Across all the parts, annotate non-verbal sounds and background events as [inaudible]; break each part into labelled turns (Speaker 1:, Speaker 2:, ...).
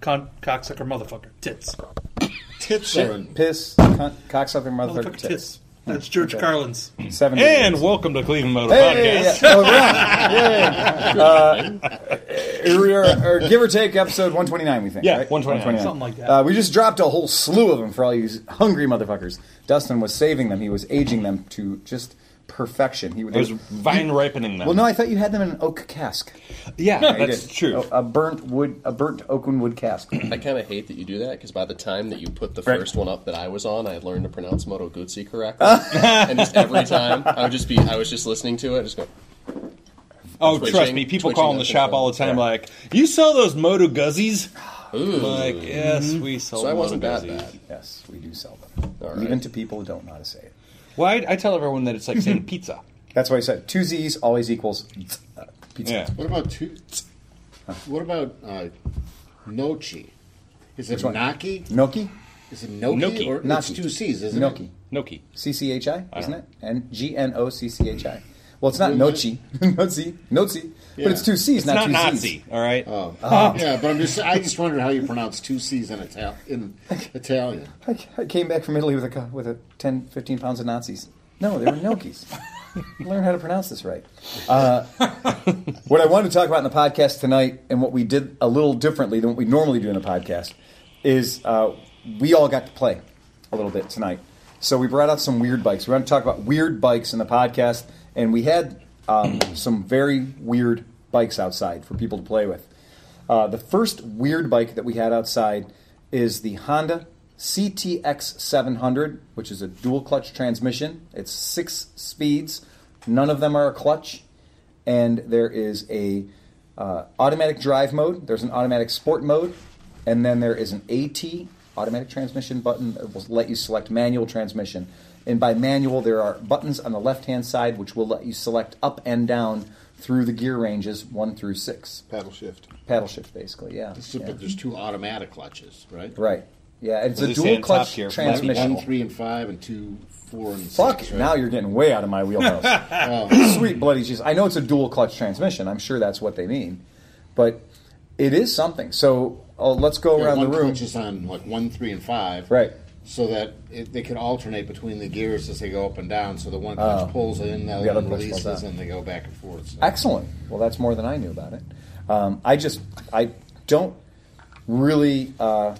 Speaker 1: con- cocksucker, motherfucker, tits.
Speaker 2: Tits
Speaker 3: Shit,
Speaker 2: are
Speaker 3: piss, cunt, cocksucker,
Speaker 1: Motherfucker,
Speaker 3: motherfucker, tits.
Speaker 1: tits. That's George Carlin's.
Speaker 3: Seven.
Speaker 4: And welcome to Cleveland Motor
Speaker 3: Hey,
Speaker 4: Podcast.
Speaker 3: yeah, oh, right, yeah. Uh, we are, or give or take, episode 129, we think.
Speaker 4: Yeah,
Speaker 3: right?
Speaker 4: 129.
Speaker 1: Something like that.
Speaker 3: Uh, we just dropped a whole slew of them for all you hungry motherfuckers. Dustin was saving them, he was aging them to just perfection. He
Speaker 4: It was vine ripening them.
Speaker 3: Well, no, I thought you had them in an oak
Speaker 4: [laughs]
Speaker 3: cask.
Speaker 4: yeah,
Speaker 3: You
Speaker 4: that's
Speaker 3: did. Oh,
Speaker 4: true.
Speaker 3: A, a burnt wood, a burnt oaken wood cask.
Speaker 2: [clears throat]
Speaker 3: [clears throat]
Speaker 2: I kind of hate that you do that because by the time that you put the
Speaker 3: Right.
Speaker 2: first one up that I was on, I had learned to pronounce Moto
Speaker 5: [laughs]
Speaker 2: Guzzi correctly. and just every time, I would just be, I was just listening to it, just go,
Speaker 4: oh,
Speaker 2: twitching-
Speaker 4: trust me, people
Speaker 2: twitching
Speaker 4: call in the
Speaker 2: up and
Speaker 4: shop
Speaker 2: down.
Speaker 4: all the time, like, "You sell those Moto Guzzies?"
Speaker 2: ooh.
Speaker 4: Like, yes, we sell.
Speaker 2: so I wasn't
Speaker 4: Moto
Speaker 2: that
Speaker 4: Guzzies.
Speaker 2: bad.
Speaker 3: Yes, we do sell them,
Speaker 2: All right.
Speaker 3: even to people who don't know how to say it.
Speaker 4: Well, I, I tell everyone that it's like saying pizza.
Speaker 3: That's why I said two Z's always equals uh, pizza.
Speaker 4: Yeah.
Speaker 5: What about two? What about uh, Nochi? Is it
Speaker 3: one?
Speaker 5: Naki?
Speaker 3: Gnocchi,
Speaker 5: Is it Noki?
Speaker 4: Gnocchi.
Speaker 5: Or
Speaker 3: Gnocchi.
Speaker 5: It's two C's, isn't
Speaker 3: gnocchi,
Speaker 5: it?
Speaker 4: Noki.
Speaker 3: C C H I, isn't
Speaker 4: don't-
Speaker 3: it? And G N O C C H I. Well, it's not
Speaker 5: Well,
Speaker 3: nochi, [laughs] nozi, nozi, but it's two C's,
Speaker 4: It's
Speaker 3: not,
Speaker 4: not
Speaker 3: two
Speaker 4: Nazi,
Speaker 3: Z's.
Speaker 4: all right?
Speaker 5: Oh.
Speaker 3: Uh-huh.
Speaker 5: Yeah, but I'm just, I just wondered how you pronounce two C's in, Ital- in
Speaker 3: [laughs]
Speaker 5: Italian.
Speaker 3: I, I came back from Italy with a co- with a 10, 15 pounds of Nazis. No, they were gnocchis. Learn how to pronounce this right. Uh, what I wanted to talk about in the podcast tonight, and what we did a little differently than what we normally do in a podcast, is uh, we all got to play a little bit tonight. So we brought out some weird bikes. We want to talk about weird bikes in the podcast, and we had um, [clears throat] some very weird bikes outside for people to play with. Uh, the first weird bike that we had outside is the Honda CTX 700, which is a dual clutch transmission. It's six speeds, none of them are a clutch, and there is a uh, automatic drive mode. There's an automatic sport mode, and then there is an AT automatic transmission button that will let you select manual transmission. And by manual, there are buttons on the left hand side which will let you select up and down through the gear ranges one through six
Speaker 5: Paddle shift.
Speaker 3: paddle shift basically yeah,
Speaker 5: So,
Speaker 3: Yeah.
Speaker 5: But there's two automatic clutches, right?
Speaker 3: right yeah it's
Speaker 4: Does
Speaker 3: a
Speaker 4: it say
Speaker 3: dual
Speaker 4: on
Speaker 3: clutch
Speaker 4: top here,
Speaker 3: transmission
Speaker 5: One, three, and five, and two, four, and
Speaker 3: fuck
Speaker 5: six.
Speaker 3: it,
Speaker 5: right?
Speaker 3: now you're getting way out of my
Speaker 5: [laughs]
Speaker 3: wheelhouse [laughs] sweet bloody jesus i know it's a dual clutch transmission i'm sure that's what they mean but it is something so uh, let's go
Speaker 5: Yeah,
Speaker 3: around the
Speaker 5: one
Speaker 3: room
Speaker 5: clutch is on like one, three, and five,
Speaker 3: Right.
Speaker 5: So that it, they could alternate between the gears as they go up and down. So the one
Speaker 3: Oh.
Speaker 5: clutch pulls in, the other
Speaker 3: The other
Speaker 5: one
Speaker 3: clutch pulls
Speaker 5: releases,
Speaker 3: out.
Speaker 5: and they go back and forth. So-
Speaker 3: excellent well that's more than i knew about it um, i just i don't really uh,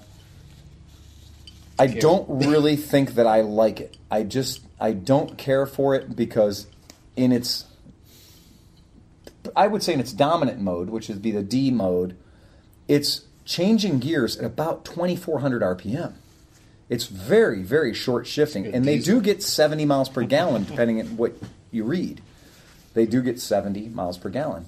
Speaker 3: i don't really think that i like it i just i don't care for it because in its i would say in its dominant mode which would be the d mode it's changing gears at about 2400 rpm it's very very short shifting and they do get 70 miles per gallon depending on what you read they do get 70 miles per gallon.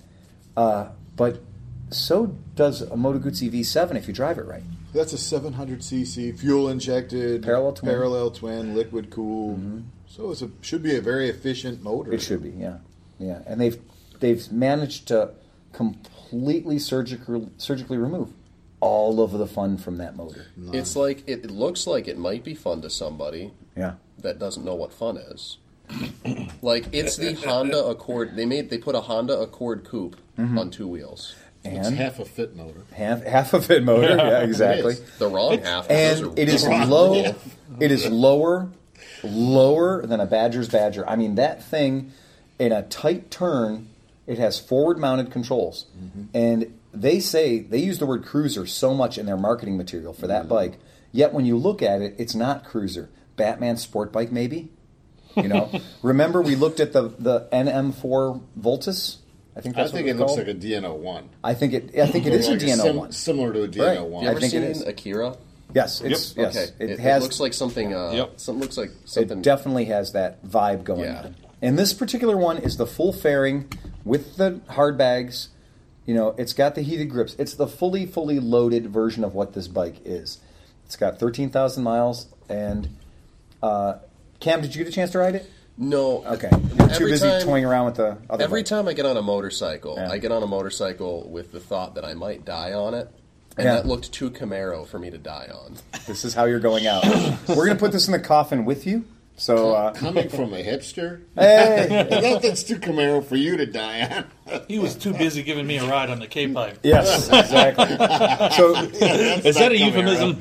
Speaker 3: Uh, but so does a Moto Guzzi V7 if you drive it right.
Speaker 6: That's a 700cc fuel injected
Speaker 3: Parallel twin.
Speaker 6: parallel twin, liquid cooled.
Speaker 2: Mm-hmm.
Speaker 6: So it's a should be a very efficient motor.
Speaker 3: It should be, yeah, yeah. And they've they've managed to completely surgically surgically remove all of the fun from that motor.
Speaker 2: It's like, it, it looks like it might be fun to somebody
Speaker 3: Yeah,
Speaker 2: that doesn't know what
Speaker 3: [coughs]
Speaker 2: fun is. like, it's the Honda Accord. They made, they put a Honda Accord coupe
Speaker 3: Mm-hmm.
Speaker 2: on two wheels.
Speaker 3: and
Speaker 5: it's
Speaker 3: half
Speaker 5: half a fit motor.
Speaker 3: half, of it motor. Yeah, exactly.
Speaker 2: The wrong half. those
Speaker 3: and
Speaker 2: are
Speaker 3: it is
Speaker 2: wrong.
Speaker 3: low. It is lower, lower than a Badger's Badger. I mean, that thing in a tight turn, it has forward-mounted controls,
Speaker 2: Mm-hmm.
Speaker 3: and they say they use the word cruiser so much in their marketing material for
Speaker 2: Mm-hmm.
Speaker 3: that bike. Yet when you look at it, it's not cruiser. Batman sport bike, maybe. You
Speaker 2: [laughs]
Speaker 3: know, remember we looked at the the NM4 Voltus. I think
Speaker 5: I
Speaker 3: that's what
Speaker 5: think
Speaker 3: it's
Speaker 5: it looks
Speaker 3: called.
Speaker 5: like a DNO one.
Speaker 3: I think it. I think it is a DNO one.
Speaker 5: similar to a DNO one.
Speaker 2: You
Speaker 3: I
Speaker 2: ever
Speaker 3: think it
Speaker 2: seen
Speaker 3: is.
Speaker 2: Akira?
Speaker 3: Yes, it's yes.
Speaker 2: Okay. It,
Speaker 3: It,
Speaker 2: it
Speaker 3: has
Speaker 2: looks like something. Uh,
Speaker 4: Yep.
Speaker 2: Some looks like something.
Speaker 3: It definitely has that vibe going
Speaker 2: Yeah.
Speaker 3: on. And this particular one is the full fairing with the hard bags. You know, it's got the heated grips. It's the fully, fully loaded version of what this bike is. It's got 13,000 miles. And uh, Cam, did you get a chance to ride it?
Speaker 2: no.
Speaker 3: Okay.
Speaker 2: every
Speaker 3: You're too busy
Speaker 2: time-
Speaker 3: toying around with the other
Speaker 2: Every
Speaker 3: bike.
Speaker 2: time I get on a motorcycle,
Speaker 3: Yeah.
Speaker 2: I get on a motorcycle with the thought that I might die on it, and
Speaker 3: Yeah.
Speaker 2: that looked too Camaro for me to die on. [laughs]
Speaker 3: This is how you're going out. We're going to put this in the coffin with you. So uh,
Speaker 5: [laughs] Coming from a
Speaker 3: [laughs]
Speaker 5: hipster,
Speaker 3: hey,
Speaker 5: that, that's too Camaro for you to die
Speaker 4: [laughs]
Speaker 5: on.
Speaker 1: He was too busy giving me a ride on the K pipe.
Speaker 3: yes, exactly. So
Speaker 4: Is that a euphemism?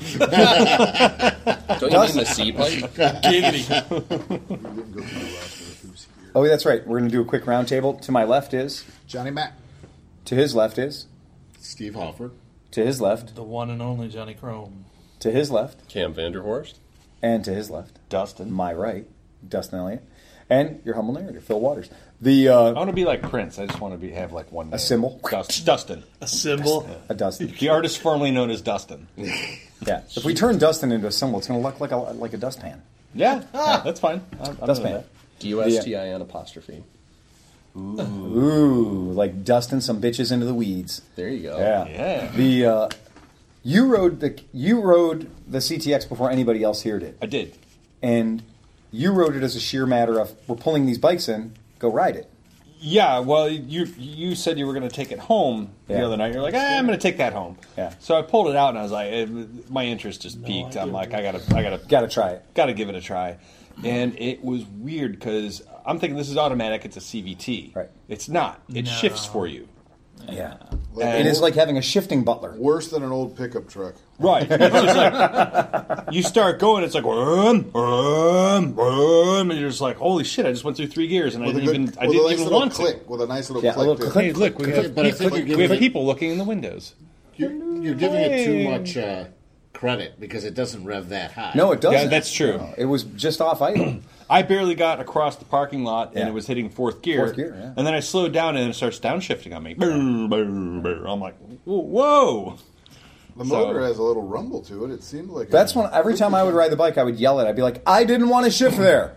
Speaker 2: Don't you mean the sea pipe?
Speaker 1: [laughs] Giggity.
Speaker 6: We didn't go through the last one. Who's here?
Speaker 3: oh, that's right. We're gonna do a quick roundtable. To my left is.
Speaker 6: Johnny Mac.
Speaker 3: To his left is.
Speaker 5: Steve Hoffer.
Speaker 3: To his left.
Speaker 1: The one and only Johnny Chrome.
Speaker 3: To his left.
Speaker 2: Cam Vanderhorst.
Speaker 3: And to his left.
Speaker 4: Dustin.
Speaker 3: My right. Dustin Elliott. And your humble narrator, Phil Waters. The uh,
Speaker 4: I want to be like Prince. I just want to be have like one name.
Speaker 3: symbol.
Speaker 4: Dust, Dustin.
Speaker 1: A symbol.
Speaker 3: a Dustin.
Speaker 4: The artist formerly known as Dustin.
Speaker 3: Yeah. If we turn Dustin into a symbol, it's going to look like a like a dustpan.
Speaker 4: Yeah, that's fine. I'm, I'm into
Speaker 3: Dustpan.
Speaker 4: that.
Speaker 2: D U S T I N apostrophe.
Speaker 3: Ooh, like dusting some bitches into the weeds.
Speaker 2: There you go.
Speaker 3: Yeah.
Speaker 4: Oh, Yeah.
Speaker 3: The uh, you rode the you rode the CTX before anybody else here did,
Speaker 4: I did.
Speaker 3: and you rode it as a sheer matter of we're pulling these bikes in, go ride it.
Speaker 4: Yeah, well, you you said you were going to take it home
Speaker 3: Yeah.
Speaker 4: the other night. You're like, "Ah, I'm going to take that home.
Speaker 3: Yeah.
Speaker 4: So I pulled it out and I was like, eh, my interest just peaked. I'm like, I gotta, I gotta,
Speaker 3: Got to try it.
Speaker 4: gotta give it a try. And it was weird because I'm thinking this is automatic. It's a CVT.
Speaker 3: Right.
Speaker 4: It's not. It shifts for you.
Speaker 3: Yeah.
Speaker 4: And-
Speaker 3: It is like having a shifting butler.
Speaker 6: Worse than an old pickup truck.
Speaker 4: Right. [laughs] It's just like, you start going, it's like, um, um, um, and you're just like, holy shit, I just went through three gears and I didn't even, I
Speaker 6: with a
Speaker 4: didn't
Speaker 6: nice
Speaker 4: even
Speaker 6: little
Speaker 4: want
Speaker 6: click.
Speaker 4: to.
Speaker 6: With a nice little
Speaker 3: Yeah, a
Speaker 6: click.
Speaker 3: little
Speaker 6: to-
Speaker 3: click.
Speaker 4: Hey, look, we have,
Speaker 3: [laughs]
Speaker 5: But I think we're
Speaker 4: we
Speaker 5: giving,
Speaker 4: have
Speaker 5: it,
Speaker 4: people looking in the windows.
Speaker 5: you're, you're giving it too much uh, credit because it doesn't rev that high.
Speaker 3: No, it doesn't.
Speaker 4: Yeah, that's true.
Speaker 3: It was just off idle.
Speaker 4: I barely got across the parking lot and
Speaker 3: Yeah.
Speaker 4: it was hitting fourth gear.
Speaker 3: Fourth gear, yeah.
Speaker 4: And then I slowed down and it starts downshifting on me. Brr, brr, brr. I'm like, whoa, whoa.
Speaker 6: The
Speaker 4: So-
Speaker 6: motor has a little rumble to it. It seemed like
Speaker 3: That's when every time
Speaker 6: [laughs]
Speaker 3: I would ride the bike, I would yell it. I'd be like, "I didn't want to shift
Speaker 4: [laughs]
Speaker 3: there.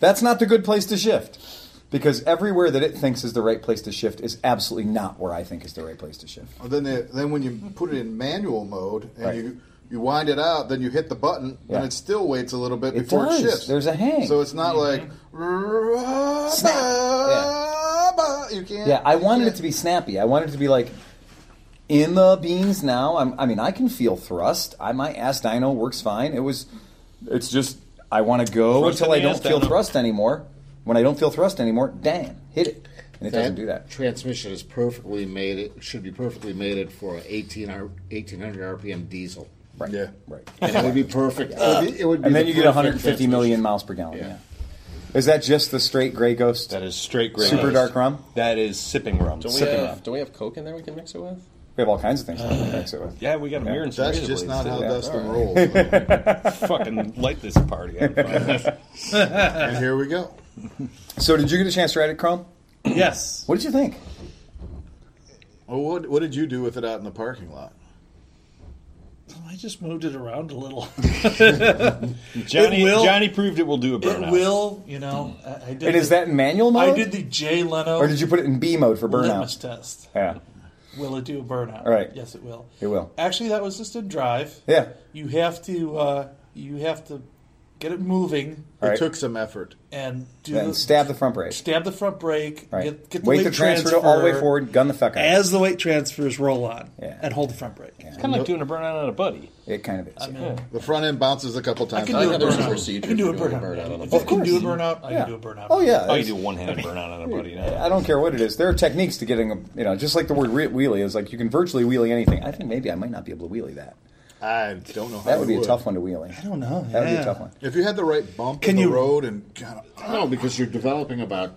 Speaker 3: That's not the good place to shift." Because everywhere that it thinks is the right place to shift is absolutely not where I think is the right place to shift.
Speaker 6: Well, Then, they, then when you put it in manual mode and
Speaker 3: Right.
Speaker 6: you you wind it out, then you hit the button
Speaker 3: Yeah.
Speaker 6: and it still waits a little bit
Speaker 3: It
Speaker 6: before
Speaker 3: does.
Speaker 6: it shifts.
Speaker 3: There's a hang.
Speaker 6: so it's not like
Speaker 3: Snap.
Speaker 6: You can't.
Speaker 3: Yeah, I
Speaker 6: you
Speaker 3: wanted it
Speaker 6: can't-
Speaker 3: to be snappy. I wanted it to be like in the beans now. I'm, I mean, I can feel thrust. I my ass dyno works fine. It was. It's just I want to go
Speaker 4: Thrust
Speaker 3: until I
Speaker 4: in the
Speaker 3: don't
Speaker 4: ass
Speaker 3: feel
Speaker 4: dyno.
Speaker 3: thrust anymore. When I don't feel thrust anymore, damn, hit it, and it doesn't do that.
Speaker 5: Transmission is perfectly made. It should be perfectly mated for a 18 R, 1800 RPM diesel.
Speaker 3: Right.
Speaker 6: Yeah.
Speaker 3: [laughs] Right.
Speaker 5: And it would be perfect. it would be, it would
Speaker 3: [laughs]
Speaker 5: be
Speaker 3: And then
Speaker 5: the
Speaker 3: you get
Speaker 5: perfect
Speaker 3: 150 million miles per gallon. Yeah. Is that just the straight gray ghost?
Speaker 4: That is straight gray.
Speaker 3: Super
Speaker 4: ghost.
Speaker 3: dark rum?
Speaker 4: That is sipping rum.
Speaker 2: Don't we,
Speaker 4: Sipping rum.
Speaker 2: have, don't we have Coke in there we can mix it with?
Speaker 3: [laughs] we have all kinds of things that we can mix it with.
Speaker 4: Yeah, we got a mirror and some
Speaker 6: That's
Speaker 4: razor
Speaker 6: just
Speaker 4: blades,
Speaker 6: not
Speaker 4: too.
Speaker 6: how
Speaker 4: Yeah.
Speaker 6: Dustin rolls.
Speaker 4: fucking light this party. on fire.
Speaker 6: and here we go.
Speaker 3: Uh. So, did you get a chance to ride it, Chrome?
Speaker 1: Yes.
Speaker 3: What did you think?
Speaker 6: Well, what what did you do with it out in the parking lot?
Speaker 1: I just moved it around a little.
Speaker 4: Johnny,
Speaker 1: It will-
Speaker 4: Johnny proved it will do
Speaker 1: [laughs]
Speaker 4: a
Speaker 1: It
Speaker 4: burnout.
Speaker 1: will, you know. I, I did
Speaker 3: And is
Speaker 1: the-
Speaker 3: that in manual mode?
Speaker 1: I did the Jay Leno
Speaker 3: or did you put it in B mode for
Speaker 1: litmus
Speaker 3: burnout?
Speaker 1: test.
Speaker 3: Yeah.
Speaker 1: Will it do a burnout?
Speaker 3: All right.
Speaker 1: Yes, it will.
Speaker 3: It will.
Speaker 1: Actually, that was just a drive.
Speaker 3: Yeah.
Speaker 1: You have to uh, you have to get it moving
Speaker 3: All
Speaker 6: it
Speaker 3: right.
Speaker 6: took some effort.
Speaker 1: and do
Speaker 3: Then
Speaker 1: the,
Speaker 3: stab the front brake.
Speaker 1: stab the front brake.
Speaker 3: All right.
Speaker 1: Get, get the
Speaker 3: Wait
Speaker 1: weight
Speaker 3: the transfer, to all the way forward, gun the fuck out.
Speaker 1: as the weight transfers roll on
Speaker 3: Yeah.
Speaker 1: and hold the front brake.
Speaker 4: Kind of like doing a burnout on a buddy.
Speaker 3: it kind of is. yeah.
Speaker 6: The front end bounces a couple times.
Speaker 1: can
Speaker 2: I
Speaker 1: do
Speaker 2: know
Speaker 1: it.
Speaker 2: there's
Speaker 1: burnout.
Speaker 2: a procedure
Speaker 1: I can do a
Speaker 2: for doing
Speaker 1: burnout.
Speaker 2: burnout on a
Speaker 1: If
Speaker 2: bike.
Speaker 1: I can do a burnout, I
Speaker 3: Yeah.
Speaker 1: can do a burnout.
Speaker 3: Oh, yeah.
Speaker 4: Oh, you do one handed burnout on a buddy now.
Speaker 3: I don't care what it is. There are techniques to getting, a, you know, just like the word re- wheelie is like you can virtually wheelie anything. I think maybe I might not be able to wheelie that.
Speaker 6: I don't know how
Speaker 3: That would be
Speaker 6: I
Speaker 3: a tough one to wheelie. I don't
Speaker 1: know,
Speaker 3: That would be a
Speaker 1: yeah.
Speaker 3: tough one.
Speaker 6: If you had the right bump
Speaker 1: Can
Speaker 6: in the
Speaker 1: you-
Speaker 6: road and kind of,
Speaker 5: No, because you're developing about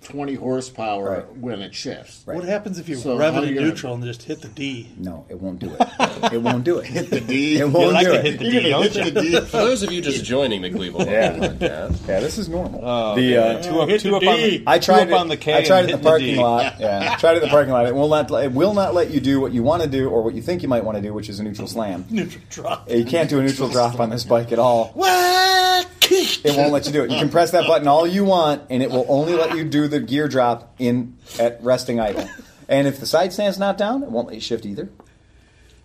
Speaker 5: 20 horsepower
Speaker 3: Right.
Speaker 5: when it shifts.
Speaker 3: Right.
Speaker 1: What happens if you
Speaker 5: So
Speaker 1: rev
Speaker 5: how
Speaker 1: it
Speaker 5: are
Speaker 1: in
Speaker 5: you gonna-
Speaker 1: neutral and just hit the D?
Speaker 3: No, it won't do it. It won't do it. Hit the
Speaker 5: D.
Speaker 3: It
Speaker 5: You
Speaker 3: won't
Speaker 4: like
Speaker 3: do
Speaker 4: to
Speaker 3: it.
Speaker 4: hit the
Speaker 5: You're
Speaker 4: D,
Speaker 5: gonna
Speaker 4: don't
Speaker 5: hit
Speaker 4: you?
Speaker 5: the D.
Speaker 2: For those of you just joining the Cleveland
Speaker 3: Yeah.
Speaker 2: podcast,
Speaker 3: Yeah, this is normal. the uh,
Speaker 4: Two up,
Speaker 1: Hit
Speaker 4: two
Speaker 1: the
Speaker 4: up on
Speaker 1: D.
Speaker 4: the,
Speaker 3: I tried
Speaker 4: two
Speaker 3: it.
Speaker 4: up on the K.
Speaker 3: I tried
Speaker 4: and
Speaker 3: it in
Speaker 4: hit
Speaker 3: the parking
Speaker 4: D.
Speaker 3: lot. Yeah, tried it in the parking lot. It will not. It will not let you do what you want to do or what you think you might want to do, which is a neutral slam.
Speaker 1: Neutral drop.
Speaker 3: You can't do a neutral drop on this bike at all. It won't let you do it. You can press that button all you want, and it will only let you do the gear drop in at resting idle. And if the side stand's not down, it won't let you shift either.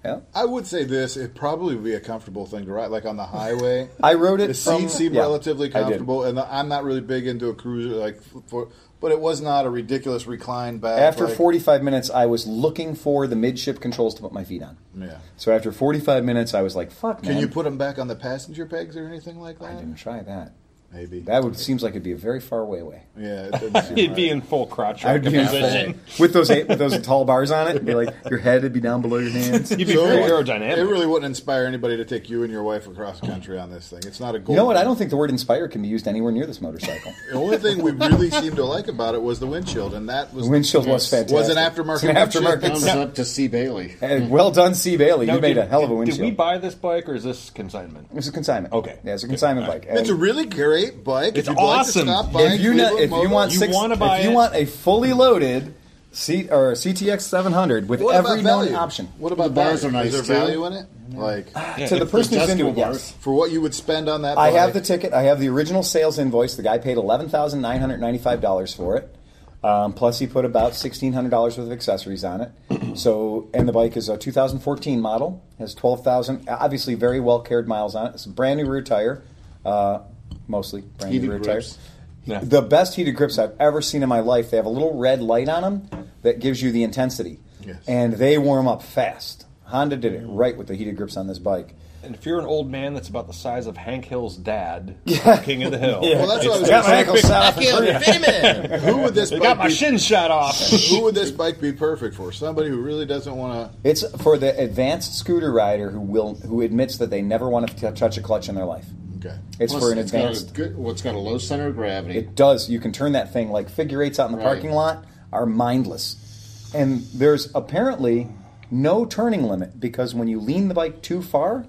Speaker 3: Yeah,
Speaker 6: I would say this. It probably would be a comfortable thing to ride, like on the highway.
Speaker 3: [laughs] I rode it.
Speaker 6: The
Speaker 3: from-
Speaker 6: seat seemed
Speaker 3: yeah,
Speaker 6: relatively
Speaker 3: I did.
Speaker 6: comfortable, and the, I'm not really big into a cruiser like for, but it was not a ridiculous recline back.
Speaker 3: After
Speaker 6: like-
Speaker 3: 45 minutes, I was looking for the midship controls to put my feet on.
Speaker 6: Yeah.
Speaker 3: So after 45 minutes, I was like, "Fuck,
Speaker 6: Can
Speaker 3: man."
Speaker 6: you put them back on the passenger pegs or anything like that?
Speaker 3: I didn't try that.
Speaker 6: maybe.
Speaker 3: That would seems like it'd be a very far away way. [laughs]
Speaker 6: yeah, it doesn't seem
Speaker 4: He'd be
Speaker 6: right.
Speaker 4: in full crotch
Speaker 3: I would be in
Speaker 4: position.
Speaker 3: full- with those eight, with
Speaker 4: [laughs]
Speaker 3: those tall bars on it. It'd be like your head would be down below your hands.
Speaker 4: You'd be
Speaker 6: So
Speaker 4: very
Speaker 6: it-
Speaker 4: aerodynamic.
Speaker 6: It really wouldn't inspire anybody to take you and your wife across country on this thing. It's not a goal.
Speaker 3: You know what? I don't think the word "inspire" can be used anywhere near this motorcycle.
Speaker 6: The only thing we really seemed to like about it was the windshield, and that was
Speaker 3: The windshield was fantastic.
Speaker 6: Was an
Speaker 3: It's
Speaker 6: aftermarket.
Speaker 3: an aftermarket.
Speaker 6: windshield.
Speaker 5: Thumbs up to C. Bailey.
Speaker 3: Hey, well done, C. Bailey.
Speaker 4: Now,
Speaker 3: you made
Speaker 4: did-
Speaker 3: a hell of a
Speaker 4: did-
Speaker 3: windshield.
Speaker 4: Did we buy this bike or is this consignment?
Speaker 3: It was a consignment.
Speaker 4: Okay.
Speaker 3: Yeah, it's a consignment bike.
Speaker 6: It's a
Speaker 3: And
Speaker 6: really great bike.
Speaker 4: It's
Speaker 6: if you'd
Speaker 4: awesome.
Speaker 6: Like to stop by
Speaker 3: if you not,
Speaker 6: Cleveland
Speaker 3: if you
Speaker 6: Motor-
Speaker 3: want
Speaker 4: You
Speaker 3: six,
Speaker 4: wanna buy
Speaker 3: if you
Speaker 4: it.
Speaker 3: want a fully loaded C or a CTX 700 with
Speaker 6: What about
Speaker 3: every known
Speaker 6: value?
Speaker 3: option
Speaker 6: What about
Speaker 5: The bars
Speaker 6: value?
Speaker 5: are nice,
Speaker 6: Is there
Speaker 5: too.
Speaker 6: value in it?
Speaker 3: [laughs]
Speaker 6: Like
Speaker 3: to the
Speaker 4: if-
Speaker 3: person who's
Speaker 5: does
Speaker 3: into
Speaker 5: do
Speaker 3: it,
Speaker 5: it
Speaker 3: yes.
Speaker 6: for what you would spend on that?
Speaker 3: I
Speaker 6: bike,
Speaker 3: have the ticket. I have the original sales invoice. The guy paid eleven thousand nine hundred ninety-five dollars for it. Um, plus, he put about sixteen hundred dollars worth of accessories on it. So, and the bike is a 2014 model. Has twelve thousand, obviously very well cared miles on it. It's a brand new rear tire, uh, mostly brand
Speaker 5: Heated
Speaker 3: new rear
Speaker 5: grips.
Speaker 3: tires.
Speaker 4: Yeah.
Speaker 3: The best heated grips I've ever seen in my life. They have a little red light on them that gives you the intensity,
Speaker 6: Yes.
Speaker 3: and they warm up fast. Honda did it right with the heated grips on this bike.
Speaker 4: And if you're an old man that's about the size of Hank Hill's
Speaker 3: [laughs]
Speaker 4: dad, from King of the Hill,
Speaker 6: Well, that's what I was
Speaker 3: I got my
Speaker 6: gonna
Speaker 3: ankle set up and
Speaker 2: Kill
Speaker 3: turned.
Speaker 2: Feynman!
Speaker 6: Who would
Speaker 3: [laughs]
Speaker 6: this
Speaker 4: I got
Speaker 6: bike
Speaker 4: my
Speaker 6: be?
Speaker 4: shin shot off.
Speaker 6: [laughs] Who would this bike be perfect for? Somebody who really doesn't want to.
Speaker 3: It's for the advanced scooter rider who will who admits that they never want to t- touch a clutch in their life.
Speaker 6: Okay.
Speaker 3: It's
Speaker 5: Plus,
Speaker 3: for an
Speaker 5: it's got a
Speaker 3: advanced.
Speaker 5: good- well, it's got a low center of gravity.
Speaker 3: It does. You can turn that thing like figure eights out in the
Speaker 5: Right.
Speaker 3: parking lot are mindless, and there's apparently no turning limit because when you lean the bike too far,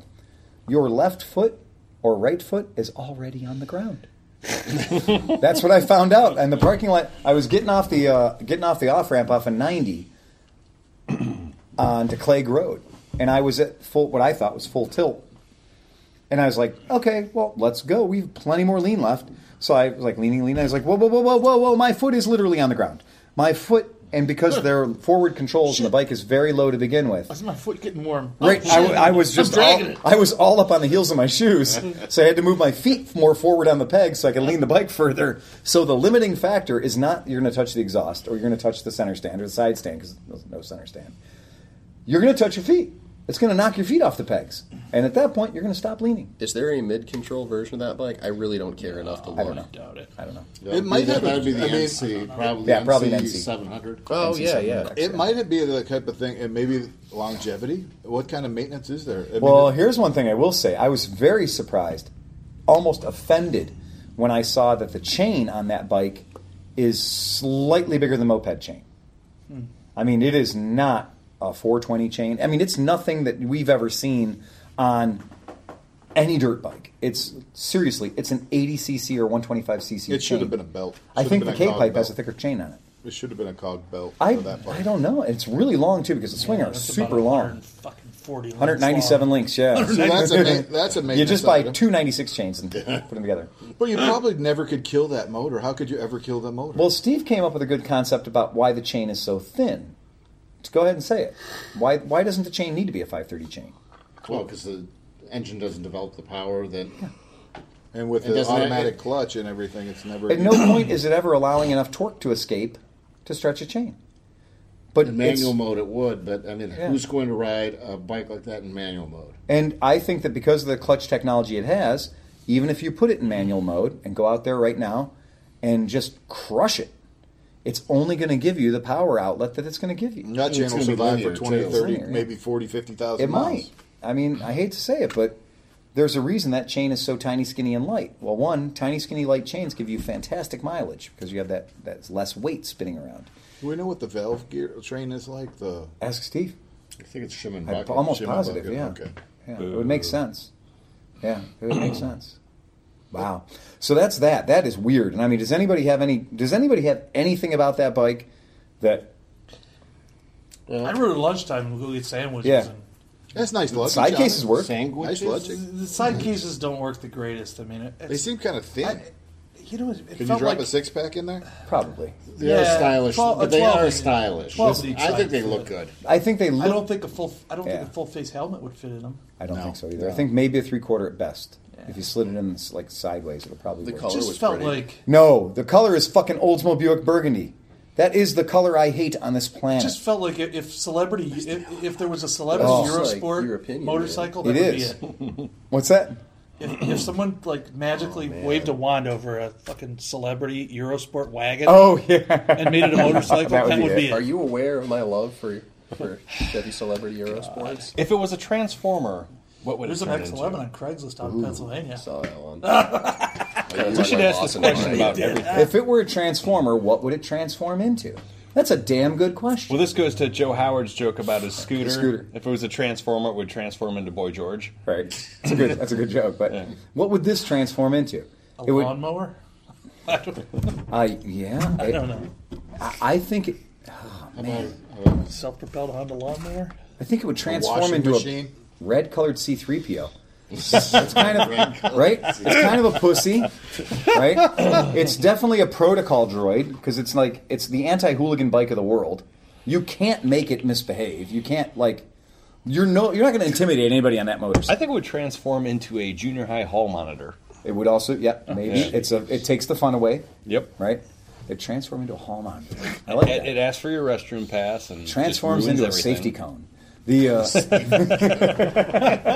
Speaker 3: your left foot or right foot is already on the ground. That's what I found out in the parking lot. I was getting off the uh, getting off the off ramp off of ninety onto Clegg Road, and I was at full what I thought was full tilt. And I was like, okay, well, let's go. We have plenty more lean left. So I was like leaning, leaning. I was like, whoa, whoa, whoa, whoa, whoa, whoa. My foot is literally on the ground. My foot, and because they're forward controls and the bike is very low to begin with,
Speaker 7: Is my foot getting warm?
Speaker 1: Oh,
Speaker 3: Right, I, I was just all,
Speaker 7: dragging it.
Speaker 3: I was all up on the heels of my shoes, so I had to move my feet more forward on the peg so I could lean the bike further. So the limiting factor is not you're going to touch the exhaust or you're going to touch the center stand or the side stand because there's no center stand. You're going to touch your feet. It's going to knock your feet off the pegs, and at that point, you're going to stop leaning.
Speaker 2: Is there a mid-control version of that bike? I really don't care enough to look.
Speaker 3: I don't know.
Speaker 7: Doubt it.
Speaker 3: I don't know.
Speaker 5: That would
Speaker 6: might
Speaker 5: be the-
Speaker 6: have a-
Speaker 5: that would be the
Speaker 6: I mean-
Speaker 5: NC, probably
Speaker 3: Yeah, probably
Speaker 5: NC
Speaker 3: NC.
Speaker 5: 700.
Speaker 2: Oh yeah, yeah.
Speaker 6: It might have been the type of thing, and maybe longevity. What kind of maintenance is there? I mean,
Speaker 3: Well,
Speaker 6: it-
Speaker 3: here's one thing I will say. I was very surprised, almost offended, when I saw that the chain on that bike is slightly bigger than moped chain.
Speaker 6: Hmm.
Speaker 3: I mean, it is not a 420 chain. I mean, it's nothing that we've ever seen on any dirt bike. It's seriously, it's an 80cc or 125cc.
Speaker 6: it should
Speaker 3: chain.
Speaker 6: have been a belt.
Speaker 3: I
Speaker 6: Should
Speaker 3: think
Speaker 6: have
Speaker 3: the
Speaker 6: been
Speaker 3: K
Speaker 6: a cog
Speaker 3: pipe has
Speaker 6: belt.
Speaker 3: a thicker chain on it.
Speaker 6: It should have been a cog belt
Speaker 3: I,
Speaker 6: for that bike.
Speaker 3: I don't know. It's really long too because the swinger is
Speaker 7: That's
Speaker 3: super
Speaker 7: about
Speaker 3: long.
Speaker 7: 100 Fucking 40 links
Speaker 3: 197
Speaker 7: long.
Speaker 3: links,
Speaker 6: [laughs]
Speaker 3: yeah.
Speaker 6: So that's a ma- that's a
Speaker 3: You
Speaker 6: maintenance
Speaker 3: just buy
Speaker 6: item.
Speaker 3: two ninety six chains and put them together.
Speaker 6: But you probably never could kill that motor. How could you ever kill that motor?
Speaker 3: Well, Steve came up with a good concept about why the chain is so thin. Just go ahead and say it. Why why doesn't the chain need to be a five thirty chain?
Speaker 5: Well, because the engine doesn't develop the power that.
Speaker 6: and with
Speaker 5: it
Speaker 6: the
Speaker 5: doesn't-
Speaker 6: automatic
Speaker 5: it-
Speaker 6: clutch and everything, it's never. [clears throat]
Speaker 3: At no point is it ever allowing enough torque to escape to stretch a chain. But
Speaker 5: In
Speaker 3: it's-
Speaker 5: manual mode, it would, but I mean,
Speaker 3: Yeah.
Speaker 5: who's going to ride a bike like that in manual mode?
Speaker 3: And I think that because of the clutch technology it has, even if you put it in manual mode and go out there right now and just crush it, it's only going to give you the power outlet that it's going to give you.
Speaker 6: Nut
Speaker 5: It's
Speaker 6: chain
Speaker 5: gonna
Speaker 6: will
Speaker 5: be
Speaker 6: survive for
Speaker 5: linear,
Speaker 6: 20,
Speaker 5: too.
Speaker 6: 30,
Speaker 3: Linear, yeah.
Speaker 6: maybe 40, 50,000
Speaker 3: It
Speaker 6: miles.
Speaker 3: might. I mean, I hate to say it, but there's a reason that chain is so tiny, skinny, and light. Well, one, tiny, skinny, light chains give you fantastic mileage because you have that that's less weight spinning around.
Speaker 6: Do we know what the valve gear train is like? The
Speaker 3: Ask Steve.
Speaker 5: I think it's Shimon
Speaker 3: I'm
Speaker 5: Bucket.
Speaker 3: almost
Speaker 6: Shimon
Speaker 3: positive.
Speaker 6: bucket,
Speaker 3: Yeah.
Speaker 6: okay.
Speaker 3: yeah, it would make sense. Yeah, it would make sense. Wow. So that's that. That is weird. And I mean, does anybody have any? Does anybody have anything about that bike that
Speaker 7: I remember lunchtime we go get sandwiches.
Speaker 3: Yeah.
Speaker 7: And
Speaker 6: that's nice luggage.
Speaker 3: side
Speaker 6: on it.
Speaker 3: cases work?
Speaker 6: Nice
Speaker 5: Sandwiches?
Speaker 6: lugging.
Speaker 7: the side cases don't work the greatest. I mean, it,
Speaker 6: They
Speaker 7: it's,
Speaker 6: seem kind of thin.
Speaker 7: I, you know, it, it
Speaker 6: Could you
Speaker 7: felt
Speaker 6: drop
Speaker 7: like
Speaker 6: a six pack in there?
Speaker 3: Probably.
Speaker 5: They are
Speaker 7: Yeah,
Speaker 5: stylish,
Speaker 7: twelve-
Speaker 5: but
Speaker 7: a
Speaker 5: they
Speaker 7: twelve
Speaker 5: are
Speaker 7: inch.
Speaker 5: stylish.
Speaker 7: Twelve
Speaker 5: This-
Speaker 7: inch
Speaker 5: I think
Speaker 7: side
Speaker 5: they
Speaker 7: foot.
Speaker 5: look good.
Speaker 3: I think they. Look,
Speaker 7: I don't think a full. I don't
Speaker 3: Yeah.
Speaker 7: think a full face helmet would fit in them.
Speaker 3: I don't
Speaker 6: No.
Speaker 3: think so either. I think maybe a three quarter at best. If you slid it in like sideways, it'll probably
Speaker 2: The
Speaker 3: work.
Speaker 2: color
Speaker 7: Just
Speaker 2: was
Speaker 7: felt
Speaker 2: pretty.
Speaker 7: like.
Speaker 3: No, the color is fucking Oldsmobile Buick Burgundy. That is the color I hate on this
Speaker 7: It
Speaker 3: planet.
Speaker 7: just felt like if- if celebrity, if, if there was a celebrity
Speaker 3: Oh.
Speaker 2: It's like
Speaker 7: Eurosport
Speaker 2: your opinion,
Speaker 7: motorcycle,
Speaker 3: It
Speaker 7: that would
Speaker 3: is.
Speaker 7: be it.
Speaker 3: What's that?
Speaker 7: If, if someone like
Speaker 3: Oh,
Speaker 7: magically waved a wand over a fucking celebrity Eurosport wagon
Speaker 3: Oh yeah.
Speaker 7: and made it a
Speaker 3: [laughs]
Speaker 7: motorcycle,
Speaker 3: That
Speaker 7: that,
Speaker 3: would be
Speaker 7: would
Speaker 3: it.
Speaker 7: be it.
Speaker 2: Are you aware of my love for for Chevy Celebrity Eurosports?
Speaker 4: If it was a transformer, what would
Speaker 7: There's
Speaker 4: it
Speaker 7: an
Speaker 4: turn
Speaker 7: X11
Speaker 4: into?
Speaker 7: on Craigslist out in Pennsylvania.
Speaker 2: Saw
Speaker 4: [laughs]
Speaker 2: that one. we
Speaker 4: should ask this question
Speaker 7: [laughs]
Speaker 4: about everything.
Speaker 3: If it were a transformer, what would it transform into? That's a damn good question.
Speaker 4: Well, this goes to Joe Howard's joke about his scooter.
Speaker 3: scooter.
Speaker 4: If it was a transformer, it would transform into Boy George.
Speaker 3: Right. That's a good. That's a good joke. But what would this transform into?
Speaker 7: A
Speaker 3: It would.
Speaker 7: lawnmower?
Speaker 3: I yeah.
Speaker 7: I don't know.
Speaker 3: I- I think. It,
Speaker 7: Self-propelled Honda lawnmower?
Speaker 3: I think it would transform
Speaker 6: washing
Speaker 3: into
Speaker 6: machine?
Speaker 3: a red-colored
Speaker 2: [laughs]
Speaker 3: C-3PO. it's kind of right. It's kind of a pussy, right? It's definitely a protocol droid because it's like it's the anti-hooligan bike of the world. You can't make it misbehave. You can't like you're no you're not going to intimidate anybody on that
Speaker 4: I
Speaker 3: motorcycle.
Speaker 4: think it would transform into a junior high hall monitor.
Speaker 3: It would also yeah maybe
Speaker 4: Yeah.
Speaker 3: it's a it takes the fun away
Speaker 4: Yep.
Speaker 3: right. It transforms into a hall monitor. I like
Speaker 4: it, it
Speaker 3: that.
Speaker 4: asks for your restroom pass and just
Speaker 3: Transforms
Speaker 4: ruins
Speaker 3: into
Speaker 4: everything.
Speaker 3: a safety cone. The uh,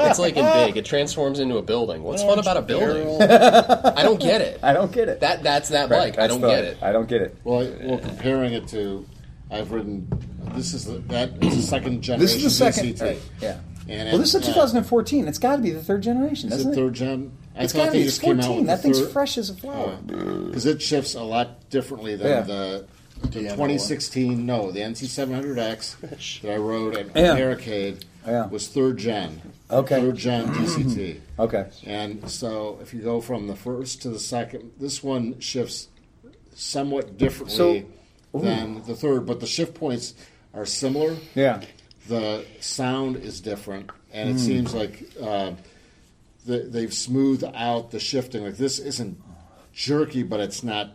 Speaker 4: [laughs]
Speaker 2: It's like in big. It transforms into a building. What's fun about a building? [laughs] I don't get it.
Speaker 3: I don't get it.
Speaker 2: That that's that
Speaker 3: Right,
Speaker 2: bike. I
Speaker 3: that's
Speaker 2: don't
Speaker 3: the-
Speaker 2: get it.
Speaker 3: I don't get it.
Speaker 5: Well, I, well, comparing it to, I've written. This is the, that is the second generation.
Speaker 3: This is the second.
Speaker 5: VCT.
Speaker 3: right, yeah.
Speaker 5: And
Speaker 3: Well, this
Speaker 5: it's,
Speaker 3: is
Speaker 5: uh,
Speaker 3: 2014. It's got to be the third generation,
Speaker 5: Is
Speaker 3: doesn't
Speaker 5: it
Speaker 3: it?
Speaker 5: third gen? I
Speaker 3: it's
Speaker 5: thought
Speaker 3: got to
Speaker 5: they
Speaker 3: be. It's
Speaker 5: just came out
Speaker 3: 14.
Speaker 5: with
Speaker 3: That
Speaker 5: the
Speaker 3: thing's
Speaker 5: third-
Speaker 3: fresh as a flower.
Speaker 5: because it shifts a lot differently than
Speaker 3: Yeah.
Speaker 5: the, the
Speaker 6: other
Speaker 5: 2016. No, the NC700X that I rode at
Speaker 3: Yeah.
Speaker 5: Barricade
Speaker 3: Yeah.
Speaker 5: was third gen.
Speaker 3: Okay.
Speaker 5: third
Speaker 3: [clears throat]
Speaker 5: gen DCT.
Speaker 3: Okay.
Speaker 5: And so, if you go from the first to the second, this one shifts somewhat differently than the third, but the shift points are similar.
Speaker 3: Yeah.
Speaker 5: The sound is different, and
Speaker 3: Hmm.
Speaker 5: it seems like uh, the, they've smoothed out the shifting. Like this isn't jerky, but it's not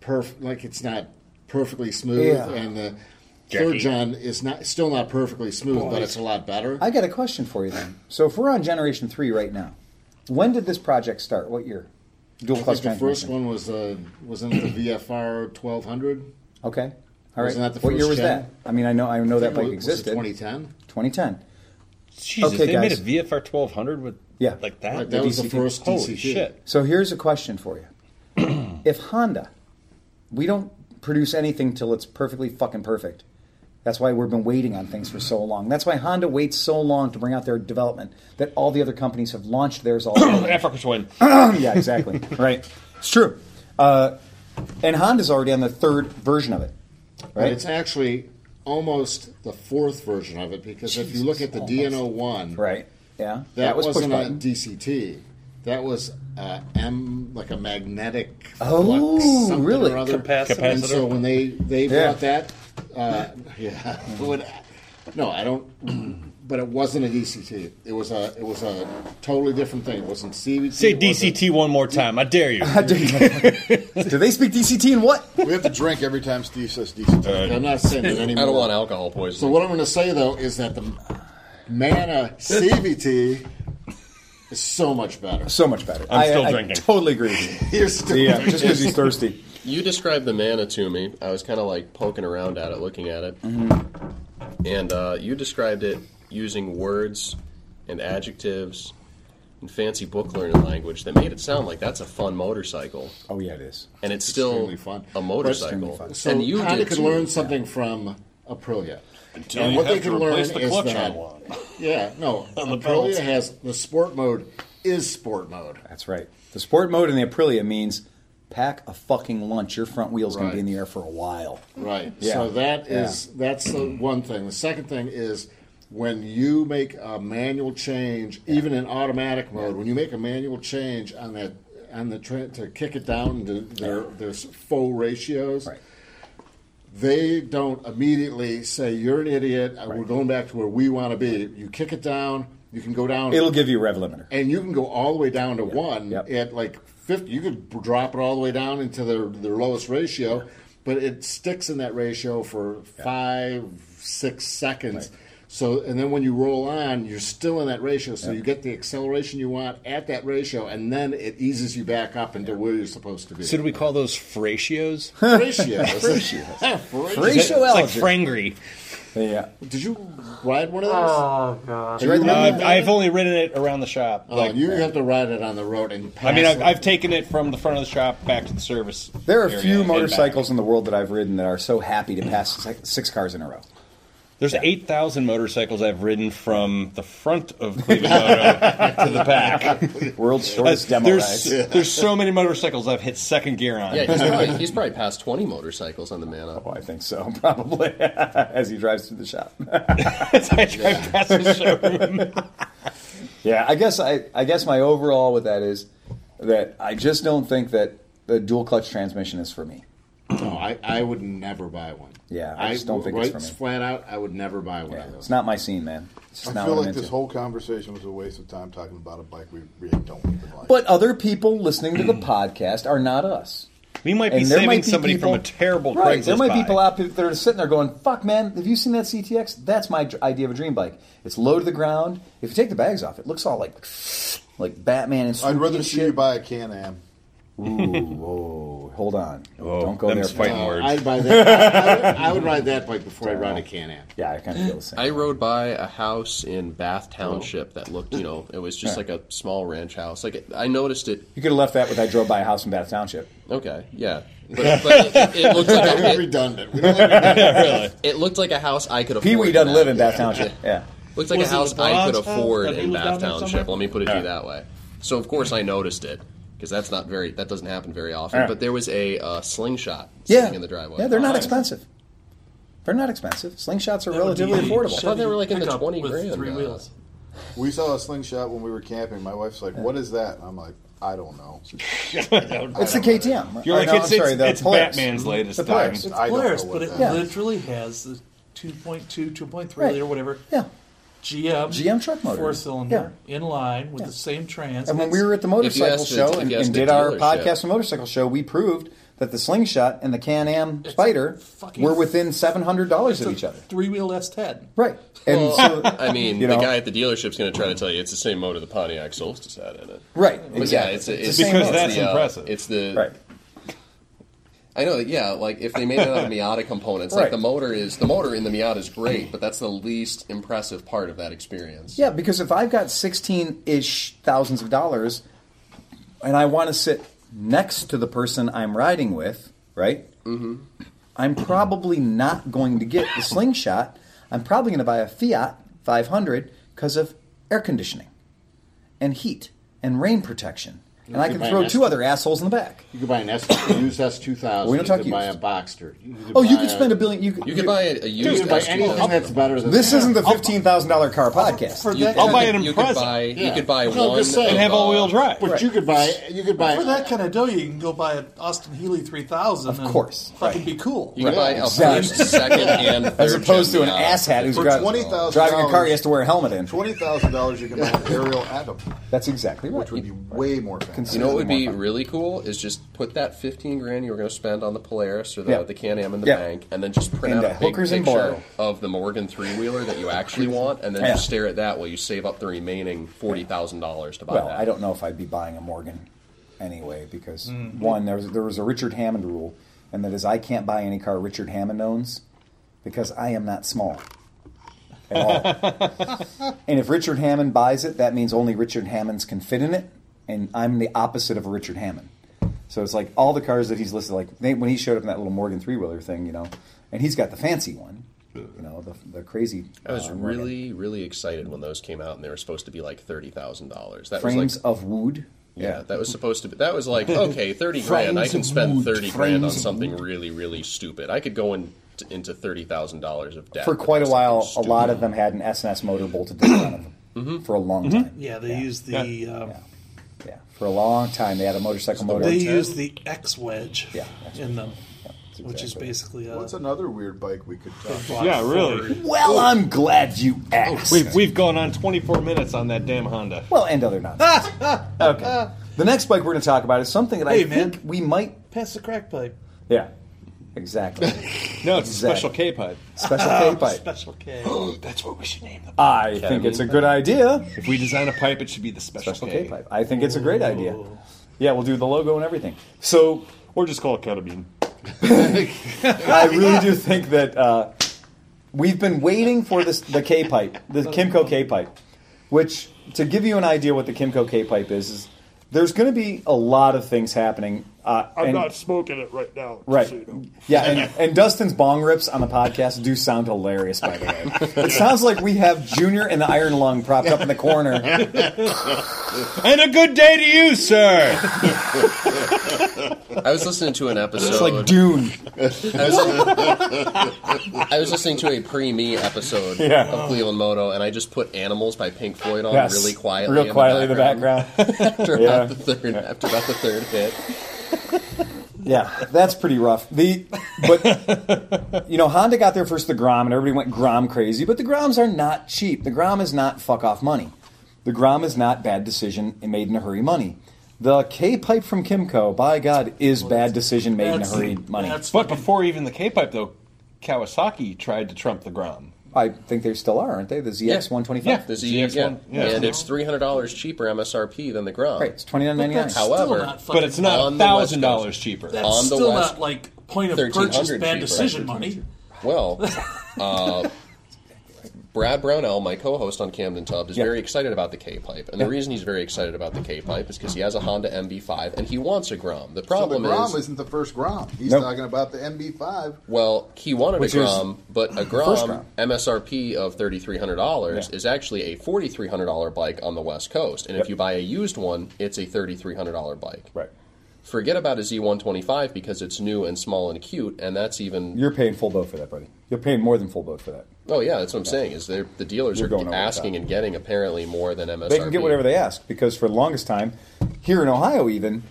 Speaker 5: perf- Like it's not perfectly smooth,
Speaker 3: Yeah.
Speaker 5: and the third gen is not still not perfectly smooth, but it's a lot better.
Speaker 3: I got a question for you then. So if we're on generation three right now, when did this project start? What year? Dual
Speaker 5: I
Speaker 3: clutch
Speaker 5: think the first
Speaker 3: transmission.
Speaker 5: one was uh, was in the VFR 1200.
Speaker 3: Okay. All right.
Speaker 5: Wasn't that the
Speaker 3: what year
Speaker 5: first
Speaker 3: was
Speaker 5: gen?
Speaker 3: that? I mean, I know I know Oh, that bike
Speaker 5: Was- was it
Speaker 3: existed.
Speaker 5: 2010.
Speaker 3: 2010.
Speaker 4: Jesus,
Speaker 3: Okay,
Speaker 4: they
Speaker 3: guys.
Speaker 4: made a VFR 1200 with
Speaker 3: Yeah.
Speaker 4: like that.
Speaker 5: Like, that was the first
Speaker 4: Holy
Speaker 5: DCT.
Speaker 4: shit!
Speaker 3: So here's a question for you. [clears throat] if Honda, we don't produce anything till it's perfectly fucking perfect. That's why we've been waiting on things for so long. That's why Honda waits so long to bring out their development that all the other companies have launched theirs already.
Speaker 4: [coughs] Africa Twin.
Speaker 3: [coughs] yeah, exactly. right. It's true. Uh, and Honda's already on the third version of it.
Speaker 5: But
Speaker 3: Right?
Speaker 5: it's actually almost the fourth version of it because if you look at the DNO one,
Speaker 3: Right. Yeah.
Speaker 5: that, wasn't a
Speaker 3: [laughs] button.
Speaker 5: DCT. That was uh, M like a magnetic.
Speaker 3: Oh,
Speaker 5: flux, something
Speaker 3: really?
Speaker 5: or other.
Speaker 7: Capacitor.
Speaker 5: And so when they they
Speaker 3: Yeah.
Speaker 5: brought that, uh, [laughs] yeah, when- no, I don't. [clears throat] But it wasn't a DCT. It was a it was a totally different thing. It wasn't CVT.
Speaker 4: Say
Speaker 5: it wasn't-
Speaker 4: DCT one more time. I dare you.
Speaker 3: Do they speak DCT and what?
Speaker 6: We have to drink every time Steve says decent.
Speaker 5: Uh, I'm not saying it
Speaker 2: I
Speaker 5: anymore.
Speaker 2: don't want alcohol poisoning.
Speaker 5: So what I'm going to say though is that the Mana CVT is so much better.
Speaker 3: So much better.
Speaker 4: I'm
Speaker 3: I-
Speaker 4: still
Speaker 3: I
Speaker 4: drinking.
Speaker 3: totally agree with you.
Speaker 5: You're still
Speaker 3: Yeah, just because he's thirsty.
Speaker 2: You described the mana to me. I was kind of like poking around at it, looking at it.
Speaker 5: Mm-hmm.
Speaker 2: And uh, you described it using words and adjectives and fancy book learning language that made it sound like that's a fun motorcycle.
Speaker 3: Oh, yeah, it is.
Speaker 2: And it's still
Speaker 5: extremely fun.
Speaker 2: a motorcycle.
Speaker 5: so
Speaker 2: and you
Speaker 5: Honda
Speaker 2: did
Speaker 5: could
Speaker 2: too.
Speaker 5: learn something from Aprilia.
Speaker 4: Until
Speaker 5: and
Speaker 4: you
Speaker 5: what
Speaker 4: have
Speaker 5: they
Speaker 4: to
Speaker 5: can learn
Speaker 4: replace
Speaker 5: is
Speaker 4: the clutch
Speaker 5: that
Speaker 4: on one.
Speaker 5: yeah,
Speaker 4: [laughs]
Speaker 5: no,
Speaker 4: the
Speaker 5: Aprilia
Speaker 4: pedals.
Speaker 5: has the sport mode is sport mode.
Speaker 3: That's right. The sport mode in the Aprilia means pack a fucking lunch. Your front wheel's going to be
Speaker 5: Right.
Speaker 3: in the air for a while.
Speaker 5: Right.
Speaker 3: Yeah.
Speaker 5: So that
Speaker 3: Yeah.
Speaker 5: is that's the one thing. The second thing is when you make a manual change, even in automatic mode, when you make a manual change on that on the tra- to kick it down to their their full ratios,
Speaker 3: Right.
Speaker 5: they don't immediately say you're an idiot. uh, We're going back to where we want to be. You kick it down. You can go down
Speaker 3: It'll give you rev limiter.
Speaker 5: and you can go all the way down to one
Speaker 3: Yep.
Speaker 5: at like 50 you could b- drop it all the way down into their, their lowest ratio but it sticks in that ratio for five six seconds so and then when you roll on you're still in that ratio so you get the acceleration you want at that ratio and then it eases you back up into where you're supposed to be
Speaker 4: [laughs] So do we
Speaker 5: [laughs]
Speaker 4: call those fratios?
Speaker 3: [laughs]
Speaker 5: ratios ratios
Speaker 3: Ratio
Speaker 4: It's like
Speaker 3: algebra.
Speaker 4: frangry.
Speaker 3: Yeah.
Speaker 5: Did you ride one of those?
Speaker 7: Oh god.
Speaker 5: Did you ride
Speaker 4: I've,
Speaker 5: one?
Speaker 4: I've only ridden it around the shop.
Speaker 5: Oh,
Speaker 4: like,
Speaker 5: you have to ride it on the road and pass
Speaker 4: I mean, I've,
Speaker 5: it.
Speaker 4: I've taken it from the front of the shop back to the service.
Speaker 3: There are
Speaker 4: area
Speaker 3: few
Speaker 4: and back.
Speaker 3: motorcycles in the world that I've ridden that are so happy to pass si- six cars in a row.
Speaker 4: There's 8,000 motorcycles I've ridden from the front of
Speaker 5: [laughs]
Speaker 4: Cleveland to the
Speaker 3: [laughs]
Speaker 4: back.
Speaker 3: World's shortest demo
Speaker 4: there's,
Speaker 3: ride.
Speaker 4: there's so many motorcycles I've hit second gear on.
Speaker 5: [laughs]
Speaker 4: [laughs]
Speaker 2: Yeah, he's probably, he's probably passed 20 motorcycles on the man up.
Speaker 3: Oh, I think so, [laughs] probably, as he drives through the shop. [laughs]
Speaker 4: As I drive past the showroom.
Speaker 3: Yeah, I guess I, I guess my overall with that is that I just don't think that the dual clutch transmission is for me.
Speaker 5: No, I, I would never buy one.
Speaker 3: Yeah, I just don't think
Speaker 5: right
Speaker 3: it's for me.
Speaker 5: flat out, I would never buy one
Speaker 3: Yeah,
Speaker 5: of
Speaker 3: it's
Speaker 5: those.
Speaker 3: not my scene, man. It's just
Speaker 6: I
Speaker 3: not
Speaker 6: feel
Speaker 3: what
Speaker 6: like
Speaker 3: I'm
Speaker 6: this
Speaker 3: into.
Speaker 6: whole conversation was a waste of time talking about a bike we really don't even like.
Speaker 3: But other people listening to the podcast are not us.
Speaker 4: We Mm. might be
Speaker 3: And there
Speaker 4: saving
Speaker 3: might be
Speaker 4: somebody
Speaker 3: people,
Speaker 4: from a terrible
Speaker 3: right. There
Speaker 4: Craigslist
Speaker 3: might be
Speaker 4: buy.
Speaker 3: people out there that are sitting there going, "Fuck, man, have you seen that CTX? That's my dr- idea of a dream bike. It's low to the ground. If you take the bags off, it looks all like like Batman and
Speaker 6: I'd
Speaker 3: swoopy
Speaker 6: rather
Speaker 3: and
Speaker 6: see you
Speaker 3: shit.
Speaker 6: buy a Can Am.
Speaker 3: Ooh, whoa, hold on,
Speaker 4: Whoa,
Speaker 3: don't go there.
Speaker 4: them's
Speaker 3: pal.
Speaker 4: Oh, fighting
Speaker 5: Uh,
Speaker 4: words.
Speaker 5: I'd buy
Speaker 6: [laughs]
Speaker 5: that. I, would, I would ride that bike before I
Speaker 3: Oh.
Speaker 5: ride a Can Am.
Speaker 3: Yeah, I kind of feel the same.
Speaker 2: I rode by a house in Bath
Speaker 3: Oh.
Speaker 2: Township that looked, you know, it was just like a small ranch house. Like it, I noticed it.
Speaker 3: You could have left that with I drove by a house in Bath Township.
Speaker 2: Okay,
Speaker 3: [laughs]
Speaker 2: yeah, but, but it, it looked like a, it,
Speaker 5: redundant. We don't have
Speaker 4: Yeah, really.
Speaker 2: it looked like a house I could afford.
Speaker 3: Pee Wee doesn't
Speaker 2: now.
Speaker 3: live in Bath
Speaker 4: [laughs]
Speaker 3: Township. Yeah.
Speaker 2: Looks like
Speaker 7: Was
Speaker 2: a
Speaker 7: it
Speaker 2: house
Speaker 7: the
Speaker 2: I could
Speaker 7: Bronx house
Speaker 2: afford
Speaker 7: that he
Speaker 2: in
Speaker 7: was
Speaker 2: Bath
Speaker 7: down there
Speaker 2: Township.
Speaker 7: somewhere?
Speaker 2: Let me put it to you that way. So of course I noticed it because that's not very that doesn't happen very often.
Speaker 3: Yeah.
Speaker 2: But there was a uh, slingshot
Speaker 3: Yeah.
Speaker 2: sitting in the driveway.
Speaker 3: Yeah, they're not
Speaker 7: Nice.
Speaker 3: expensive. They're not expensive. Slingshots are
Speaker 7: That would be
Speaker 3: relatively
Speaker 7: the
Speaker 3: affordable.
Speaker 2: I thought they were like in the
Speaker 7: Pickup
Speaker 2: twenty
Speaker 7: with
Speaker 2: grand.
Speaker 7: three
Speaker 2: uh,
Speaker 7: wheels.
Speaker 6: We saw a slingshot when we were camping. My wife's like, "What is that?" And I'm like, "I don't know."
Speaker 3: It's the KTM.
Speaker 4: You're
Speaker 3: Or
Speaker 4: like,
Speaker 3: no,
Speaker 4: it's,
Speaker 3: I'm sorry,
Speaker 4: it's,
Speaker 3: the
Speaker 4: it's
Speaker 3: Polaris.
Speaker 4: Batman's latest
Speaker 3: The
Speaker 4: time.
Speaker 3: Polaris.
Speaker 7: It's
Speaker 6: I don't know
Speaker 7: Polaris,
Speaker 6: what
Speaker 7: but it
Speaker 6: that
Speaker 3: is.
Speaker 7: literally has the 2.2, 2.3
Speaker 3: Right.
Speaker 7: liter, whatever
Speaker 3: Yeah.
Speaker 7: GM
Speaker 3: GM truck motor.
Speaker 7: four cylinder in line with the same trans.
Speaker 3: And when we were at the motorcycle
Speaker 2: asked the-
Speaker 3: show
Speaker 2: if
Speaker 3: and,
Speaker 2: you asked
Speaker 3: and
Speaker 2: the
Speaker 3: did our
Speaker 2: dealership-
Speaker 3: podcast and motorcycle show, we proved that the slingshot and the Can Am Spider
Speaker 7: fucking-
Speaker 3: were within seven hundred dollars of each other.
Speaker 7: three wheel S10.
Speaker 3: Right. And so
Speaker 2: [laughs] I mean,
Speaker 3: You
Speaker 2: the
Speaker 3: know.
Speaker 2: guy at the dealership's going to try to tell you it's the same motor the Pontiac Solstice had in it.
Speaker 3: Right.
Speaker 2: But
Speaker 3: Exactly.
Speaker 2: Yeah, it's, it's,
Speaker 3: the
Speaker 2: it's
Speaker 3: same
Speaker 4: Because
Speaker 3: motor.
Speaker 4: that's
Speaker 2: the, uh,
Speaker 4: impressive.
Speaker 2: It's the
Speaker 3: right.
Speaker 2: I know. Yeah, like if they made it out
Speaker 5: [laughs]
Speaker 2: of Miata components,
Speaker 3: Right.
Speaker 2: like the motor is the motor in the Miata is great, but that's the least impressive part of that experience.
Speaker 3: Yeah, because if I've got 16 ish thousands of dollars and I want to sit next to the person I'm riding with, right? Mm-hmm. I'm probably not going to get the slingshot. I'm probably going to buy a Fiat 500 because of air conditioning and heat and rain protection. And I
Speaker 5: You
Speaker 3: can
Speaker 5: buy
Speaker 3: throw
Speaker 5: an
Speaker 3: two
Speaker 5: Escalade.
Speaker 3: other assholes in the back.
Speaker 5: You could buy an S, a used S two thousand.
Speaker 3: We don't talk
Speaker 5: you could buy a
Speaker 3: used.
Speaker 5: Boxster. You could
Speaker 3: Oh, you
Speaker 5: buy
Speaker 3: could
Speaker 5: a-
Speaker 3: spend a billion. You could,
Speaker 2: You could buy a, a used
Speaker 5: You could buy
Speaker 2: SUV.
Speaker 5: anything that's better than
Speaker 3: This
Speaker 5: that.
Speaker 3: isn't the fifteen thousand dollar car podcast.
Speaker 7: For
Speaker 2: You
Speaker 7: that,
Speaker 4: I'll buy
Speaker 7: kind
Speaker 4: it
Speaker 2: could-
Speaker 4: in
Speaker 2: you could
Speaker 4: present.
Speaker 2: buy, you
Speaker 5: Yeah.
Speaker 2: could buy
Speaker 5: No, I'm
Speaker 2: one
Speaker 5: just saying.
Speaker 4: And have
Speaker 2: of, uh,
Speaker 4: all-wheel drive.
Speaker 5: But you could buy. You could buy.
Speaker 7: of, for that kind of dough, you can go buy an Austin Healy 3000. Of
Speaker 3: course.
Speaker 7: Fucking be cool.
Speaker 2: You could buy a
Speaker 3: Exactly.
Speaker 2: first, second, and third
Speaker 3: As opposed to
Speaker 2: gen
Speaker 3: an
Speaker 2: Miata.
Speaker 3: asshat who's
Speaker 6: For
Speaker 3: dri-
Speaker 6: $20,000
Speaker 3: driving a car he has to wear a helmet in.
Speaker 6: Twenty thousand dollars, you can buy an aerial atom,
Speaker 3: That's exactly right.
Speaker 6: which would be way more fancy.
Speaker 2: You know what would be
Speaker 3: More fun.
Speaker 2: really cool is just put that fifteen grand you were going to spend on the Polaris or the,
Speaker 3: Yeah.
Speaker 2: the Can Am in the
Speaker 3: Yeah.
Speaker 2: bank, and then just print
Speaker 3: Into
Speaker 2: out a big
Speaker 3: hookers
Speaker 2: picture
Speaker 3: and borrow.
Speaker 2: of the Morgan three wheeler that you
Speaker 3: [laughs]
Speaker 2: actually want, and then
Speaker 3: Yeah.
Speaker 2: just stare at that while you save up the remaining forty thousand dollars to buy
Speaker 3: Well,
Speaker 2: that.
Speaker 3: I don't know if I'd be buying a Morgan anyway because
Speaker 2: Mm,
Speaker 3: one there was, there was a Richard Hammond rule, and that is I can't buy any car Richard Hammond owns because I am not small at all.
Speaker 2: [laughs]
Speaker 3: and if Richard Hammond buys it, that means only Richard Hammonds can fit in it, and I'm the opposite of a Richard Hammond. So it's like all the cars that he's listed, like they, when he showed up in that little Morgan three wheeler thing, you know, and he's got the fancy one, you know, the, the crazy.
Speaker 2: I was
Speaker 3: uh, Morgan.
Speaker 2: really, really excited when those came out, and they were supposed to be like thirty thousand dollars. That
Speaker 3: frames
Speaker 2: was like,
Speaker 3: of wood.
Speaker 2: yeah, that was supposed to be. That
Speaker 3: [laughs]
Speaker 2: was like, okay, thirty grand. I
Speaker 3: Frames
Speaker 2: can
Speaker 3: of
Speaker 2: spend
Speaker 3: wood,
Speaker 2: thirty grand on
Speaker 3: frames of
Speaker 2: something really, really stupid. I could go in, into thirty thousand dollars of debt
Speaker 3: for
Speaker 2: to
Speaker 3: quite
Speaker 2: buy
Speaker 3: a while, a
Speaker 2: something
Speaker 3: lot
Speaker 2: stupid. [laughs]
Speaker 3: of them had an SNS motor bolted to the front of them for a long time.
Speaker 7: Mm-hmm. Yeah, they use the um,
Speaker 3: Yeah, for a long time they had a motorcycle motor.
Speaker 7: they use the X wedge
Speaker 3: Yeah, that's
Speaker 7: in them, which is
Speaker 3: exactly
Speaker 7: basically a
Speaker 6: What's another weird bike we could talk about?
Speaker 4: Yeah, really.
Speaker 3: well, I'm glad you asked.
Speaker 4: We've, we've gone on 24 minutes on that damn Honda.
Speaker 3: well, and other nonsense. okay. [laughs] The next bike we're going to talk about is something that I
Speaker 7: Hey,
Speaker 3: think
Speaker 7: man.
Speaker 3: we might.
Speaker 7: Pass the crack pipe.
Speaker 3: Yeah,
Speaker 7: [laughs]
Speaker 3: exactly.
Speaker 4: No, it's
Speaker 3: Exactly.
Speaker 4: a special K pipe.
Speaker 3: Special K pipe.
Speaker 7: Special K.
Speaker 4: That's what we should name them.
Speaker 3: I think it's a good idea.
Speaker 4: If we design a pipe, it should be the special,
Speaker 3: Special K pipe. I think it's a great idea. Yeah, we'll do the logo and everything. So
Speaker 4: Or just call it Ketamine.
Speaker 3: I really do think that uh, We've been waiting for this the K pipe, the Kimco K pipe, which to give you an idea what the Kimco K pipe is is there's going to be a lot of things happening. Uh,
Speaker 8: I'm
Speaker 3: and-
Speaker 8: not smoking it right now. just so you
Speaker 3: Right.
Speaker 8: know.
Speaker 3: Yeah, and, and Dustin's bong rips on the podcast do sound hilarious, by the way. [laughs] It sounds like we have Junior and the Iron Lung propped up in the [laughs] corner.
Speaker 4: And a good day to you, sir.
Speaker 2: I was listening to an episode.
Speaker 3: It's like Dune.
Speaker 2: I was, I was listening to a pre-me episode
Speaker 3: Yeah.
Speaker 2: of Cleveland Moto, and I just put "Animals" by Pink Floyd on
Speaker 3: Yes.
Speaker 2: really quietly,
Speaker 3: Real quietly in the background. [laughs]
Speaker 2: [laughs] after,
Speaker 3: Yeah.
Speaker 2: about the third, after about the third hit.
Speaker 3: Yeah, that's pretty rough. The but you know Honda got there first the Grom and everybody went Grom crazy, but the Groms are not cheap. The Grom is not fuck off money. The Grom is not bad decision and made in a hurry money. The K pipe from Kimco, by God, is bad decision made in a
Speaker 7: that's-
Speaker 3: hurry money.
Speaker 7: that's-
Speaker 4: But before even the K-pipe, though, Kawasaki tried to trump the Grom.
Speaker 3: I think they still are, aren't they? The ZX one twenty five.
Speaker 4: Yeah.
Speaker 2: The Z, yeah.
Speaker 4: ZX1, yeah.
Speaker 2: and it's three hundred dollars cheaper MSRP than the Grom.
Speaker 3: Right, it's twenty nine ninety nine.
Speaker 2: However-
Speaker 4: But it's not
Speaker 2: On the West
Speaker 4: thousand dollars
Speaker 2: Coast.
Speaker 4: cheaper.
Speaker 7: That's
Speaker 2: on the
Speaker 7: still
Speaker 2: West,
Speaker 7: not like point of purchase
Speaker 2: 1300
Speaker 7: bad
Speaker 2: cheaper.
Speaker 7: decision money.
Speaker 2: Well, uh, Brad Brownell, my co-host on Camden Tubbs, is
Speaker 3: Yeah.
Speaker 2: very excited about the K-pipe, and the reason he's very excited about the K-pipe is because he has a Honda MB5 and he wants a Grom. The
Speaker 6: So the
Speaker 2: problem
Speaker 6: Grom
Speaker 2: is,
Speaker 6: is, not the first Grom. He's
Speaker 3: Nope.
Speaker 6: talking about the MB5.
Speaker 2: well, he wanted
Speaker 3: Which
Speaker 2: a
Speaker 3: is
Speaker 2: Grom, but a
Speaker 3: first
Speaker 2: Grom,
Speaker 3: Grom.
Speaker 2: MSRP of thirty three hundred dollars
Speaker 3: Yeah.
Speaker 2: is actually a forty three hundred dollar bike on the West Coast, and
Speaker 3: Yep.
Speaker 2: if you buy a used one, it's a thirty three hundred dollar bike.
Speaker 3: Right.
Speaker 2: Forget about a Z125 because it's new and small and cute, and that's even
Speaker 3: You're paying full boat for that, buddy. You're paying more than full boat for that.
Speaker 2: Oh yeah, that's what I'm saying. Is they're, the dealers
Speaker 3: You're going
Speaker 2: are
Speaker 3: over
Speaker 2: asking
Speaker 3: the top.
Speaker 2: and getting apparently more than MSRP.
Speaker 3: They can get whatever they ask because for the longest time, here in Ohio, even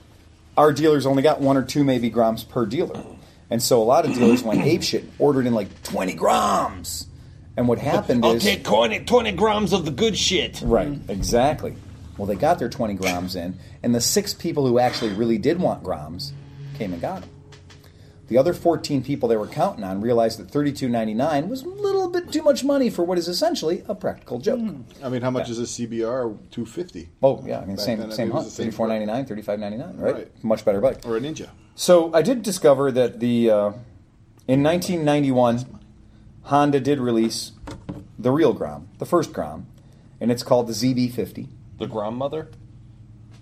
Speaker 3: our dealers only got one or two maybe grams per dealer, and so a lot of dealers went apeshit, ordered in like twenty grams, and what happened
Speaker 4: I'll
Speaker 3: is
Speaker 4: take 20, 20 grams of the good shit.
Speaker 3: right exactly. Well, they got their twenty grams in, and the six people who actually really did want grams came and got them. The other fourteen people they were counting on realized that thirty-two ninety-nine was a little bit too much money for what is essentially a practical joke.
Speaker 6: I mean, how much is a CBR 250?
Speaker 3: Oh yeah, I mean
Speaker 6: Back
Speaker 3: same
Speaker 6: then, I
Speaker 3: same
Speaker 6: mean, it was
Speaker 3: hunt,
Speaker 6: the same
Speaker 3: thirty four ninety nine, thirty five ninety nine, right?
Speaker 6: Right.
Speaker 3: Much better bike.
Speaker 6: Or a Ninja.
Speaker 3: So I did discover that the uh, in nineteen ninety one, Honda did release the real Grom, the first Grom, and it's called the ZB fifty,
Speaker 4: The Grom mother?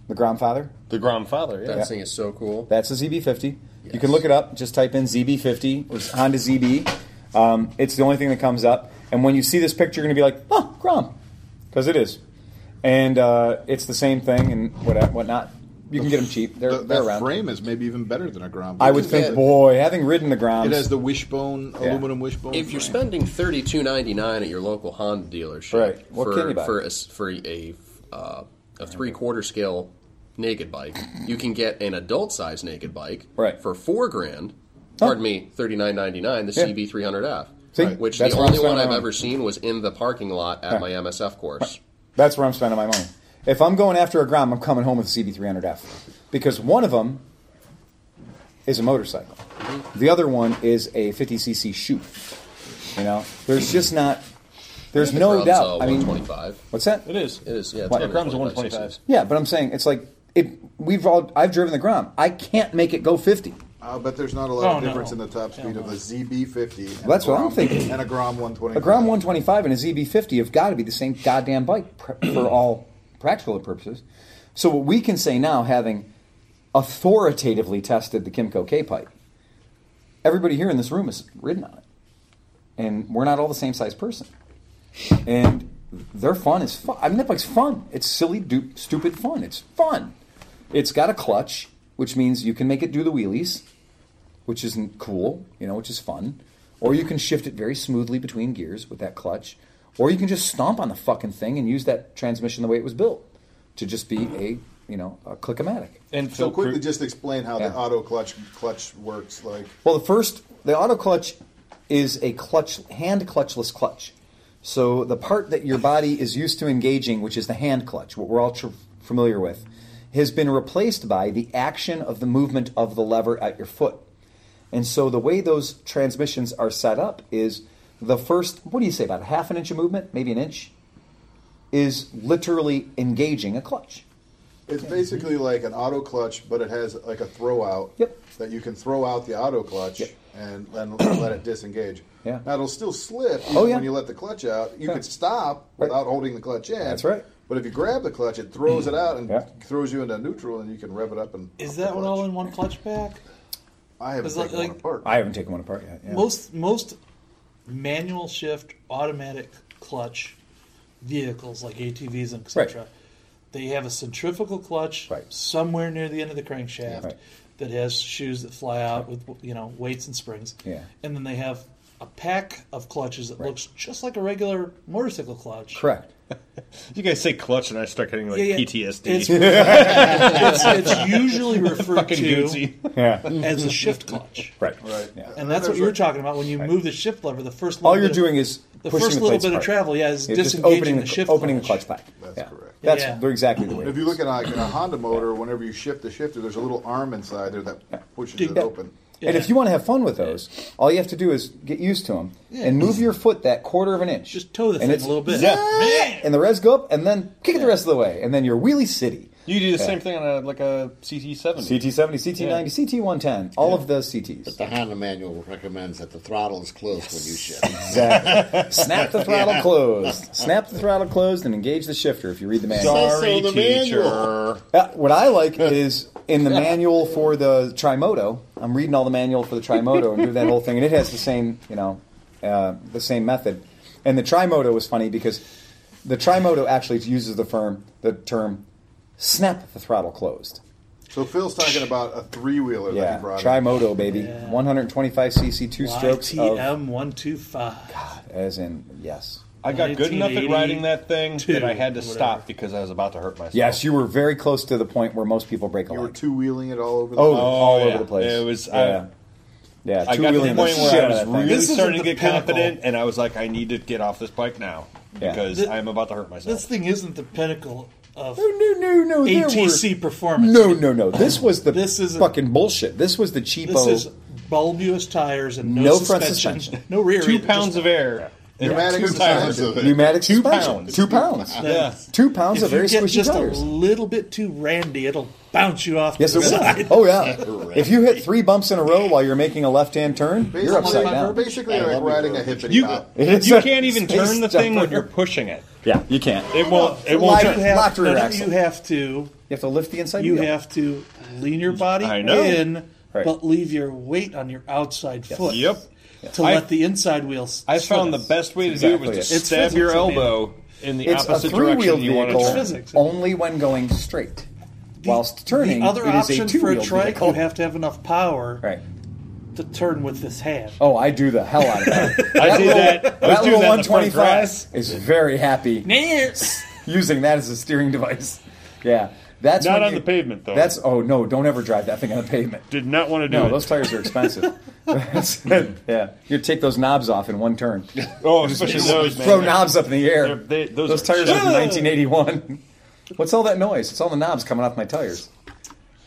Speaker 3: the Grom Father.
Speaker 4: The Grom father,
Speaker 2: That
Speaker 4: yeah.
Speaker 2: thing is so cool.
Speaker 3: That's a ZB50. You can look it up. Just type in ZB50 or Honda ZB. Um, it's the only thing that comes up. And when you see this picture, you're going to be like, oh, Grom. Because it is. And uh, it's the same thing and what whatnot. You can get them cheap. They're,
Speaker 6: The,
Speaker 3: they're
Speaker 6: that
Speaker 3: around.
Speaker 6: frame is maybe even better than a Grom.
Speaker 3: I would
Speaker 6: It
Speaker 3: think,
Speaker 6: has-
Speaker 3: boy, having ridden the Groms.
Speaker 6: It has the wishbone, aluminum wishbone.
Speaker 2: If you're
Speaker 6: frame.
Speaker 2: spending thirty two ninety nine at your local Honda dealership,
Speaker 3: Right. What
Speaker 2: for
Speaker 3: can you buy?
Speaker 2: for a s- for a, uh, a three quarter scale naked bike, you can get an adult size naked bike
Speaker 3: Right.
Speaker 2: for four grand.
Speaker 3: Oh.
Speaker 2: Pardon me, thirty nine ninety nine. The
Speaker 3: Yeah.
Speaker 2: CB three hundred F.
Speaker 3: See?
Speaker 2: Which
Speaker 3: That's
Speaker 2: the
Speaker 3: where I'm
Speaker 2: only one
Speaker 3: spending
Speaker 2: I've
Speaker 3: my
Speaker 2: ever
Speaker 3: money.
Speaker 2: seen was in the parking lot at my MSF course.
Speaker 3: That's where I'm spending my money. If I'm going after a Grom, I'm coming home with a CB300F. Because one of them is a motorcycle.
Speaker 6: Mm-hmm.
Speaker 3: The other one is a 50cc chute. You know, there's just not, there's no
Speaker 2: Grom's,
Speaker 3: doubt.
Speaker 2: Uh,
Speaker 3: I
Speaker 2: one
Speaker 3: mean,
Speaker 2: twenty five.
Speaker 3: what's that?
Speaker 4: It is.
Speaker 2: It is. Yeah.
Speaker 3: What?
Speaker 2: it's
Speaker 4: Grom's a
Speaker 2: 125.
Speaker 4: 125.
Speaker 3: Yeah, but I'm saying it's like it. We've all I've driven the Grom. I can't make it go 50.
Speaker 6: I'll bet there's not a lot
Speaker 7: Oh,
Speaker 6: of
Speaker 7: no.
Speaker 6: difference in the top speed of a ZB50. and
Speaker 3: That's
Speaker 6: a
Speaker 3: what I'm
Speaker 6: Grom-
Speaker 3: thinking.
Speaker 6: And a Grom 120.
Speaker 3: A Grom 125 and a ZB50 have got to be the same goddamn bike pr- for all practical purposes. So what we can say now, having authoritatively tested the Kimco K pipe, everybody here in this room has ridden on it, and we're not all the same size person, and they're fun as fun. I mean, that bike's fun. It's silly, du- stupid fun. It's fun. It's got a clutch, which means you can make it do the wheelies which isn't cool, you know, which is fun. Or you can shift it very smoothly between gears with that clutch. Or you can just stomp on the fucking thing and use that transmission the way it was built to just be a, you know, a click-o-matic.
Speaker 4: And Phil
Speaker 6: So quickly,
Speaker 4: Kru-
Speaker 6: just explain how
Speaker 3: Yeah.
Speaker 6: the auto clutch clutch works. Like
Speaker 3: Well, the first, the auto clutch is a clutch, hand clutchless clutch. So the part that your body is used to engaging, which is the hand clutch, what we're all tr- familiar with, has been replaced by the action of the movement of the lever at your foot. And so the way those transmissions are set up is the first, what do you say, about a half an inch of movement, maybe an inch, is literally engaging a clutch.
Speaker 6: it's basically like an auto clutch, but it has like a throw out
Speaker 3: Yep.
Speaker 6: that you can throw out the auto clutch.
Speaker 3: Yep.
Speaker 6: and, and [clears throat] let it disengage.
Speaker 3: Yeah.
Speaker 6: Now it'll still slip
Speaker 3: Oh,
Speaker 6: even
Speaker 3: yeah.
Speaker 6: when you let the clutch out. You
Speaker 3: Yeah.
Speaker 6: can stop
Speaker 3: Right.
Speaker 6: without holding the clutch in.
Speaker 3: That's right.
Speaker 6: But if you grab the clutch, it throws it out and
Speaker 3: Yeah.
Speaker 6: throws you into neutral, and you can rev it up and.
Speaker 7: Is that one all in one clutch pack?
Speaker 6: I haven't
Speaker 7: is
Speaker 6: taken
Speaker 7: that
Speaker 6: one
Speaker 7: like-
Speaker 6: apart.
Speaker 3: I haven't taken one apart yet. yeah.
Speaker 7: Most most manual shift automatic clutch vehicles like ATVs and etc.
Speaker 3: Right.
Speaker 7: They have a centrifugal clutch
Speaker 3: Right.
Speaker 7: somewhere near the end of the crankshaft
Speaker 3: Right.
Speaker 7: that has shoes that fly out with you know weights and springs.
Speaker 3: Yeah.
Speaker 7: And then they have a pack of clutches that looks just like a regular motorcycle clutch.
Speaker 3: Correct.
Speaker 4: You guys say clutch, and I start getting like
Speaker 7: Yeah, yeah.
Speaker 4: PTSD. [laughs]
Speaker 7: It's, it's,
Speaker 3: [laughs]
Speaker 7: it's usually referred
Speaker 4: fucking
Speaker 7: to
Speaker 4: Gucci.
Speaker 3: Yeah.
Speaker 7: as a shift clutch.
Speaker 3: [laughs] Right.
Speaker 6: Right.
Speaker 3: Yeah.
Speaker 7: And that's what
Speaker 6: There's
Speaker 7: you were
Speaker 6: a-
Speaker 7: talking about when you move the shift lever. The first little
Speaker 3: All you're
Speaker 7: bit of-
Speaker 3: doing is
Speaker 7: the
Speaker 3: pushing
Speaker 7: first
Speaker 3: the
Speaker 7: little
Speaker 3: plates
Speaker 7: bit of
Speaker 3: apart.
Speaker 7: travel, yeah, is
Speaker 3: Yeah, just
Speaker 7: disengaging
Speaker 3: opening
Speaker 7: the,
Speaker 3: the-
Speaker 7: shift.
Speaker 3: opening the
Speaker 7: clutch.
Speaker 3: clutch back.
Speaker 6: That's
Speaker 3: yeah.
Speaker 6: correct.
Speaker 3: That's
Speaker 7: Yeah.
Speaker 3: they're exactly the way.
Speaker 6: If you look at like in a Honda motor, whenever you shift the shifter, there's a little arm inside there that pushes it
Speaker 3: Yeah.
Speaker 6: open.
Speaker 3: And if you want to have fun with those, all you have to do is get used to them and move your foot that quarter of an inch.
Speaker 7: Just toe the
Speaker 3: and
Speaker 7: thing a little bit.
Speaker 3: Yeah.
Speaker 7: Man!
Speaker 3: And the revs go up, and then kick it the rest of the way, and then you're wheelie city.
Speaker 4: You do the same thing on a like a CT seventy.
Speaker 3: CT seventy, CT ninety, CT one ten, all of those CTs.
Speaker 5: The Honda manual recommends that the throttle is closed when you shift.
Speaker 7: [laughs]
Speaker 3: Exactly. Snap the throttle closed. Snap the throttle closed and engage the shifter if you read the manual.
Speaker 5: Says so
Speaker 4: Sorry,
Speaker 5: in the manual.
Speaker 4: teacher.
Speaker 3: Uh, what I
Speaker 4: [laughs]
Speaker 3: like is in the manual for the Trimoto. I'm reading all the manual for the Trimoto and do that whole thing, and it has the same, you know, uh, the same method. And the Trimoto was funny because the Trimoto actually uses the firm the term "snap the throttle closed."
Speaker 6: So Phil's talking about a three wheeler that
Speaker 3: Yeah,
Speaker 6: he brought in.
Speaker 3: Trimoto, baby,
Speaker 7: Yeah.
Speaker 3: 125 cc, two strokes of,
Speaker 7: YTM one two five.
Speaker 3: as in yes,
Speaker 4: I got good enough at riding that thing that I had to
Speaker 7: 1982,
Speaker 4: stop because I was about to hurt myself.
Speaker 3: yes. You were very close to the point where most people break a
Speaker 6: You were
Speaker 3: leg.
Speaker 6: two wheeling it all over the
Speaker 3: Oh,
Speaker 6: place.
Speaker 3: all
Speaker 4: yeah.
Speaker 3: over the place.
Speaker 4: It was- I-
Speaker 3: yeah, yeah.
Speaker 4: I got to the
Speaker 3: two-wheeling
Speaker 4: point
Speaker 3: shit
Speaker 4: where I
Speaker 3: out of
Speaker 4: was
Speaker 3: that thing.
Speaker 4: really
Speaker 7: This is
Speaker 4: starting
Speaker 7: at
Speaker 4: to
Speaker 7: the
Speaker 4: get
Speaker 7: pinnacle.
Speaker 4: confident, and I was like, I need to get off this bike now
Speaker 3: Yeah.
Speaker 4: because
Speaker 7: Th-
Speaker 4: I'm about to hurt myself.
Speaker 7: This thing isn't the pinnacle of
Speaker 3: No, no, no. there
Speaker 7: ATC
Speaker 3: Were,
Speaker 7: performance.
Speaker 3: no,
Speaker 7: Oh,
Speaker 3: no, no. This was the
Speaker 7: This is a-
Speaker 3: fucking bullshit. This was the cheapo.
Speaker 7: This is bulbous tires and no,
Speaker 3: No front
Speaker 7: suspension,
Speaker 3: suspension.
Speaker 7: no rear.
Speaker 4: two pounds of air. and
Speaker 6: Pneumatic
Speaker 4: two tires.
Speaker 6: suspension.
Speaker 7: [laughs]
Speaker 3: pneumatic
Speaker 4: Two
Speaker 3: suspension.
Speaker 4: pounds.
Speaker 3: Two pounds.
Speaker 4: Yeah.
Speaker 3: Two pounds
Speaker 7: If
Speaker 3: of very
Speaker 7: you get
Speaker 3: squishy
Speaker 7: just
Speaker 3: tires.
Speaker 7: a little bit too randy, it'll bounce you off
Speaker 3: Yes,
Speaker 7: to
Speaker 3: it
Speaker 7: the [laughs] side.
Speaker 3: will. Oh yeah. if you hit three bumps in a row while you're making a left-hand turn, you're upside down.
Speaker 6: Basically,
Speaker 5: I
Speaker 6: like
Speaker 5: love
Speaker 6: riding
Speaker 5: you.
Speaker 6: a hippity
Speaker 4: You,
Speaker 6: hop.
Speaker 3: [laughs] It's
Speaker 4: you
Speaker 3: a
Speaker 4: can't even
Speaker 3: space
Speaker 4: turn the thing when
Speaker 3: jumper.
Speaker 4: you're pushing it.
Speaker 3: Yeah, you can't. You
Speaker 4: It won't. It won't
Speaker 3: Like
Speaker 4: turn.
Speaker 3: that. Locked rear
Speaker 7: no, no,
Speaker 3: axle.
Speaker 7: you have to.
Speaker 3: have to lift the inside
Speaker 7: You
Speaker 3: wheel.
Speaker 7: have to lean your body
Speaker 4: I know.
Speaker 7: in,
Speaker 3: Right.
Speaker 7: but leave your weight on your outside foot.
Speaker 4: Yep.
Speaker 7: To
Speaker 4: I-
Speaker 7: let the inside wheel. s-
Speaker 4: I
Speaker 7: swim.
Speaker 4: found the best way to do it
Speaker 3: Exactly
Speaker 4: was to
Speaker 3: it.
Speaker 7: It's
Speaker 4: stab your
Speaker 7: physics, I mean.
Speaker 4: elbow in the
Speaker 3: It's a
Speaker 4: opposite direction
Speaker 3: three-wheeled
Speaker 4: you want to
Speaker 3: vehicle
Speaker 4: turn.
Speaker 7: Physics.
Speaker 3: only when going straight. Whilst turning,
Speaker 7: the other
Speaker 3: it is
Speaker 7: option
Speaker 3: a
Speaker 7: for a
Speaker 3: two-wheeled
Speaker 7: trike,
Speaker 3: vehicle.
Speaker 7: you have to have enough power
Speaker 3: right.
Speaker 7: to turn with this hand.
Speaker 3: Oh, I do the hell out of that.
Speaker 4: I did
Speaker 3: little-
Speaker 4: that. I
Speaker 3: that
Speaker 4: was doing
Speaker 3: little
Speaker 4: that in the front
Speaker 3: 125
Speaker 4: grass.
Speaker 3: is very happy [laughs] using that as a steering device. [laughs] Yeah, that's
Speaker 8: Not
Speaker 3: when
Speaker 8: on
Speaker 3: you-
Speaker 8: the pavement, though.
Speaker 3: That's oh no, don't ever drive that thing on the
Speaker 4: [laughs]
Speaker 3: pavement.
Speaker 8: Did not want to do
Speaker 3: No,
Speaker 8: it.
Speaker 3: those tires are expensive. That's- yeah, you take those knobs off in one turn.
Speaker 4: [laughs] Oh, especially those.
Speaker 3: Throw
Speaker 4: man.
Speaker 3: knobs up in the
Speaker 4: They're-
Speaker 3: air.
Speaker 4: they- those
Speaker 3: those
Speaker 4: are
Speaker 3: tires are
Speaker 4: shit.
Speaker 3: from 1981. [laughs] What's all that noise? It's all the knobs coming off my tires.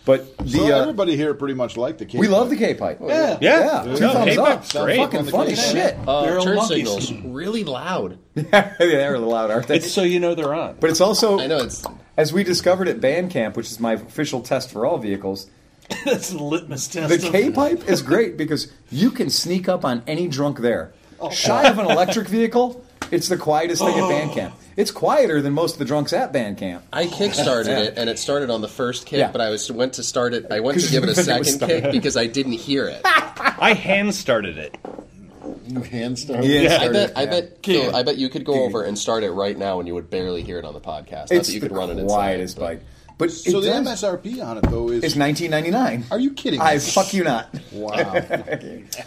Speaker 3: But the
Speaker 6: So
Speaker 3: uh,
Speaker 6: everybody here pretty much liked the Cape.
Speaker 3: we love the Cape pipe.
Speaker 7: Yeah.
Speaker 4: Yeah.
Speaker 3: Two
Speaker 4: No,
Speaker 3: thumbs
Speaker 4: Cape
Speaker 3: up.
Speaker 4: Pipe's
Speaker 3: [laughs]
Speaker 4: great.
Speaker 3: Fucking funny
Speaker 6: Cape
Speaker 3: shit. [laughs]
Speaker 7: They're
Speaker 2: Uh,
Speaker 7: all
Speaker 2: turn
Speaker 7: monkeys.
Speaker 2: signals really loud.
Speaker 3: they're a little loud, aren't they?
Speaker 4: It's so you know they're on.
Speaker 3: but it's also
Speaker 2: I know it's
Speaker 3: [laughs] As we discovered at Bandcamp, which is my official test for all vehicles,
Speaker 7: That's the litmus test.
Speaker 3: the
Speaker 7: of-
Speaker 3: K pipe
Speaker 6: [laughs]
Speaker 3: is great because you can sneak up on any drunk there.
Speaker 6: Oh.
Speaker 3: Shy of an electric vehicle, it's the quietest thing at Bandcamp. It's quieter than most of the drunks at Bandcamp.
Speaker 2: I kickstarted it, and it started on the first kick,
Speaker 3: Yeah.
Speaker 2: but I was went to start it. I went
Speaker 3: [laughs] 'Cause
Speaker 2: to give it a
Speaker 3: you knew it was
Speaker 2: second kick because I didn't hear it.
Speaker 4: I hand started it.
Speaker 5: You hand start.
Speaker 2: Oh, I bet. I bet. Phil, I bet you could go over and start it right now, and you would barely hear it on the podcast. Not
Speaker 3: It's
Speaker 2: that you
Speaker 3: the
Speaker 2: could run it. inside,
Speaker 3: quietest
Speaker 2: but-
Speaker 3: bike. But it
Speaker 6: So the
Speaker 3: does-
Speaker 6: MSRP on it though is
Speaker 3: it's 1999.
Speaker 6: Are you kidding
Speaker 3: I
Speaker 6: [laughs] me?
Speaker 3: fuck you not.
Speaker 6: wow.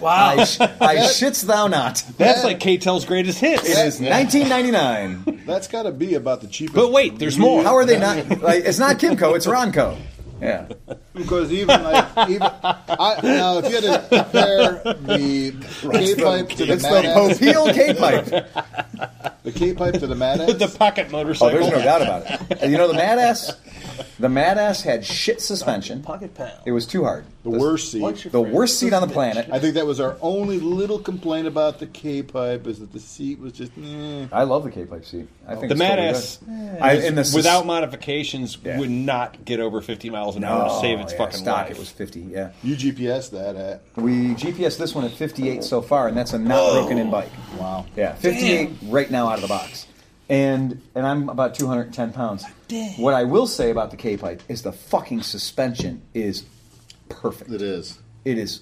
Speaker 7: Wow.
Speaker 3: I, sh- I shits thou not.
Speaker 4: That's like KTEL's greatest hits.
Speaker 3: It is 1999.
Speaker 6: That's got to be about the cheapest.
Speaker 4: But wait, there's more.
Speaker 3: How are they not? Like, it's not Kimco. It's Ronco. Yeah.
Speaker 6: because even like even I, now if you had to compare the K pipe to the
Speaker 3: It's the
Speaker 6: Mad Axe,
Speaker 3: Popeil K pipe.
Speaker 6: the K pipe to the Mad
Speaker 4: the
Speaker 6: Axe,
Speaker 4: pocket
Speaker 3: Oh,
Speaker 4: motorcycle.
Speaker 3: there's no doubt about it.
Speaker 4: [laughs]
Speaker 3: And you know the mad ass, the mad ass had shit suspension.
Speaker 7: Pocket pal.
Speaker 3: It was too hard.
Speaker 6: the worst seat.
Speaker 7: What's your
Speaker 3: The
Speaker 7: friend?
Speaker 3: worst seat on the planet.
Speaker 6: I think that was our only little complaint about the K pipe is that the seat was just. eh.
Speaker 3: I love the K-pipe seat. I think
Speaker 4: The
Speaker 3: it's totally
Speaker 4: Mad Ass
Speaker 3: good. I, in the
Speaker 4: without modifications
Speaker 3: Yeah.
Speaker 4: would not get over 50 miles an
Speaker 3: no,
Speaker 4: hour and save its
Speaker 3: Oh, yeah,
Speaker 4: fucking
Speaker 3: stock,
Speaker 4: life.
Speaker 3: It was fifty. Yeah,
Speaker 5: You GPS that at
Speaker 3: we GPS this one at fifty-eight so far, and that's a not broken in bike.
Speaker 6: Wow.
Speaker 3: Yeah, 58 right now out of the box. And and I'm about 210 pounds. What I will say about the K pipe is the fucking suspension is perfect.
Speaker 5: it is.
Speaker 3: It is.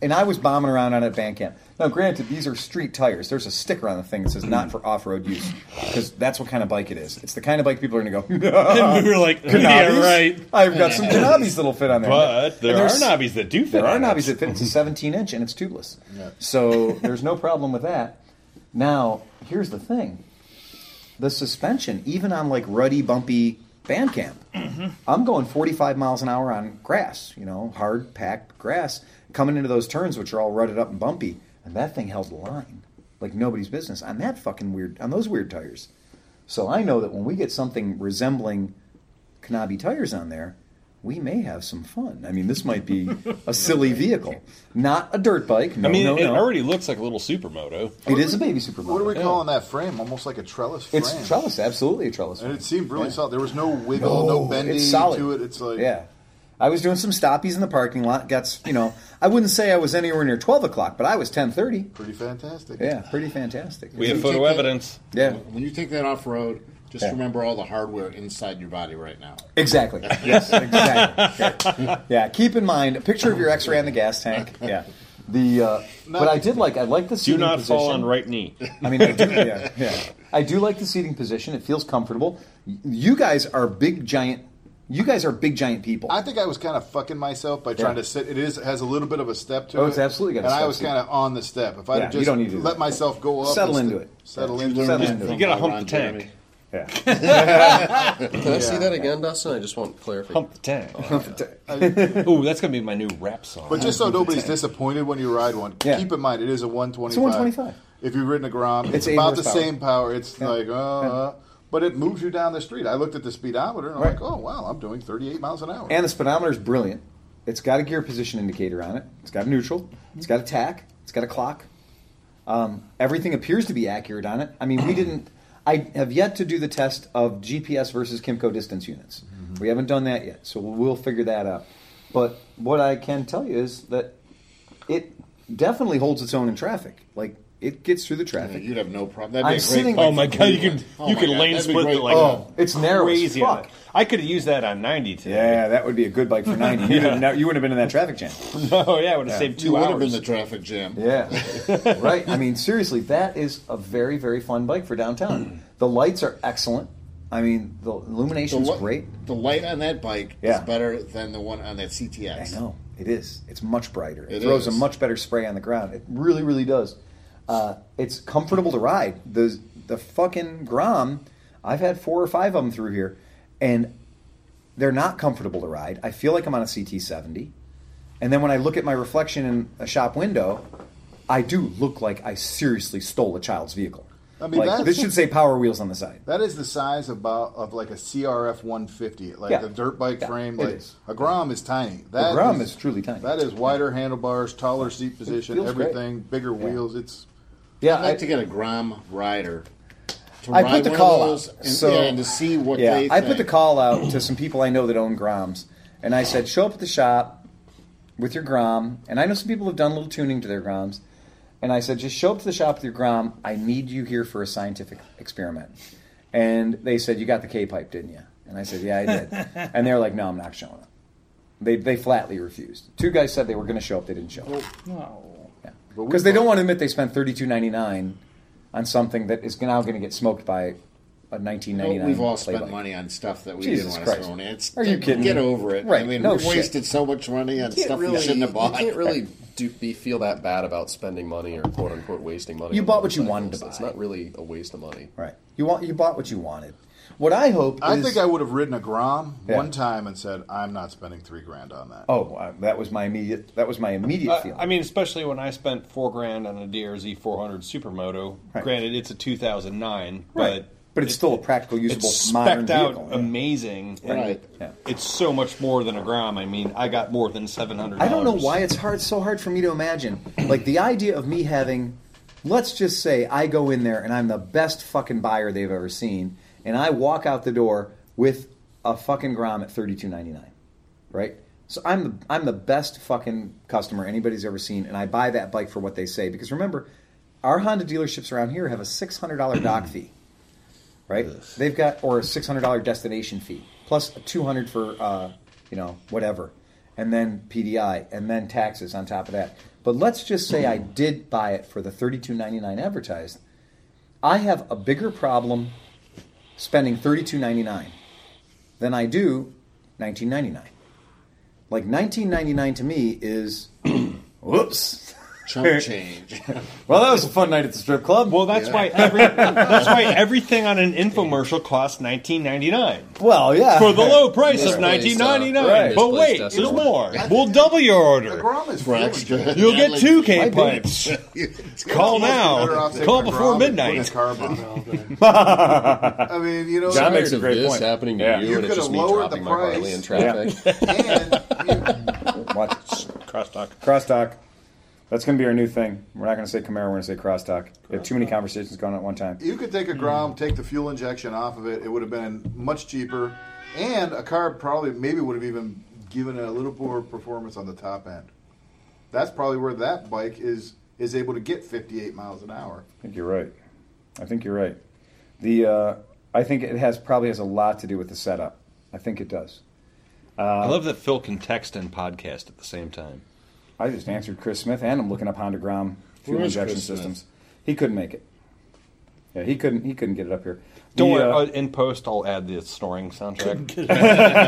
Speaker 3: And I was bombing around on it at Bandcamp. Now, granted, these are street tires. There's a sticker on the thing that says not for off road use because that's what kind of bike it is. It's the kind of bike people are going to go, [laughs]
Speaker 4: and we were like, yeah,
Speaker 3: "Knobbies?
Speaker 4: right.
Speaker 3: I've got some knobbies that'll fit on there.
Speaker 4: But
Speaker 3: And
Speaker 4: there are
Speaker 3: there's-
Speaker 4: knobbies that do fit.
Speaker 3: there are
Speaker 4: on it.
Speaker 3: knobbies that fit. It's a 17 inch and it's tubeless. So there's no problem with that. Now, here's the thing the suspension, even on like ruddy, bumpy band camp, I'm going 45 miles an hour on grass, you know, hard packed grass, coming into those turns, which are all rutted up and bumpy. And that thing held the line like nobody's business on that fucking weird, on those weird tires. So I know that when we get something resembling Kanabi tires on there, we may have some fun. I mean, this might be
Speaker 4: [laughs]
Speaker 3: a silly vehicle, not a dirt bike. No,
Speaker 4: I mean,
Speaker 3: no,
Speaker 4: it
Speaker 3: no.
Speaker 4: already looks like a little supermoto.
Speaker 3: it is a baby supermodel.
Speaker 6: What do we call on that frame? Almost like a trellis frame.
Speaker 3: It's trellis, absolutely a trellis.
Speaker 6: And it seemed really solid. There was no wiggle, no, bending
Speaker 3: Oh, it's solid.
Speaker 6: to it. It's like
Speaker 3: yeah. I was doing some stoppies in the parking lot. Got s- you know, I wouldn't say I was anywhere near twelve o'clock, but I was ten thirty.
Speaker 6: pretty fantastic.
Speaker 3: Yeah, pretty fantastic.
Speaker 4: We
Speaker 5: Did
Speaker 4: have
Speaker 5: you
Speaker 4: photo
Speaker 5: take that?
Speaker 4: evidence.
Speaker 3: yeah,
Speaker 5: When you take that off road, just
Speaker 3: Yeah.
Speaker 5: remember all the hardware inside your body right now.
Speaker 3: exactly.
Speaker 4: [laughs]
Speaker 3: Yes, exactly. [laughs] Okay. Yeah, keep in mind a picture of your X-ray on the gas
Speaker 4: [laughs]
Speaker 3: tank. Yeah, the uh, but I did like I like the
Speaker 4: Do
Speaker 3: seating
Speaker 4: not
Speaker 3: position.
Speaker 4: fall on right knee.
Speaker 3: I mean, I do, yeah, yeah. I do like the seating position. It feels comfortable. Y- You guys are big giant. You guys are big giant people.
Speaker 6: I think I was kind of fucking myself by trying to sit. It is has a little bit of a step to it.
Speaker 3: Oh, it's absolutely got a
Speaker 6: And I
Speaker 3: step
Speaker 6: was
Speaker 3: to it.
Speaker 6: kind of on the step. If I
Speaker 3: Yeah,
Speaker 6: would
Speaker 3: you
Speaker 6: just
Speaker 3: don't need to do
Speaker 6: let
Speaker 3: that.
Speaker 6: myself go up,
Speaker 3: Settle
Speaker 6: and
Speaker 3: into
Speaker 6: st-
Speaker 3: it.
Speaker 6: Settle
Speaker 5: You
Speaker 6: into
Speaker 5: learned
Speaker 6: it.
Speaker 3: Settle
Speaker 5: that
Speaker 3: into
Speaker 5: from
Speaker 3: it.
Speaker 4: You gotta
Speaker 5: Ron
Speaker 4: hump the tank.
Speaker 5: Jeremy.
Speaker 3: yeah.
Speaker 2: Can I see that again, Dustin? I just want clarification.
Speaker 4: Hump the
Speaker 3: [laughs]
Speaker 4: tank. [laughs] Ooh, that's gonna be my new rap song.
Speaker 6: But just so nobody's disappointed when you ride one,
Speaker 3: Yeah.
Speaker 6: keep in mind it is a 125.
Speaker 3: It's a 125.
Speaker 6: If you've ridden a Grom, it's,
Speaker 3: It's eight
Speaker 6: about the
Speaker 3: horsepower.
Speaker 6: same power. It's
Speaker 3: Yeah.
Speaker 6: like, uh, uh, but it moves you down the street. I looked at the speedometer and I'm
Speaker 3: Right.
Speaker 6: like, oh, wow, I'm doing 38 miles an hour.
Speaker 3: And the speedometer's brilliant. It's got a gear position indicator on it. It's got a neutral. It's got a tack. It's got a clock. Um, everything appears to be accurate on it. I mean, we didn't. I have yet to do the test of GPS versus Kimco distance units. We haven't done that yet, so we'll, we'll figure that out. But what I can tell you is that it definitely holds its own in traffic. Like it gets through the
Speaker 5: Yeah,
Speaker 3: traffic.
Speaker 5: You'd have no problem. That'd be
Speaker 3: I'm
Speaker 5: a great
Speaker 3: sitting-
Speaker 5: bike
Speaker 4: Oh my
Speaker 5: for
Speaker 4: god, you
Speaker 5: Cleveland.
Speaker 4: could
Speaker 5: Oh
Speaker 4: you
Speaker 5: my
Speaker 4: could
Speaker 5: God,
Speaker 4: lane
Speaker 5: that'd be
Speaker 4: split
Speaker 5: great.
Speaker 4: the like
Speaker 3: Oh, it's narrow as
Speaker 4: crazy. on
Speaker 3: fuck.
Speaker 4: it. I could have used that on ninety today.
Speaker 3: Yeah, that would be a good bike for ninety. [laughs] You, didn't know, you wouldn't have been in that traffic jam.
Speaker 4: [laughs] Oh yeah, I would have saved
Speaker 5: You
Speaker 4: two
Speaker 5: would have been
Speaker 4: hours.
Speaker 5: the traffic jam.
Speaker 3: Yeah. [laughs] right. I mean, seriously, that is a very, very fun bike for
Speaker 5: Mm.
Speaker 3: downtown. the lights are excellent. I mean, the
Speaker 5: The
Speaker 3: illumination's
Speaker 5: li-
Speaker 3: great.
Speaker 5: The light on that bike
Speaker 3: Yeah.
Speaker 5: is better than the one on that CTX.
Speaker 3: I know. It is. It's much brighter. It,
Speaker 5: It
Speaker 3: throws
Speaker 5: is.
Speaker 3: a much better spray on the ground. It really, really does. Uh, it's comfortable to ride. The the fucking Grom, I've had four or five of them through here, and they're not comfortable to ride. I feel like I'm on a CT70. And then when I look at my reflection in a shop window, I do look like I seriously stole a child's vehicle.
Speaker 6: I mean,
Speaker 3: Like,
Speaker 6: that's-
Speaker 3: this should say Power Wheels on the side.
Speaker 6: That is the size about of like a CRF 150, like
Speaker 3: Yeah.
Speaker 6: the dirt bike
Speaker 3: Yeah,
Speaker 6: frame.
Speaker 3: it
Speaker 6: Like
Speaker 3: is.
Speaker 6: a Grom is tiny. That
Speaker 3: Grom is truly tiny.
Speaker 6: That is wider handlebars, taller seat position,
Speaker 3: feels great.
Speaker 6: everything, bigger wheels. It's
Speaker 3: Yeah,
Speaker 5: I'd like to get a Grom rider. To
Speaker 3: I put the
Speaker 5: one of
Speaker 3: call
Speaker 5: those
Speaker 3: out,
Speaker 5: and,
Speaker 3: so-
Speaker 5: yeah, and to see what
Speaker 3: yeah,
Speaker 5: they
Speaker 3: I
Speaker 5: think.
Speaker 3: put the call out to some people I know that own Groms, and I said, show up at the shop with your Grom, and I know some people have done a little tuning to their Groms, and I said, just show up to the shop with your Grom. I need you here for a scientific experiment. And they said, you got the K pipe, didn't you? And I said, yeah, I
Speaker 5: [laughs]
Speaker 3: did. and they're like, no, I'm not showing up. They they flatly refused. Two guys said they were going to show up, they didn't show up.
Speaker 6: but we
Speaker 3: Because they
Speaker 6: thought-
Speaker 3: don't want to admit they spent thirty two ninety nine on something that is now going to get smoked by a nineteen ninety
Speaker 5: Well,
Speaker 3: nine.
Speaker 5: we've all spent money on stuff that we didn't
Speaker 3: Jesus
Speaker 5: want
Speaker 3: Christ.
Speaker 5: to spend. It's,
Speaker 3: Are you kidding
Speaker 5: Get
Speaker 3: me?
Speaker 5: over it.
Speaker 3: Right,
Speaker 5: I mean,
Speaker 3: no
Speaker 5: we
Speaker 3: shit.
Speaker 5: wasted so much money on
Speaker 2: You
Speaker 5: stuff
Speaker 2: can't
Speaker 5: we
Speaker 2: really,
Speaker 5: shouldn't have
Speaker 2: you
Speaker 5: bought.
Speaker 2: can't really [laughs] do, be, feel that bad about spending money or quote unquote wasting money.
Speaker 3: You
Speaker 2: on
Speaker 3: bought what you wanted
Speaker 2: motorcycles.
Speaker 3: to
Speaker 2: It's
Speaker 3: buy.
Speaker 2: not really a waste of money.
Speaker 3: Right. You want you bought what you wanted. What I hope
Speaker 6: I
Speaker 3: is-
Speaker 6: think I would have ridden a Grom
Speaker 3: Yeah.
Speaker 6: one time and said, "I'm not spending three grand on that."
Speaker 3: Oh, uh, that was my immediate that was my immediate
Speaker 4: Uh,
Speaker 3: feeling.
Speaker 4: I mean, especially when I spent four grand on a DRZ 400 Supermoto.
Speaker 3: Right.
Speaker 4: Granted, it's a 2009,
Speaker 3: right.
Speaker 4: but
Speaker 3: But it's still a practical usable
Speaker 4: it's
Speaker 3: modern
Speaker 4: specked
Speaker 3: vehicle.
Speaker 4: out,
Speaker 3: yeah.
Speaker 4: amazing. and
Speaker 5: Right.
Speaker 3: Yeah.
Speaker 4: It's so much more than a Grom. I mean, I got more than seven hundred.
Speaker 3: I don't know why it's hard so hard for me to imagine. Like the idea of me having let's just say I go in there and I'm the best fucking buyer they've ever seen and I walk out the door with a fucking Grom at thirty two ninety nine, right? So I'm the I'm the best fucking customer anybody's ever seen, and I buy that bike for what they say because remember, our Honda dealerships around here have a six hundred dollar dock fee, right? They've got or a six hundred dollar destination fee plus two hundred for uh, you know whatever, and then PDI and then taxes on top of that. But let's just say I
Speaker 4: Mm-hmm.
Speaker 3: did buy it for the thirty two ninety nine advertised. I have a bigger problem spending thirty two ninety nine than I do nineteen ninety nine. Like nineteen ninety nine to me is [clears throat] whoops.
Speaker 5: Chunk change.
Speaker 3: [laughs] Well, that was a fun night at the strip club.
Speaker 4: Well, that's why every, that's why everything on an infomercial costs nineteen ninety nine
Speaker 3: well, yeah.
Speaker 4: for the low price of
Speaker 2: Misplaced, uh,
Speaker 4: nineteen ninety
Speaker 2: right.
Speaker 4: nine. But wait,
Speaker 2: Misplaced
Speaker 4: there's
Speaker 2: decimal.
Speaker 4: more. We'll double your
Speaker 6: The
Speaker 4: order.
Speaker 6: Grom is
Speaker 5: For
Speaker 6: really
Speaker 5: extra. [laughs]
Speaker 6: good.
Speaker 4: You'll get two
Speaker 3: I
Speaker 4: K
Speaker 3: did. [laughs]
Speaker 4: pipes.
Speaker 6: It's
Speaker 4: Call
Speaker 6: almost
Speaker 4: now.
Speaker 6: better off saying
Speaker 4: Call
Speaker 6: the
Speaker 4: before
Speaker 6: Grom than putting
Speaker 4: midnight.
Speaker 6: a car bomb out
Speaker 3: [laughs]
Speaker 6: there. I mean, you know,
Speaker 2: John
Speaker 3: made
Speaker 2: makes
Speaker 3: a
Speaker 2: of
Speaker 3: great
Speaker 2: this
Speaker 3: point.
Speaker 2: happening to
Speaker 3: Yeah.
Speaker 2: you,
Speaker 6: You
Speaker 2: and it's just
Speaker 6: could've
Speaker 2: me
Speaker 6: lowered
Speaker 2: dropping my
Speaker 6: the
Speaker 2: Harley
Speaker 6: price.
Speaker 2: in traffic.
Speaker 3: [laughs]
Speaker 6: and
Speaker 3: [laughs]
Speaker 6: you,
Speaker 3: Watch
Speaker 4: Crosstalk.
Speaker 3: crosstalk. That's going to be our new thing. We're not going to say Camaro. We're going to say crosstalk. We have too many conversations going on at one time.
Speaker 6: you could
Speaker 3: Hmm.
Speaker 6: take a Grom, take the fuel injection off of it. It would have been much cheaper, and a car probably maybe would have even given it a little more performance on the top end. That's probably where that bike is is able to get 58 miles an hour.
Speaker 3: I think you're right. I think you're right. The uh, I think it has probably has a lot to do with the setup. I think it does.
Speaker 4: I love that Phil can text and podcast at the same time.
Speaker 3: I just answered Chris Smith, and I'm looking up Honda Grom fuel
Speaker 5: Where is
Speaker 3: injection
Speaker 5: Chris Smith?
Speaker 3: systems. He couldn't make it. Yeah, he couldn't. He couldn't get it up here.
Speaker 4: Don't
Speaker 3: The,
Speaker 4: worry.
Speaker 3: uh,
Speaker 4: uh, in post, I'll add the snoring soundtrack.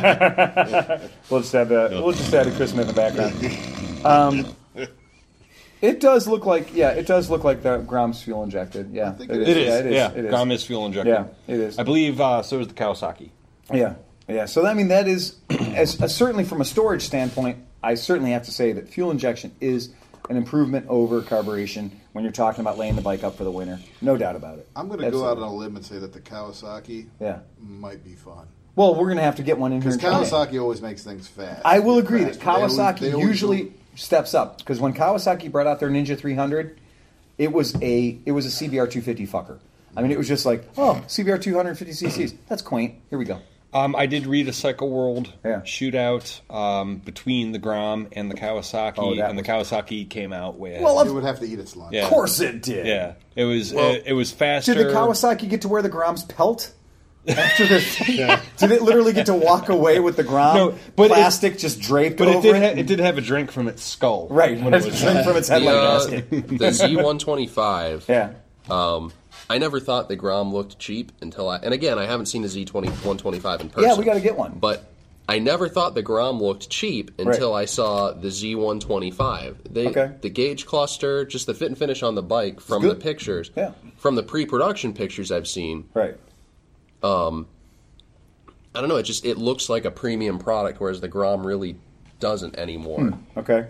Speaker 3: We'll just have that. We'll just add a Christmas in the background. Um, it does look like yeah, it does look like the Grom's fuel injected. Yeah,
Speaker 6: think
Speaker 3: it
Speaker 6: it
Speaker 3: is.
Speaker 4: It
Speaker 3: Yeah,
Speaker 4: is.
Speaker 3: it is.
Speaker 4: Yeah,
Speaker 3: it is.
Speaker 4: Grom is fuel injected.
Speaker 3: Yeah, it is.
Speaker 4: I believe uh, so is the Kawasaki.
Speaker 3: Yeah, yeah. So I mean, that is [clears throat] as, as certainly from a storage standpoint, I certainly have to say that fuel injection is an improvement over carburation when you're talking about laying the bike up for the winter. No doubt about it.
Speaker 6: I'm going to go
Speaker 3: Absolutely.
Speaker 6: out on a limb and say that the Kawasaki
Speaker 3: Yeah.
Speaker 6: might be fun.
Speaker 3: Well, we're gonna have to get one in here.
Speaker 6: Because
Speaker 3: and try it.
Speaker 6: Kawasaki always makes things fast.
Speaker 3: I will agree that
Speaker 6: Faster. They always-
Speaker 3: Kawasaki
Speaker 6: they always
Speaker 3: usually
Speaker 6: do.
Speaker 3: steps up because when Kawasaki brought out their Ninja 300, it was a it was a CBR 250 fucker. I mean, it was just like, oh, CBR 250 CCs. That's quaint. Here we go.
Speaker 4: Um, I did read a Cycle World
Speaker 3: Yeah.
Speaker 4: shootout um, between the Grom and the Kawasaki,
Speaker 3: Oh, that
Speaker 4: and the Kawasaki came out with
Speaker 3: Well, of
Speaker 6: It would have to eat its lunch.
Speaker 4: Yeah.
Speaker 3: Of course it did.
Speaker 4: yeah, it was
Speaker 2: Well,
Speaker 4: it, it was faster.
Speaker 3: Did the Kawasaki get to wear the Grom's pelt? After their, [laughs] did it literally get to walk away with the Grom
Speaker 4: No, but it-
Speaker 3: plastic just draped
Speaker 4: but
Speaker 3: over
Speaker 4: it did ha-
Speaker 3: it?
Speaker 4: it did have a drink from its skull,
Speaker 3: right, [laughs]
Speaker 4: When it was
Speaker 3: from its
Speaker 2: the,
Speaker 3: headlight
Speaker 2: uh,
Speaker 3: basket.
Speaker 2: the Z125.
Speaker 3: [laughs] Yeah,
Speaker 2: Um, I never thought the Grom looked cheap until I, and again, I haven't seen a Z125 in person.
Speaker 3: yeah, we got to get one.
Speaker 2: But I never thought the Grom looked cheap until I saw the Z125. They,
Speaker 3: Okay.
Speaker 2: The gauge cluster, just the fit and finish on the bike from the
Speaker 3: good.
Speaker 2: pictures,
Speaker 3: Yeah.
Speaker 2: from the pre-production pictures I've seen.
Speaker 3: right.
Speaker 2: I don't know. It just it looks like a premium product, whereas the Grom really doesn't anymore.
Speaker 3: Hmm. Okay.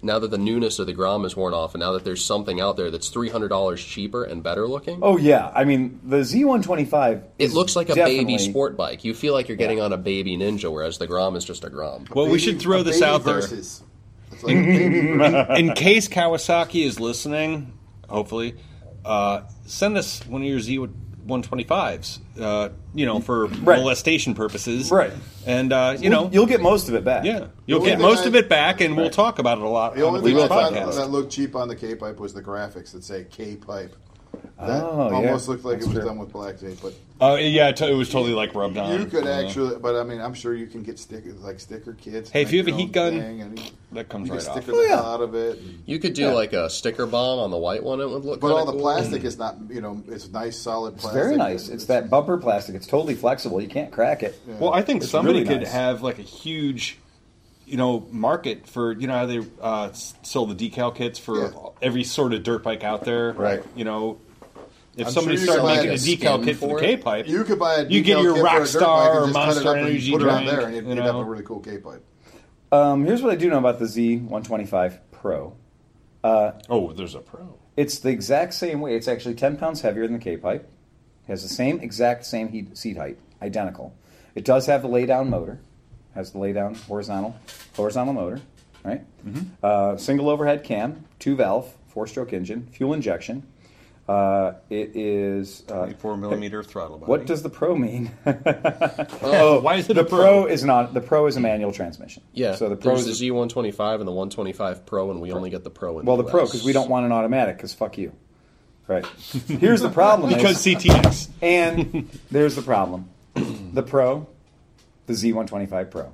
Speaker 2: Now that the newness of the Grom has worn off, and now that there's something out there that's three hundred dollars cheaper and better looking,
Speaker 3: Oh yeah, I mean the Z125.
Speaker 2: it
Speaker 3: is
Speaker 2: looks like a
Speaker 3: definitely-
Speaker 2: baby sport bike. You feel like you're getting on a baby Ninja, whereas the Grom is just a Grom.
Speaker 4: Well, we
Speaker 6: Baby-
Speaker 4: should throw
Speaker 6: a
Speaker 4: this
Speaker 6: baby
Speaker 4: out there
Speaker 6: versus.
Speaker 3: [laughs]
Speaker 6: It's like a baby versus.
Speaker 4: in case Kawasaki is listening. Hopefully, uh, send us one of your Z one twenty fives. You know, for
Speaker 3: Right.
Speaker 4: molestation purposes,
Speaker 3: Right.
Speaker 4: And uh, you know,
Speaker 3: You'll get most of it back.
Speaker 4: yeah, you'll
Speaker 6: only
Speaker 4: get
Speaker 6: thing
Speaker 4: most
Speaker 6: I-
Speaker 4: of it back, and we'll talk about it a lot.
Speaker 6: The only
Speaker 4: on the
Speaker 6: thing I thought
Speaker 4: podcast.
Speaker 6: that looked cheap on the K pipe was the graphics that say K pipe. That
Speaker 3: Oh, yeah.
Speaker 6: almost looked like
Speaker 3: That's
Speaker 6: it was
Speaker 3: true.
Speaker 6: done with black tape, but
Speaker 4: Oh yeah, it, it was totally like rubbed on.
Speaker 6: you could
Speaker 4: Oh, Yeah.
Speaker 6: actually. But I mean, I'm sure you can get stickers like sticker kits.
Speaker 4: Hey, if
Speaker 6: make
Speaker 4: you have
Speaker 6: your
Speaker 4: a heat
Speaker 6: own
Speaker 4: gun,
Speaker 6: thing, and you,
Speaker 4: that comes
Speaker 6: you can
Speaker 4: right off.
Speaker 6: sticker
Speaker 3: Oh,
Speaker 6: the
Speaker 3: yeah.
Speaker 6: hell out of it. and-
Speaker 2: You could do like a sticker bomb on the white one; it would look.
Speaker 6: but all
Speaker 2: kinda
Speaker 6: the
Speaker 2: cool.
Speaker 6: plastic is not, you know, it's nice solid
Speaker 3: It's
Speaker 6: plastic.
Speaker 3: very nice. It's that bumper plastic. It's totally flexible. You can't crack it.
Speaker 4: Well, I think
Speaker 3: It's
Speaker 4: somebody
Speaker 3: really
Speaker 4: could
Speaker 3: nice.
Speaker 4: have like a huge, you know, market for you know how they uh, s- sell the decal kits for
Speaker 6: Yeah.
Speaker 4: every sort of dirt bike out there,
Speaker 3: Right.
Speaker 4: You know, if
Speaker 6: I'm
Speaker 4: somebody
Speaker 6: sure you
Speaker 4: started
Speaker 6: could buy
Speaker 4: making a
Speaker 6: a
Speaker 4: decal
Speaker 2: skin
Speaker 4: kit for
Speaker 2: for
Speaker 4: the
Speaker 2: it.
Speaker 4: K pipe,
Speaker 6: You could buy a
Speaker 4: You get
Speaker 6: decal
Speaker 4: your
Speaker 6: kit for a dirt
Speaker 4: Rockstar
Speaker 6: bike and
Speaker 4: or
Speaker 6: just cut it
Speaker 4: Monster
Speaker 6: up and
Speaker 4: Energy
Speaker 6: put it on
Speaker 4: drink,
Speaker 6: there, and you'd,
Speaker 4: you
Speaker 6: you'd
Speaker 4: know.
Speaker 6: have a really cool K pipe.
Speaker 3: Um, here's what I do know about the Z125 Pro.
Speaker 4: oh, there's a pro.
Speaker 3: It's the exact same way. It's actually 10 pounds heavier than the K pipe. It has the same exact same heat, seat height, identical. It does have the lay down motor. Has the lay down horizontal horizontal motor, right? Uh, single overhead cam, two valve, four stroke engine, fuel injection. Uh, it is. Uh,
Speaker 9: 24 millimeter throttle body.
Speaker 3: what does the Pro mean?
Speaker 4: Why is it
Speaker 3: the
Speaker 4: a Oh, pro?
Speaker 3: Pro is not. The Pro is a manual transmission.
Speaker 2: Yeah.
Speaker 3: So the Pro
Speaker 2: there's the
Speaker 3: is
Speaker 2: Z one twenty five and the one twenty five Pro, and we only get the Pro. In
Speaker 3: well the
Speaker 2: US.
Speaker 3: Pro because we don't want an automatic because fuck you. Right. Here's the problem. is-
Speaker 4: because CTX?
Speaker 3: And there's the problem. The Pro, the Z125 Pro,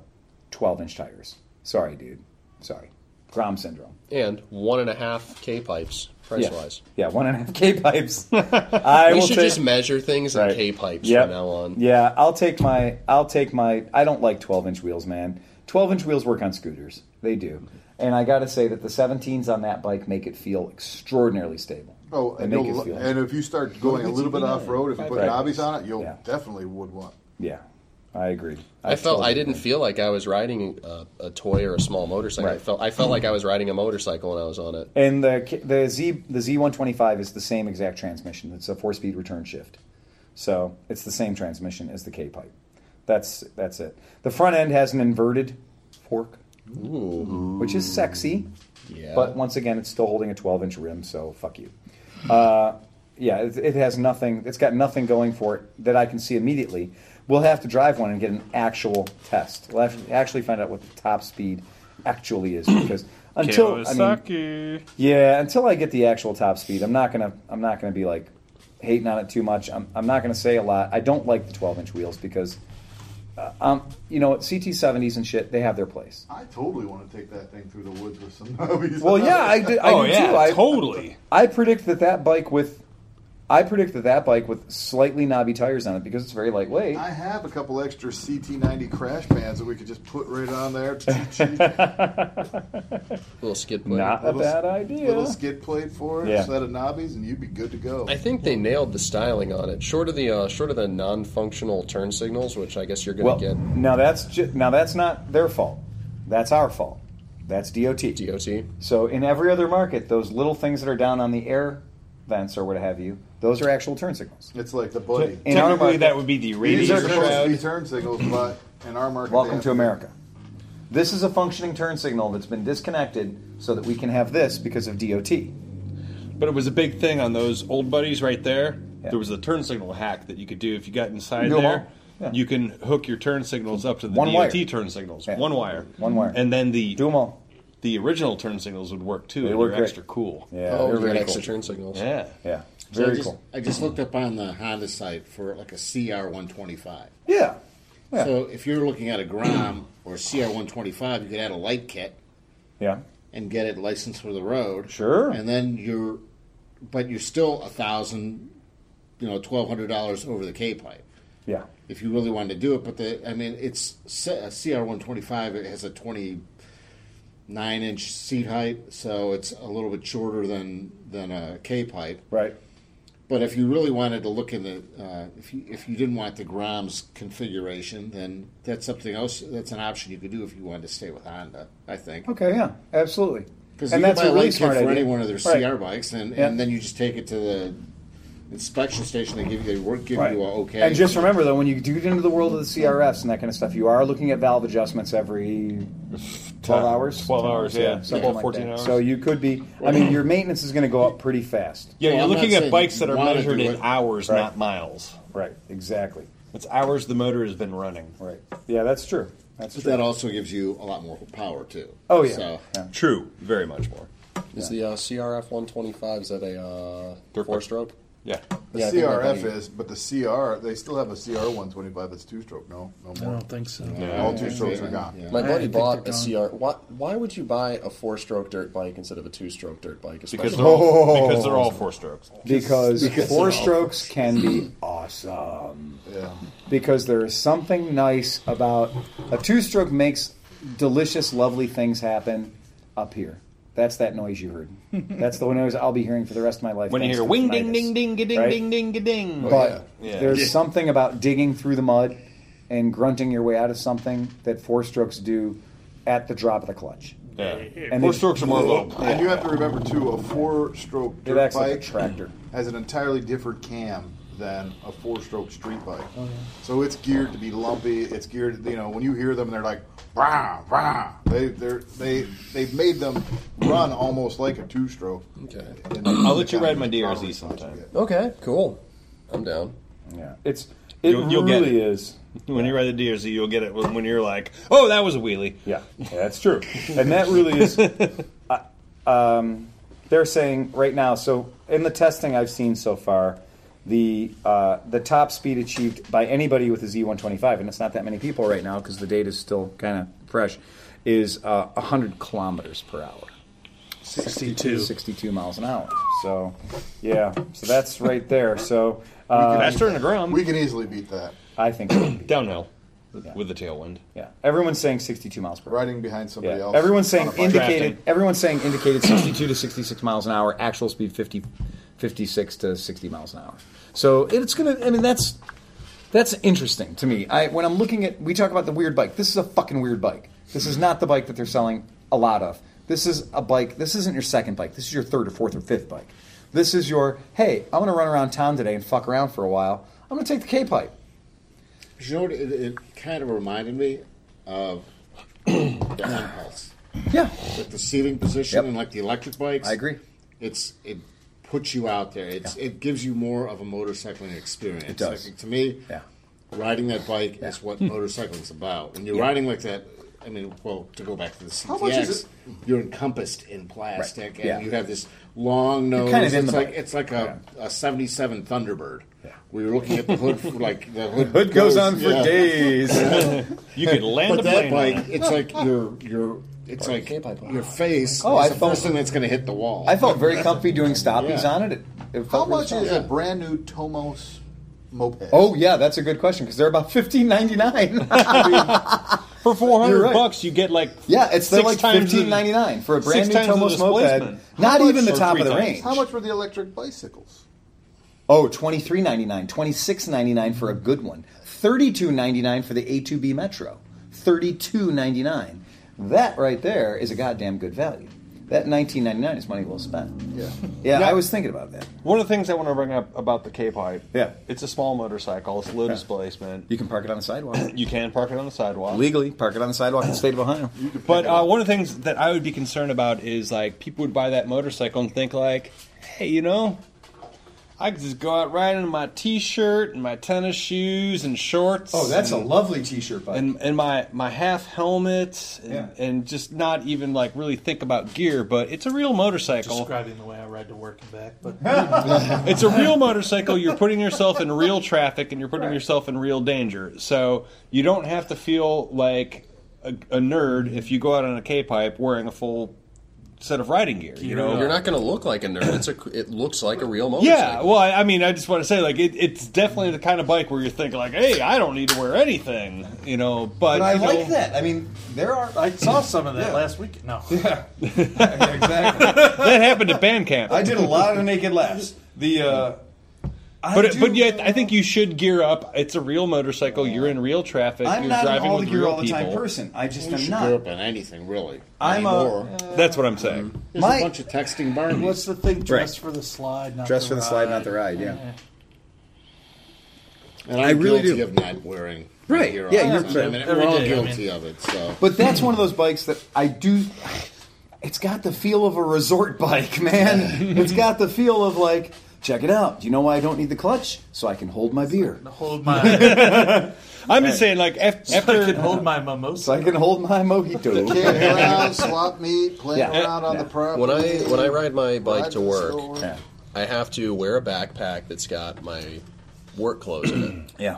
Speaker 3: 12 inch tires. Sorry, dude. Sorry. Grom syndrome.
Speaker 2: And one and a half K pipes price
Speaker 3: Yeah.
Speaker 2: wise.
Speaker 3: Yeah, one and a half [laughs] K pipes. I
Speaker 2: We
Speaker 3: will
Speaker 2: should
Speaker 3: take-
Speaker 2: just measure things in
Speaker 3: Right.
Speaker 2: K pipes
Speaker 3: Yep.
Speaker 2: from now on.
Speaker 3: Yeah, I'll take my. I'll take my. I don't like 12 inch wheels, man. 12 inch wheels work on scooters. They do. And I got to say that the 17s on that bike make it feel extraordinarily stable.
Speaker 6: Oh,
Speaker 3: They
Speaker 6: and,
Speaker 3: make
Speaker 6: you'll
Speaker 3: it
Speaker 6: lo-
Speaker 3: feel.
Speaker 6: and if you start going a little bit off road, if you put
Speaker 3: Right.
Speaker 6: knobbies on it, you'll
Speaker 3: Yeah.
Speaker 6: definitely would want.
Speaker 3: yeah, I agree.
Speaker 2: I felt
Speaker 3: totally
Speaker 2: I didn't
Speaker 3: agree.
Speaker 2: feel like I was riding a, a toy or a small motorcycle. I
Speaker 3: Right.
Speaker 2: felt I felt like I was riding a motorcycle when I was on it.
Speaker 3: And the the Z the Z125 is the same exact transmission. It's a four speed return shift, so it's the same transmission as the K pipe. That's that's it. The front end has an inverted fork,
Speaker 2: Ooh,
Speaker 3: which is sexy,
Speaker 2: yeah.
Speaker 3: but once again, it's still holding a 12 inch rim. So fuck you. Uh, yeah, it, it has nothing. It's got nothing going for it that I can see immediately. We'll have to drive one and get an actual test. We'll have to actually find out what the top speed actually is because until I mean,
Speaker 9: Kawasaki.
Speaker 3: yeah, until I get the actual top speed, I'm not gonna I'm not gonna be like hating on it too much. I'm, I'm not gonna say a lot. I don't like the 12 inch wheels because, uh, um, you know, CT70s and shit they have their place.
Speaker 6: I totally want to take that thing through the woods with some [laughs] knobbies.
Speaker 3: Well, yeah, I do, I
Speaker 4: Oh
Speaker 3: do
Speaker 4: yeah,
Speaker 3: too. I,
Speaker 4: totally.
Speaker 3: I predict that that bike with I predict that that bike with slightly knobby tires on it because it's very lightweight.
Speaker 6: I have a couple extra CT90 crash bands that we could just put right on there.
Speaker 3: [laughs]
Speaker 2: little skid plate.
Speaker 3: Not a
Speaker 6: Little-
Speaker 3: bad idea.
Speaker 6: Little skid plate for it,
Speaker 3: Yeah.
Speaker 6: set of knobbies, and you'd be good to go.
Speaker 2: I think they nailed the styling on it. Short of the uh, short of the non-functional turn signals, which I guess you're
Speaker 3: well,
Speaker 2: going to
Speaker 3: now that's ju- now that's not their fault. That's our fault. That's DOT.
Speaker 2: get DOT.
Speaker 3: So in every other market, those little things that are down on the air vents or what have you, those are actual turn signals.
Speaker 6: It's like the buddy.
Speaker 3: In our
Speaker 4: Technically,
Speaker 3: market-
Speaker 4: that would be the
Speaker 6: These are
Speaker 4: radiator
Speaker 6: supposed to be
Speaker 4: shroud.
Speaker 6: turn signals, but in our market, they
Speaker 3: Welcome
Speaker 6: have-
Speaker 3: to America. This is a functioning turn signal that's been disconnected so that we can have this because of DOT.
Speaker 4: But it was a big thing on those old buddies right there.
Speaker 3: Yeah.
Speaker 4: There was a turn signal hack that you could do if you got inside
Speaker 3: Do 'em
Speaker 4: there.
Speaker 3: all. Yeah.
Speaker 4: You can hook your turn signals up to the
Speaker 3: One
Speaker 4: DOT
Speaker 3: wire.
Speaker 4: turn signals,
Speaker 3: Yeah.
Speaker 4: one wire,
Speaker 3: One wire.
Speaker 4: and then the
Speaker 3: Do them all.
Speaker 4: the original turn signals would work too.
Speaker 3: They
Speaker 4: and
Speaker 3: work
Speaker 4: they're
Speaker 3: great.
Speaker 4: extra cool.
Speaker 3: Yeah,
Speaker 2: oh,
Speaker 3: they're
Speaker 2: you got
Speaker 3: very
Speaker 2: extra
Speaker 3: cool.
Speaker 2: turn signals.
Speaker 4: Yeah.
Speaker 3: Yeah,
Speaker 5: So I
Speaker 3: very
Speaker 5: just,
Speaker 3: cool.
Speaker 5: I just looked up on the Honda site for like a CR125.
Speaker 3: Yeah, Yeah.
Speaker 5: So if you're looking at a Grom or CR125, you could add a light kit
Speaker 3: yeah,
Speaker 5: and get it licensed for the road.
Speaker 3: Sure.
Speaker 5: And then you're, but you're still a thousand, you know, twelve hundred dollars over the K pipe
Speaker 3: yeah.
Speaker 5: if you really wanted to do it. But the, I mean, it's a CR125. It has a twenty-nine inch seat height, so it's a little bit shorter than than a K pipe.
Speaker 3: Right.
Speaker 5: But if you really wanted to look in the, uh, if you if you didn't want the Grom's configuration, then that's something else. That's an option you could do if you wanted to stay with Honda. I think
Speaker 3: Okay. Yeah. Absolutely.
Speaker 5: because you
Speaker 3: And
Speaker 5: can
Speaker 3: that's
Speaker 5: buy
Speaker 3: a
Speaker 5: a
Speaker 3: really
Speaker 5: light kit for
Speaker 3: smart idea.
Speaker 5: any one of their
Speaker 3: Right.
Speaker 5: CR bikes, and,
Speaker 3: Yeah.
Speaker 5: and then you just take it to the inspection station. They give you they work give
Speaker 3: Right.
Speaker 5: you a okay.
Speaker 3: And just remember, though, when you do get into the world of the CRFs and that kind of stuff, you are looking at valve adjustments every 12 hours.
Speaker 4: 12 Uh, hours, yeah.
Speaker 3: Something
Speaker 4: 12,
Speaker 3: like
Speaker 4: 14
Speaker 3: that.
Speaker 4: hours.
Speaker 3: So you could be, I mean, your maintenance is going to go up pretty fast.
Speaker 4: Yeah,
Speaker 5: Well,
Speaker 4: you're
Speaker 5: I'm
Speaker 4: looking
Speaker 5: not
Speaker 4: at
Speaker 5: saying
Speaker 4: bikes
Speaker 5: you
Speaker 4: that are
Speaker 5: wanna
Speaker 4: measured
Speaker 5: do
Speaker 4: in
Speaker 5: it.
Speaker 4: hours,
Speaker 3: Right.
Speaker 4: not miles.
Speaker 3: Right. Exactly.
Speaker 4: It's hours the motor has been running.
Speaker 3: Right. Yeah, that's true. That's
Speaker 5: But
Speaker 3: true.
Speaker 5: that also gives you a lot more power too.
Speaker 3: Oh, yeah.
Speaker 5: So
Speaker 3: Yeah.
Speaker 4: True, very much more.
Speaker 2: Is the uh, CRF 125 is that a uh, four stroke?
Speaker 4: Yeah.
Speaker 6: The
Speaker 2: Yeah, I think I
Speaker 6: CRF
Speaker 2: got you.
Speaker 6: is, but the CR, they still have a CR125 that's two stroke. No, no
Speaker 7: I
Speaker 6: more.
Speaker 7: don't think so.
Speaker 6: All two strokes are gone.
Speaker 5: Yeah.
Speaker 2: My
Speaker 7: I
Speaker 2: buddy
Speaker 7: think
Speaker 2: bought a
Speaker 7: they're
Speaker 2: CR. Why, why would you buy a four-stroke dirt bike instead of a two-stroke dirt bike?
Speaker 4: Because
Speaker 2: Especially
Speaker 4: they're all,
Speaker 3: Oh.
Speaker 4: because they're all four strokes.
Speaker 3: Because, four strokes can be awesome.
Speaker 6: Yeah.
Speaker 3: Because there is something nice about a two stroke makes delicious, lovely things happen up here. That's that noise you heard. That's the noise I'll be hearing for the rest of my life.
Speaker 4: When you
Speaker 3: thanks
Speaker 4: hear
Speaker 3: to
Speaker 4: wing ding
Speaker 3: tinnitus,
Speaker 4: ding ding ga ding
Speaker 3: right?
Speaker 4: ding ding ga ding.
Speaker 3: But
Speaker 4: Yeah.
Speaker 3: there's
Speaker 4: Yeah.
Speaker 3: something about digging through the mud and grunting your way out of something that four strokes do at the drop of the clutch.
Speaker 4: yeah.
Speaker 3: And
Speaker 4: four
Speaker 3: they-
Speaker 4: strokes are more low.
Speaker 6: And you have to remember too, a four stroke
Speaker 3: It
Speaker 6: dirt
Speaker 3: acts
Speaker 6: bike
Speaker 3: like a tractor.
Speaker 6: has an entirely different cam than a four-stroke street bike.
Speaker 4: Oh,
Speaker 6: So it's geared to be lumpy. It's geared, you know, when you hear them, they're like, rah, rah. They, they're, they, they've made them run almost like a two-stroke.
Speaker 2: Okay.
Speaker 6: And-
Speaker 4: I'll let you ride my
Speaker 6: Probably
Speaker 4: DRZ sometime.
Speaker 6: yeah.
Speaker 2: Okay, cool. I'm down.
Speaker 3: Yeah, it's it
Speaker 4: You'll- you'll get
Speaker 3: really is.
Speaker 4: When you ride the DRZ, you'll get it when when you're like, oh, that was a wheelie.
Speaker 3: Yeah, that's true. and that really is. I- um, they're saying right now. So in the testing I've seen so far, the uh, the top speed achieved by anybody with a Z125, and it's not that many people right now because the data is still kind of fresh, is uh, 100 kilometers per hour.
Speaker 7: 62.
Speaker 3: 62 miles an hour. So, yeah. So that's right there. So uh,
Speaker 4: Faster than the ground.
Speaker 6: We can easily beat that.
Speaker 3: I think,
Speaker 4: Downhill
Speaker 3: Yeah.
Speaker 4: with the tailwind.
Speaker 3: yeah. Everyone's saying 62 miles per hour.
Speaker 6: Riding behind somebody
Speaker 3: Yeah.
Speaker 6: else.
Speaker 3: Everyone's saying
Speaker 6: on a bike.
Speaker 3: indicated.
Speaker 4: Drafting.
Speaker 3: Everyone's saying indicated [clears throat] 62 to 66 miles an hour. Actual speed 50, 56 to 60 miles an hour. So it's gonna. I mean, that's that's interesting to me. I when I'm looking at, we talk about the weird bike. This is a fucking weird bike. This is not the bike that they're selling a lot of. This is a bike. This isn't your second bike. This is your third or fourth or fifth bike. This is your hey. I'm gonna run around town today and fuck around for a while. I'm gonna take the K pipe.
Speaker 5: But You know what? It, it kind of reminded me of [clears throat] the impulse,
Speaker 3: Yeah,
Speaker 5: like the seating position
Speaker 3: Yep.
Speaker 5: and like the electric bikes.
Speaker 3: I agree.
Speaker 5: It's it puts you out there. It's it gives you more of a motorcycling experience. It
Speaker 3: does.
Speaker 5: to me,
Speaker 3: Yeah.
Speaker 5: riding that bike is
Speaker 3: [laughs]
Speaker 5: what motorcycling's about. When you're riding like that, I mean, well, to go back to the
Speaker 6: How much
Speaker 5: CTX,
Speaker 6: is it?
Speaker 5: you're encompassed in plastic, and
Speaker 3: Yeah.
Speaker 5: you have this long nose.
Speaker 3: kind of in
Speaker 5: it's
Speaker 3: the
Speaker 5: like
Speaker 3: bike.
Speaker 5: it's like a, a '77 Thunderbird. We were looking at the hood, for, like the hood,
Speaker 3: [laughs] hood goes on for
Speaker 5: yeah.
Speaker 3: days.
Speaker 4: You can land
Speaker 5: But
Speaker 4: a
Speaker 5: that
Speaker 4: plane. on
Speaker 5: bike,
Speaker 4: it.
Speaker 5: it's like your your it's like your face
Speaker 3: Oh,
Speaker 5: is
Speaker 3: I
Speaker 5: the
Speaker 3: felt-
Speaker 5: first thing that's going to hit the wall.
Speaker 3: I felt very comfy doing stoppies
Speaker 5: Yeah.
Speaker 3: on it. It, it
Speaker 6: How
Speaker 3: felt really
Speaker 6: much
Speaker 3: solid.
Speaker 6: is a brand new Tomos moped?
Speaker 3: Oh yeah, that's a good question because they're about fifteen ninety
Speaker 6: [laughs]
Speaker 3: nine.
Speaker 4: For four
Speaker 3: You're
Speaker 4: hundred
Speaker 3: right.
Speaker 4: bucks, you get like
Speaker 3: [laughs] yeah, it's they're
Speaker 4: six
Speaker 3: like
Speaker 4: times
Speaker 3: fifteen
Speaker 4: the-
Speaker 3: ninety nine for a brand
Speaker 4: six
Speaker 3: new
Speaker 4: times the
Speaker 3: Tomos moped.
Speaker 4: displacement.
Speaker 3: Not
Speaker 6: much-
Speaker 3: even the
Speaker 4: or
Speaker 3: top
Speaker 4: three
Speaker 3: of the
Speaker 4: times.
Speaker 3: range.
Speaker 6: How much were the electric bicycles?
Speaker 3: Oh, twenty three ninety nine, twenty six ninety nine for a good one, thirty two ninety nine for the A two B Metro, thirty two ninety nine. That right there is a goddamn good value. That nineteen ninety nine is money well spent.
Speaker 6: Yeah.
Speaker 3: Yeah,
Speaker 4: Yeah.
Speaker 3: I was thinking about that.
Speaker 4: One of the things I want to bring up about the K pipe,
Speaker 3: Yeah.
Speaker 4: it's a small motorcycle, it's low displacement.
Speaker 3: You can park it on the sidewalk [coughs]
Speaker 4: You can park it on the sidewalk.
Speaker 3: legally. Park it on the sidewalk in the state of Ohio.
Speaker 4: But uh, one of the things that I would be concerned about is like people would buy that motorcycle and think like, hey, you know, I could just go out riding in my t-shirt and my tennis shoes and shorts.
Speaker 3: Oh, that's a
Speaker 4: and,
Speaker 3: lovely t shirt bike.
Speaker 4: and and my my half helmet and,
Speaker 3: Yeah.
Speaker 4: and just not even like really think about gear. But it's a real motorcycle.
Speaker 7: Describing the way I ride to work and back, but
Speaker 4: it's
Speaker 3: [laughs]
Speaker 4: a real motorcycle. You're putting yourself in real traffic and you're putting yourself in real danger. So you don't have to feel like a, a nerd if you go out on a K pipe wearing a full set of riding gear. You know.
Speaker 2: You're not going to look like a nerd. It's a. It looks like a real motorcycle.
Speaker 4: yeah, well, I, I mean, I just want to say, like, it, it's definitely the kind of bike where you're thinking, like, "Hey, I don't need to wear anything," you know. But,
Speaker 3: But I
Speaker 4: you know,
Speaker 3: like that.
Speaker 4: [laughs]
Speaker 3: I mean, there are
Speaker 7: [laughs] I saw some of that last week. No,
Speaker 3: exactly.
Speaker 4: That happened at
Speaker 3: [laughs]
Speaker 4: Bandcamp.
Speaker 3: I did a lot of naked laps. The uh, I
Speaker 4: but
Speaker 3: do-
Speaker 4: but yet, I think you should gear up. It's a real motorcycle. You're in real traffic.
Speaker 3: I'm
Speaker 4: you're
Speaker 3: not an
Speaker 4: driving
Speaker 3: all the
Speaker 4: with
Speaker 3: gear
Speaker 4: real
Speaker 3: all the time
Speaker 4: people.
Speaker 3: person. I just
Speaker 5: you
Speaker 3: am
Speaker 5: should
Speaker 3: not.
Speaker 5: gear up on anything really.
Speaker 3: I'm a-
Speaker 5: Anymore.
Speaker 4: That's what I'm saying.
Speaker 5: There's
Speaker 3: My-
Speaker 5: a bunch of texting Barney.
Speaker 7: what's the thing? Dress
Speaker 3: Right.
Speaker 7: for the slide, not
Speaker 3: Dress
Speaker 7: the
Speaker 3: for the
Speaker 7: ride.
Speaker 3: slide, not the ride, yeah.
Speaker 5: and I'm
Speaker 3: I really
Speaker 5: guilty
Speaker 3: do.
Speaker 5: of not wearing
Speaker 3: Right,
Speaker 5: gear
Speaker 3: yeah,
Speaker 5: all the
Speaker 3: you're
Speaker 5: time.
Speaker 3: right.
Speaker 5: I mean,
Speaker 7: Every
Speaker 5: we're all
Speaker 7: day, I mean.
Speaker 5: guilty of it. So,
Speaker 3: But that's one of those bikes that I do. It's got the feel of a resort bike,
Speaker 4: [laughs]
Speaker 3: man. it's got the feel of like, check it out. Do you know why I don't need the clutch? So I can hold my beer.
Speaker 7: Hold [laughs] my,
Speaker 4: I'm just saying, like af-
Speaker 7: I could
Speaker 4: after
Speaker 7: hold my
Speaker 3: So
Speaker 7: mimosa.
Speaker 3: I can hold my
Speaker 4: [laughs]
Speaker 3: mojito. [laughs]
Speaker 6: Kicking around, swap meet, playing
Speaker 3: Yeah.
Speaker 6: around on the property.
Speaker 2: When I when I ride my bike
Speaker 6: ride
Speaker 2: to
Speaker 6: the
Speaker 2: work,
Speaker 6: store.
Speaker 3: yeah.
Speaker 2: I have to wear a backpack that's got my work clothes in it.
Speaker 3: [clears throat] Yeah.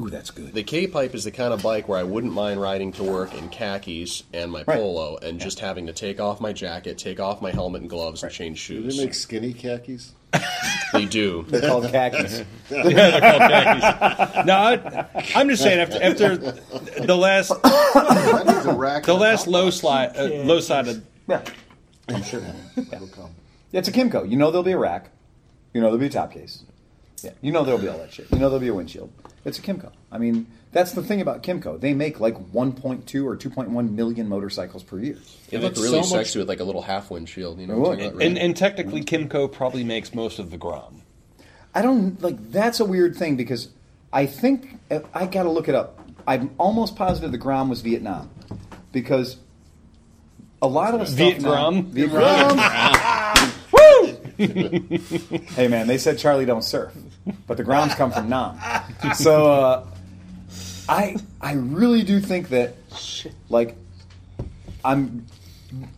Speaker 3: Ooh, that's good.
Speaker 2: The K pipe is the kind of bike where I wouldn't mind riding to work in khakis and my
Speaker 3: Right.
Speaker 2: polo, and just having to take off my jacket, take off my helmet and gloves, and change
Speaker 5: do
Speaker 2: shoes.
Speaker 5: they make skinny khakis?
Speaker 3: [laughs]
Speaker 2: They do.
Speaker 3: They're called khakis.
Speaker 4: no, I, I'm just saying after after the last
Speaker 6: That needs a rack
Speaker 4: the
Speaker 6: and a
Speaker 4: last
Speaker 6: top
Speaker 4: low
Speaker 6: box.
Speaker 4: slide uh, low sided.
Speaker 3: Yeah.
Speaker 6: It'll come.
Speaker 3: Yeah, it's a Kimco. You know there'll be a rack. You know there'll be a top case. Yeah. You know there'll be all that shit. You know there'll be a windshield. It's a Kimco. I mean, that's the thing about Kimco. They make like 1.2 or 2.1 million motorcycles per year.
Speaker 2: It
Speaker 5: And
Speaker 2: looked
Speaker 5: it's
Speaker 2: really
Speaker 5: so much-
Speaker 2: sexy with like a little half windshield. You know,
Speaker 3: It would.
Speaker 2: something like that,
Speaker 4: And
Speaker 2: right?
Speaker 4: and technically, Kimco probably makes most of the Grom.
Speaker 3: I don't like that's a weird thing because I think I got to look it up. I'm almost positive the Grom was Vietnam because a lot of the stuff
Speaker 4: Viet
Speaker 3: now-
Speaker 4: Grom?
Speaker 3: Viet Grom. [laughs] Woo! hey man, they said Charlie don't surf, but the Groms come from Nam. So uh, I I really do think that like I'm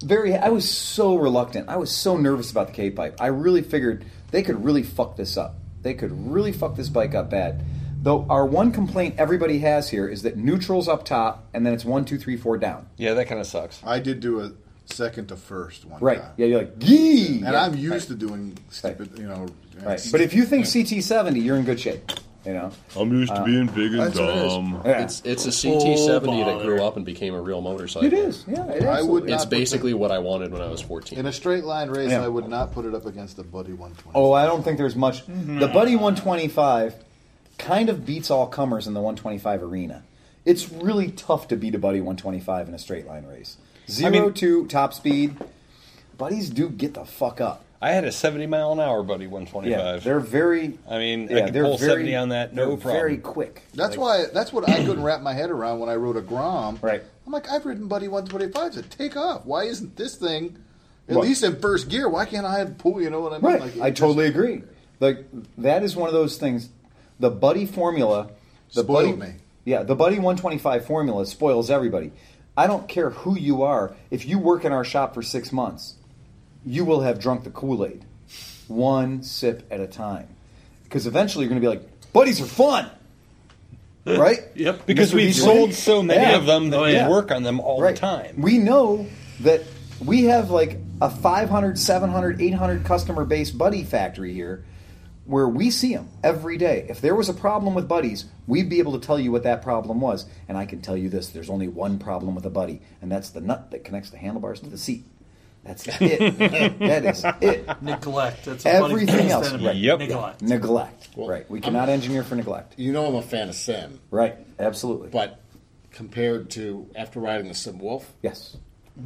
Speaker 3: very I was so reluctant. I was so nervous about the K pipe. I really figured they could really fuck this up. They could really fuck this bike up bad. Though our one complaint everybody has here is that neutral's up top and then it's one, two, three, four down.
Speaker 4: Yeah, that kind of sucks.
Speaker 6: I did do a second to first one
Speaker 3: Right.
Speaker 6: time.
Speaker 3: Yeah, you're like, gee
Speaker 6: And I'm used to doing stupid, you know.
Speaker 3: right. But if you think CT seventy, you're in good shape. You know?
Speaker 4: I'm used to being big and
Speaker 6: That's what it is. dumb.
Speaker 3: Yeah.
Speaker 2: It's it's a CT70 that grew up and became a real motorcycle.
Speaker 3: It is. Yeah, it is.
Speaker 6: I would
Speaker 2: It's
Speaker 6: not put
Speaker 2: basically what I wanted when I was
Speaker 6: it- in
Speaker 2: 14.
Speaker 6: a straight line race,
Speaker 3: Yeah.
Speaker 6: I would not put it up against the Buddy 120.
Speaker 3: Oh, I don't think there's much. The Buddy 125 kind of beats all comers in the 125 arena. It's really tough to beat a Buddy 125 in a straight line race. Zero
Speaker 4: mean-
Speaker 3: to top speed. Buddies do get the fuck up.
Speaker 4: I had a 70 mile an hour buddy
Speaker 3: Yeah,
Speaker 4: 125.
Speaker 3: they're very.
Speaker 4: I mean, I could pull 70 on that, no
Speaker 3: they're
Speaker 4: problem.
Speaker 3: Very quick.
Speaker 6: That's why. That's what I couldn't wrap my head around when I rode a Grom.
Speaker 3: Right.
Speaker 6: I'm like, I've ridden Buddy 125s that take off. Why isn't this thing at
Speaker 3: Right.
Speaker 6: least in first gear? Why can't I pull? You know what I mean?
Speaker 3: Right.
Speaker 6: Like, it
Speaker 3: I
Speaker 6: just-
Speaker 3: totally agree. Like that is one of those things. The buddy formula. The
Speaker 6: Spoiled
Speaker 3: buddy,
Speaker 6: me.
Speaker 3: Yeah, the buddy 125 formula spoils everybody. I don't care who you are. If you work in our shop for six months, you will have drunk the Kool Aid, one sip at a time, because eventually you're going to be like, buddies are
Speaker 4: [laughs]
Speaker 3: fun, right?
Speaker 4: Yep, because
Speaker 3: Mr.
Speaker 4: we
Speaker 3: Beast
Speaker 4: sold
Speaker 3: Wing.
Speaker 4: so many
Speaker 3: Yeah.
Speaker 4: of them that
Speaker 3: Oh,
Speaker 4: we
Speaker 3: yeah.
Speaker 4: work on them all
Speaker 3: right.
Speaker 4: the time.
Speaker 3: We know that we have like a 500, 700, 800 customer base buddy factory here where we see them every day. If there was a problem with buddies, we'd be able to tell you what that problem was. And I can tell you this there's only one problem with a buddy, and that's the nut that connects the handlebars to the seat. That's it. that is it.
Speaker 7: Neglect. That's a funny
Speaker 3: Everything
Speaker 7: thing,
Speaker 3: else.
Speaker 7: isn't it?
Speaker 3: Right.
Speaker 4: Yep.
Speaker 7: Neglect.
Speaker 3: Neglect. right. We cannot engineer for neglect.
Speaker 5: You know I'm a fan of Sim,
Speaker 3: Right. Absolutely.
Speaker 5: but compared to after riding the Sim Wolf
Speaker 3: yes.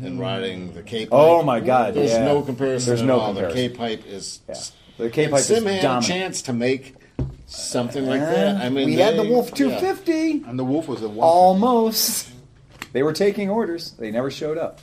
Speaker 5: and riding the K pipe.
Speaker 3: Oh, my God,
Speaker 5: There's
Speaker 3: yeah.
Speaker 5: no comparison
Speaker 3: There's
Speaker 5: at
Speaker 3: no
Speaker 5: all. The
Speaker 3: comparison.
Speaker 5: K pipe is
Speaker 3: Yeah. The K-pipe
Speaker 5: and
Speaker 3: is
Speaker 5: Sim had
Speaker 3: dominant.
Speaker 5: a chance to make something like that. I mean
Speaker 3: we had the
Speaker 5: they-
Speaker 3: Wolf
Speaker 5: yeah.
Speaker 3: 250.
Speaker 6: And the Wolf was a one.
Speaker 3: Almost. They were taking orders. They never showed up.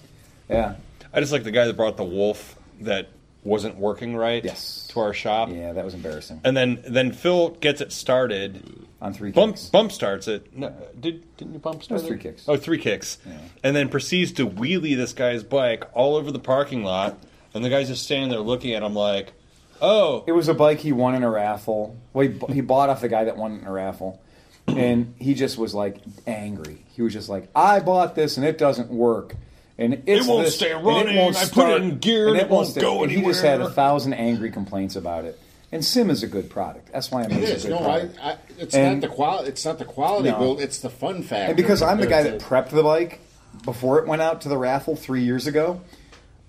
Speaker 3: Yeah.
Speaker 4: I just like the guy that brought the wolf that wasn't working right
Speaker 3: Yes.
Speaker 4: to our shop.
Speaker 3: Yeah, that was embarrassing.
Speaker 4: And then then Phil gets it started.
Speaker 3: On three
Speaker 4: Bump
Speaker 3: kicks.
Speaker 4: bump starts it. No, uh, did didn't you bump start
Speaker 3: was three
Speaker 4: it?
Speaker 3: kicks.
Speaker 4: Oh, three kicks. And then proceeds to wheelie this guy's bike all over the parking lot, and the guy's just standing there looking at him like, "Oh, [laughs]
Speaker 3: It was a bike he won in a raffle. Well, he, bu- he bought off the guy that won in a raffle. And he just was like angry. He was just like, I bought this and it doesn't work. And it's
Speaker 4: won't
Speaker 3: this,
Speaker 4: stay
Speaker 3: and
Speaker 4: running.
Speaker 3: won't
Speaker 4: I put it
Speaker 3: start,
Speaker 4: in gear and it won't
Speaker 3: stay."
Speaker 4: go
Speaker 3: And He just had a
Speaker 4: anywhere.
Speaker 3: thousand angry complaints about it. And Sim is a good product. That's why I made
Speaker 5: It
Speaker 3: it
Speaker 5: is.
Speaker 3: a good
Speaker 5: No, I,
Speaker 3: product.
Speaker 5: I, it's
Speaker 3: And-
Speaker 5: not the quality. It's not the quality
Speaker 3: No.
Speaker 5: build. It's the fun factor.
Speaker 3: And because I'm the guy that
Speaker 5: compared to-
Speaker 3: prepped the bike before it went out to the raffle three years ago,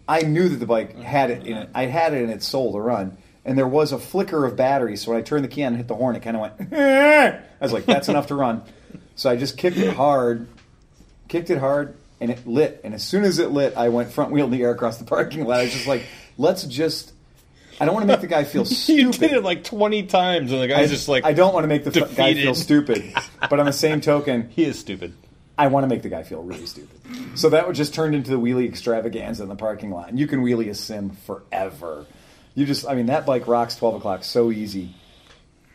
Speaker 3: I knew that the bike had it in it. I had it in its soul to run, and there was a flicker of battery. So when I turned the key on and hit the horn, it kind of went. [laughs] I was like, "That's enough to run." So I just kicked it hard, kicked it hard, and it lit. And as soon as it lit, I went front wheel in the air across the parking lot. I was just like, "Let's just." I don't want to make the guy feel stupid.
Speaker 4: [laughs] you did it like twenty times," and the guy's just like,
Speaker 3: I don't want to make the f- guy
Speaker 4: defeated.
Speaker 3: feel stupid, but on the same token,
Speaker 4: He is stupid.
Speaker 3: I want to make the guy feel really stupid. So that would just turned into the wheelie extravaganza in the parking lot. And you can wheelie a sim forever. You just, I mean, that bike rocks 12 o'clock so easy.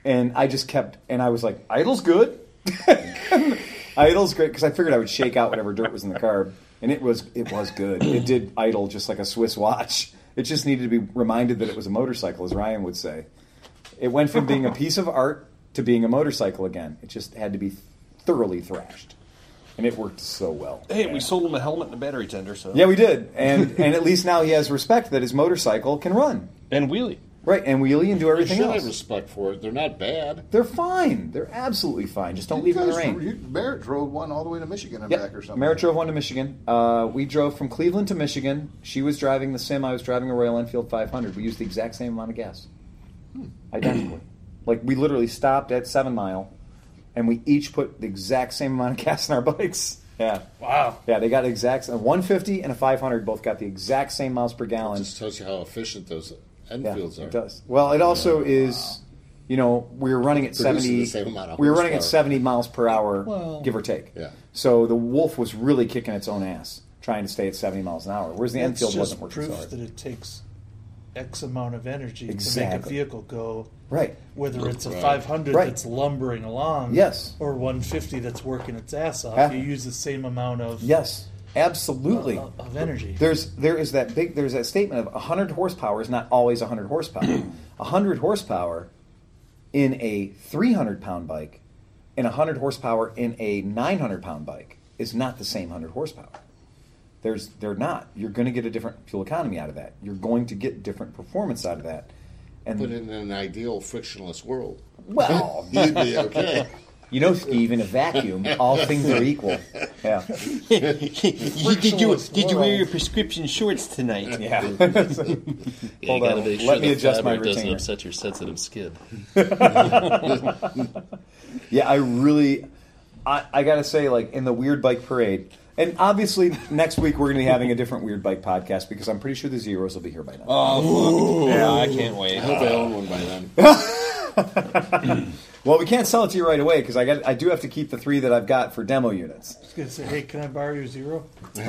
Speaker 3: And I just kept, and I was like, idle's good. [laughs] idle's great because I figured I would shake out whatever dirt was in the carb. And it was, it was good. It did idle just like a Swiss watch. It just needed to be reminded that it was a motorcycle, as Ryan would say. It went from being a piece of art to being a motorcycle again. It just had to be thoroughly thrashed, and it worked so well.
Speaker 4: Hey, we sold him a helmet and a battery tender, so
Speaker 3: Yeah, we did, and and at least now he has respect that his motorcycle can run
Speaker 4: and [laughs] wheelie.
Speaker 3: right and wheelie and do
Speaker 5: You
Speaker 3: everything
Speaker 5: should have
Speaker 3: else.
Speaker 5: respect for it. They're not bad.
Speaker 3: They're fine. They're absolutely fine. Just don't
Speaker 6: You
Speaker 3: leave it in the
Speaker 6: guys-
Speaker 3: rain.
Speaker 6: you- Merritt drove one all the way to Michigan and
Speaker 3: Yeah,
Speaker 6: back or something.
Speaker 3: Merritt drove one to Michigan. Uh, we drove from Cleveland to Michigan. She was driving the sim. I was driving a Royal Enfield 500. We used the exact same amount of gas,
Speaker 6: Hmm.
Speaker 3: identically. like we literally stopped at Seven Mile, and we each put the exact same amount of [laughs] gas in our bikes. Yeah,
Speaker 7: Wow.
Speaker 3: yeah, they got the exact a 150 and a 500. Both got the exact same miles per gallon.
Speaker 5: Just tells you how efficient those
Speaker 3: Yeah,
Speaker 5: Enfields are.
Speaker 3: it does. Well, it also is you know, we were running at
Speaker 5: Producing
Speaker 3: seventy.
Speaker 5: the same amount of
Speaker 3: we were running at
Speaker 5: horsepower.
Speaker 3: seventy miles per hour,
Speaker 7: Well-
Speaker 3: give or take.
Speaker 5: Yeah.
Speaker 3: So the Wolf was really kicking its own ass, trying to stay at seventy miles an hour. Whereas the
Speaker 7: That's
Speaker 3: Enfield
Speaker 7: just
Speaker 3: wasn't working so
Speaker 7: proof
Speaker 3: hard.
Speaker 7: that it takes X amount of energy to make a
Speaker 3: Exactly.
Speaker 7: vehicle go.
Speaker 3: Right.
Speaker 7: Whether it's a
Speaker 5: Right.
Speaker 7: 500
Speaker 3: Right.
Speaker 7: that's lumbering along,
Speaker 3: Yes.
Speaker 7: or 150 that's working its ass off,
Speaker 3: Yeah.
Speaker 7: you use the same amount of
Speaker 3: Yes, absolutely.
Speaker 7: of, of energy.
Speaker 3: There's there is that big there's that statement of 100 horsepower is not always 100
Speaker 7: [clears throat]
Speaker 3: horsepower. 100 horsepower in a 300 pound bike and 100 horsepower in a 900 pound bike is not the same 100 horsepower. There's they're not. You're going to get a different fuel economy out of that. You're going to get different performance out of that. And
Speaker 5: But in an ideal frictionless world,
Speaker 3: well,
Speaker 5: [laughs] you'd be okay.
Speaker 3: [laughs] you know, Steve, in a vacuum, all things
Speaker 5: [laughs]
Speaker 3: are equal. Yeah,
Speaker 4: did you did you wear your prescription shorts
Speaker 3: [laughs]
Speaker 4: tonight?
Speaker 3: yeah.
Speaker 2: Yeah,
Speaker 3: Hold
Speaker 2: you gotta
Speaker 3: on,
Speaker 2: make sure
Speaker 3: let me
Speaker 2: the
Speaker 3: adjust my
Speaker 2: fabric doesn't
Speaker 3: retainer.
Speaker 2: upset your sensitive skin.
Speaker 3: Yeah, I really, I, I gotta say, like in the weird bike parade, and obviously next week we're gonna be having a different weird bike podcast because I'm pretty sure the zeros will be here by now.
Speaker 4: [laughs] Oh, fuck. yeah, I can't wait.
Speaker 5: I hope I own one by then.
Speaker 3: well, we can't sell it to you right away because I got I do have to keep the three that I've got for demo [laughs] units.
Speaker 7: I was going to say, hey, can I borrow your zero?
Speaker 3: [laughs] Turn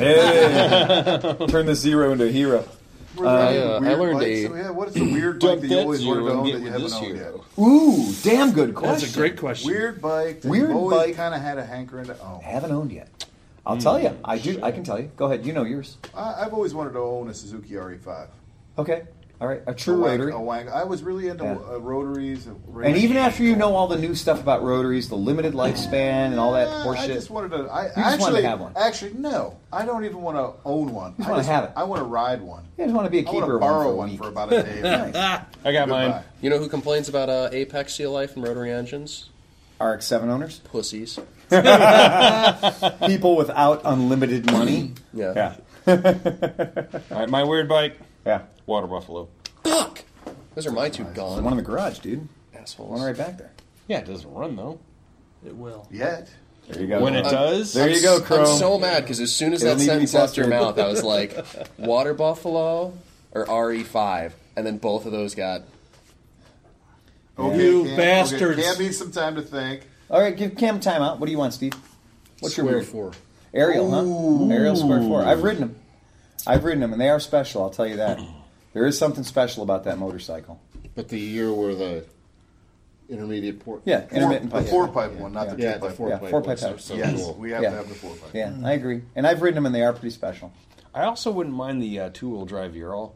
Speaker 3: the zero into a hero.
Speaker 6: Were there
Speaker 2: I,
Speaker 6: any
Speaker 3: Um,
Speaker 2: uh, I
Speaker 6: weird
Speaker 2: learned
Speaker 6: bikes?
Speaker 2: a-
Speaker 6: So, yeah, what is the weird bike that you always wanted to own that you haven't owned yet?
Speaker 3: Ooh, damn good question.
Speaker 7: That's a great question.
Speaker 6: Weird bike that
Speaker 3: Weird
Speaker 6: you always
Speaker 3: bike-
Speaker 6: kind of had a hankering to own.
Speaker 3: I haven't owned yet. I'll tell
Speaker 2: Hmm.
Speaker 3: you. I do. I can tell you. Go ahead. You know yours.
Speaker 6: I, I've always wanted to own a Suzuki RE5.
Speaker 3: Okay. All right. A
Speaker 6: A
Speaker 3: true
Speaker 6: wank-
Speaker 3: rotary.
Speaker 6: Oh, a wank- I was really into
Speaker 3: Yeah.
Speaker 6: uh, rotaries. And,
Speaker 3: And even after you know all the new stuff about rotaries, the limited lifespan, and all that
Speaker 6: Nah, Uh, I
Speaker 3: horseshit,
Speaker 6: just wanted to. I
Speaker 3: wanted to
Speaker 6: actually
Speaker 3: have one.
Speaker 6: Actually, no, I don't even want to own one. I
Speaker 3: wanna
Speaker 6: just
Speaker 3: have it.
Speaker 6: I want to ride one.
Speaker 3: you just want to be a
Speaker 6: I want
Speaker 3: keeper
Speaker 6: to
Speaker 3: of one for
Speaker 6: borrow
Speaker 3: a
Speaker 6: one
Speaker 3: week.
Speaker 6: for about a day.
Speaker 3: [laughs] nice.
Speaker 4: I got
Speaker 6: Goodbye.
Speaker 4: mine.
Speaker 2: You know who complains about uh, Apex Seal Life and rotary engines?
Speaker 6: [laughs]
Speaker 3: RX-7 owners,
Speaker 2: Pussies.
Speaker 3: people without unlimited
Speaker 6: [clears throat]
Speaker 3: money.
Speaker 2: Yeah.
Speaker 3: yeah,
Speaker 4: All right, my weird bike,
Speaker 3: yeah.
Speaker 4: water buffalo.
Speaker 2: Fuck! Those are my two gone.
Speaker 3: One in the garage, dude.
Speaker 2: assholes.
Speaker 3: One right back there.
Speaker 4: Yeah, it doesn't run though.
Speaker 7: It will.
Speaker 6: Yet,
Speaker 3: There you go. Uh,
Speaker 4: When it does,
Speaker 3: there you go, Crow.
Speaker 2: I'm so mad because as soon as
Speaker 3: It'll
Speaker 2: that
Speaker 3: need to be
Speaker 2: sentence left your
Speaker 3: busted.
Speaker 2: mouth,
Speaker 3: [laughs]
Speaker 2: I was like, Water Buffalo or RE5. And then both of those got.
Speaker 6: okay,
Speaker 7: You
Speaker 6: Cam-
Speaker 7: bastards.
Speaker 6: Okay, Cam needs some time to think.
Speaker 3: all right, give Cam time out. What do you want, Steve? What's your
Speaker 5: Square
Speaker 3: weird?
Speaker 5: four.
Speaker 3: Aerial, huh? Aerial square four. I've ridden them. I've ridden them, and they are special. I'll tell you
Speaker 6: [clears throat]
Speaker 3: that. There is something special about that motorcycle.
Speaker 5: But the year where the intermediate port.
Speaker 3: Yeah, intermittent
Speaker 6: Four,
Speaker 3: pipe.
Speaker 6: the four pipe one, not the two
Speaker 5: Yeah, the
Speaker 6: pipe
Speaker 5: four
Speaker 3: Yeah,
Speaker 5: pipe.
Speaker 3: four
Speaker 5: was
Speaker 3: pipe pipe.
Speaker 5: So
Speaker 6: one. Yes,
Speaker 5: cool.
Speaker 6: we have
Speaker 3: Yeah.
Speaker 6: to have the four pipe.
Speaker 3: Yeah, I agree. And I've ridden them, and they are pretty special.
Speaker 4: I also wouldn't mind the uh, two-wheel drive Ural.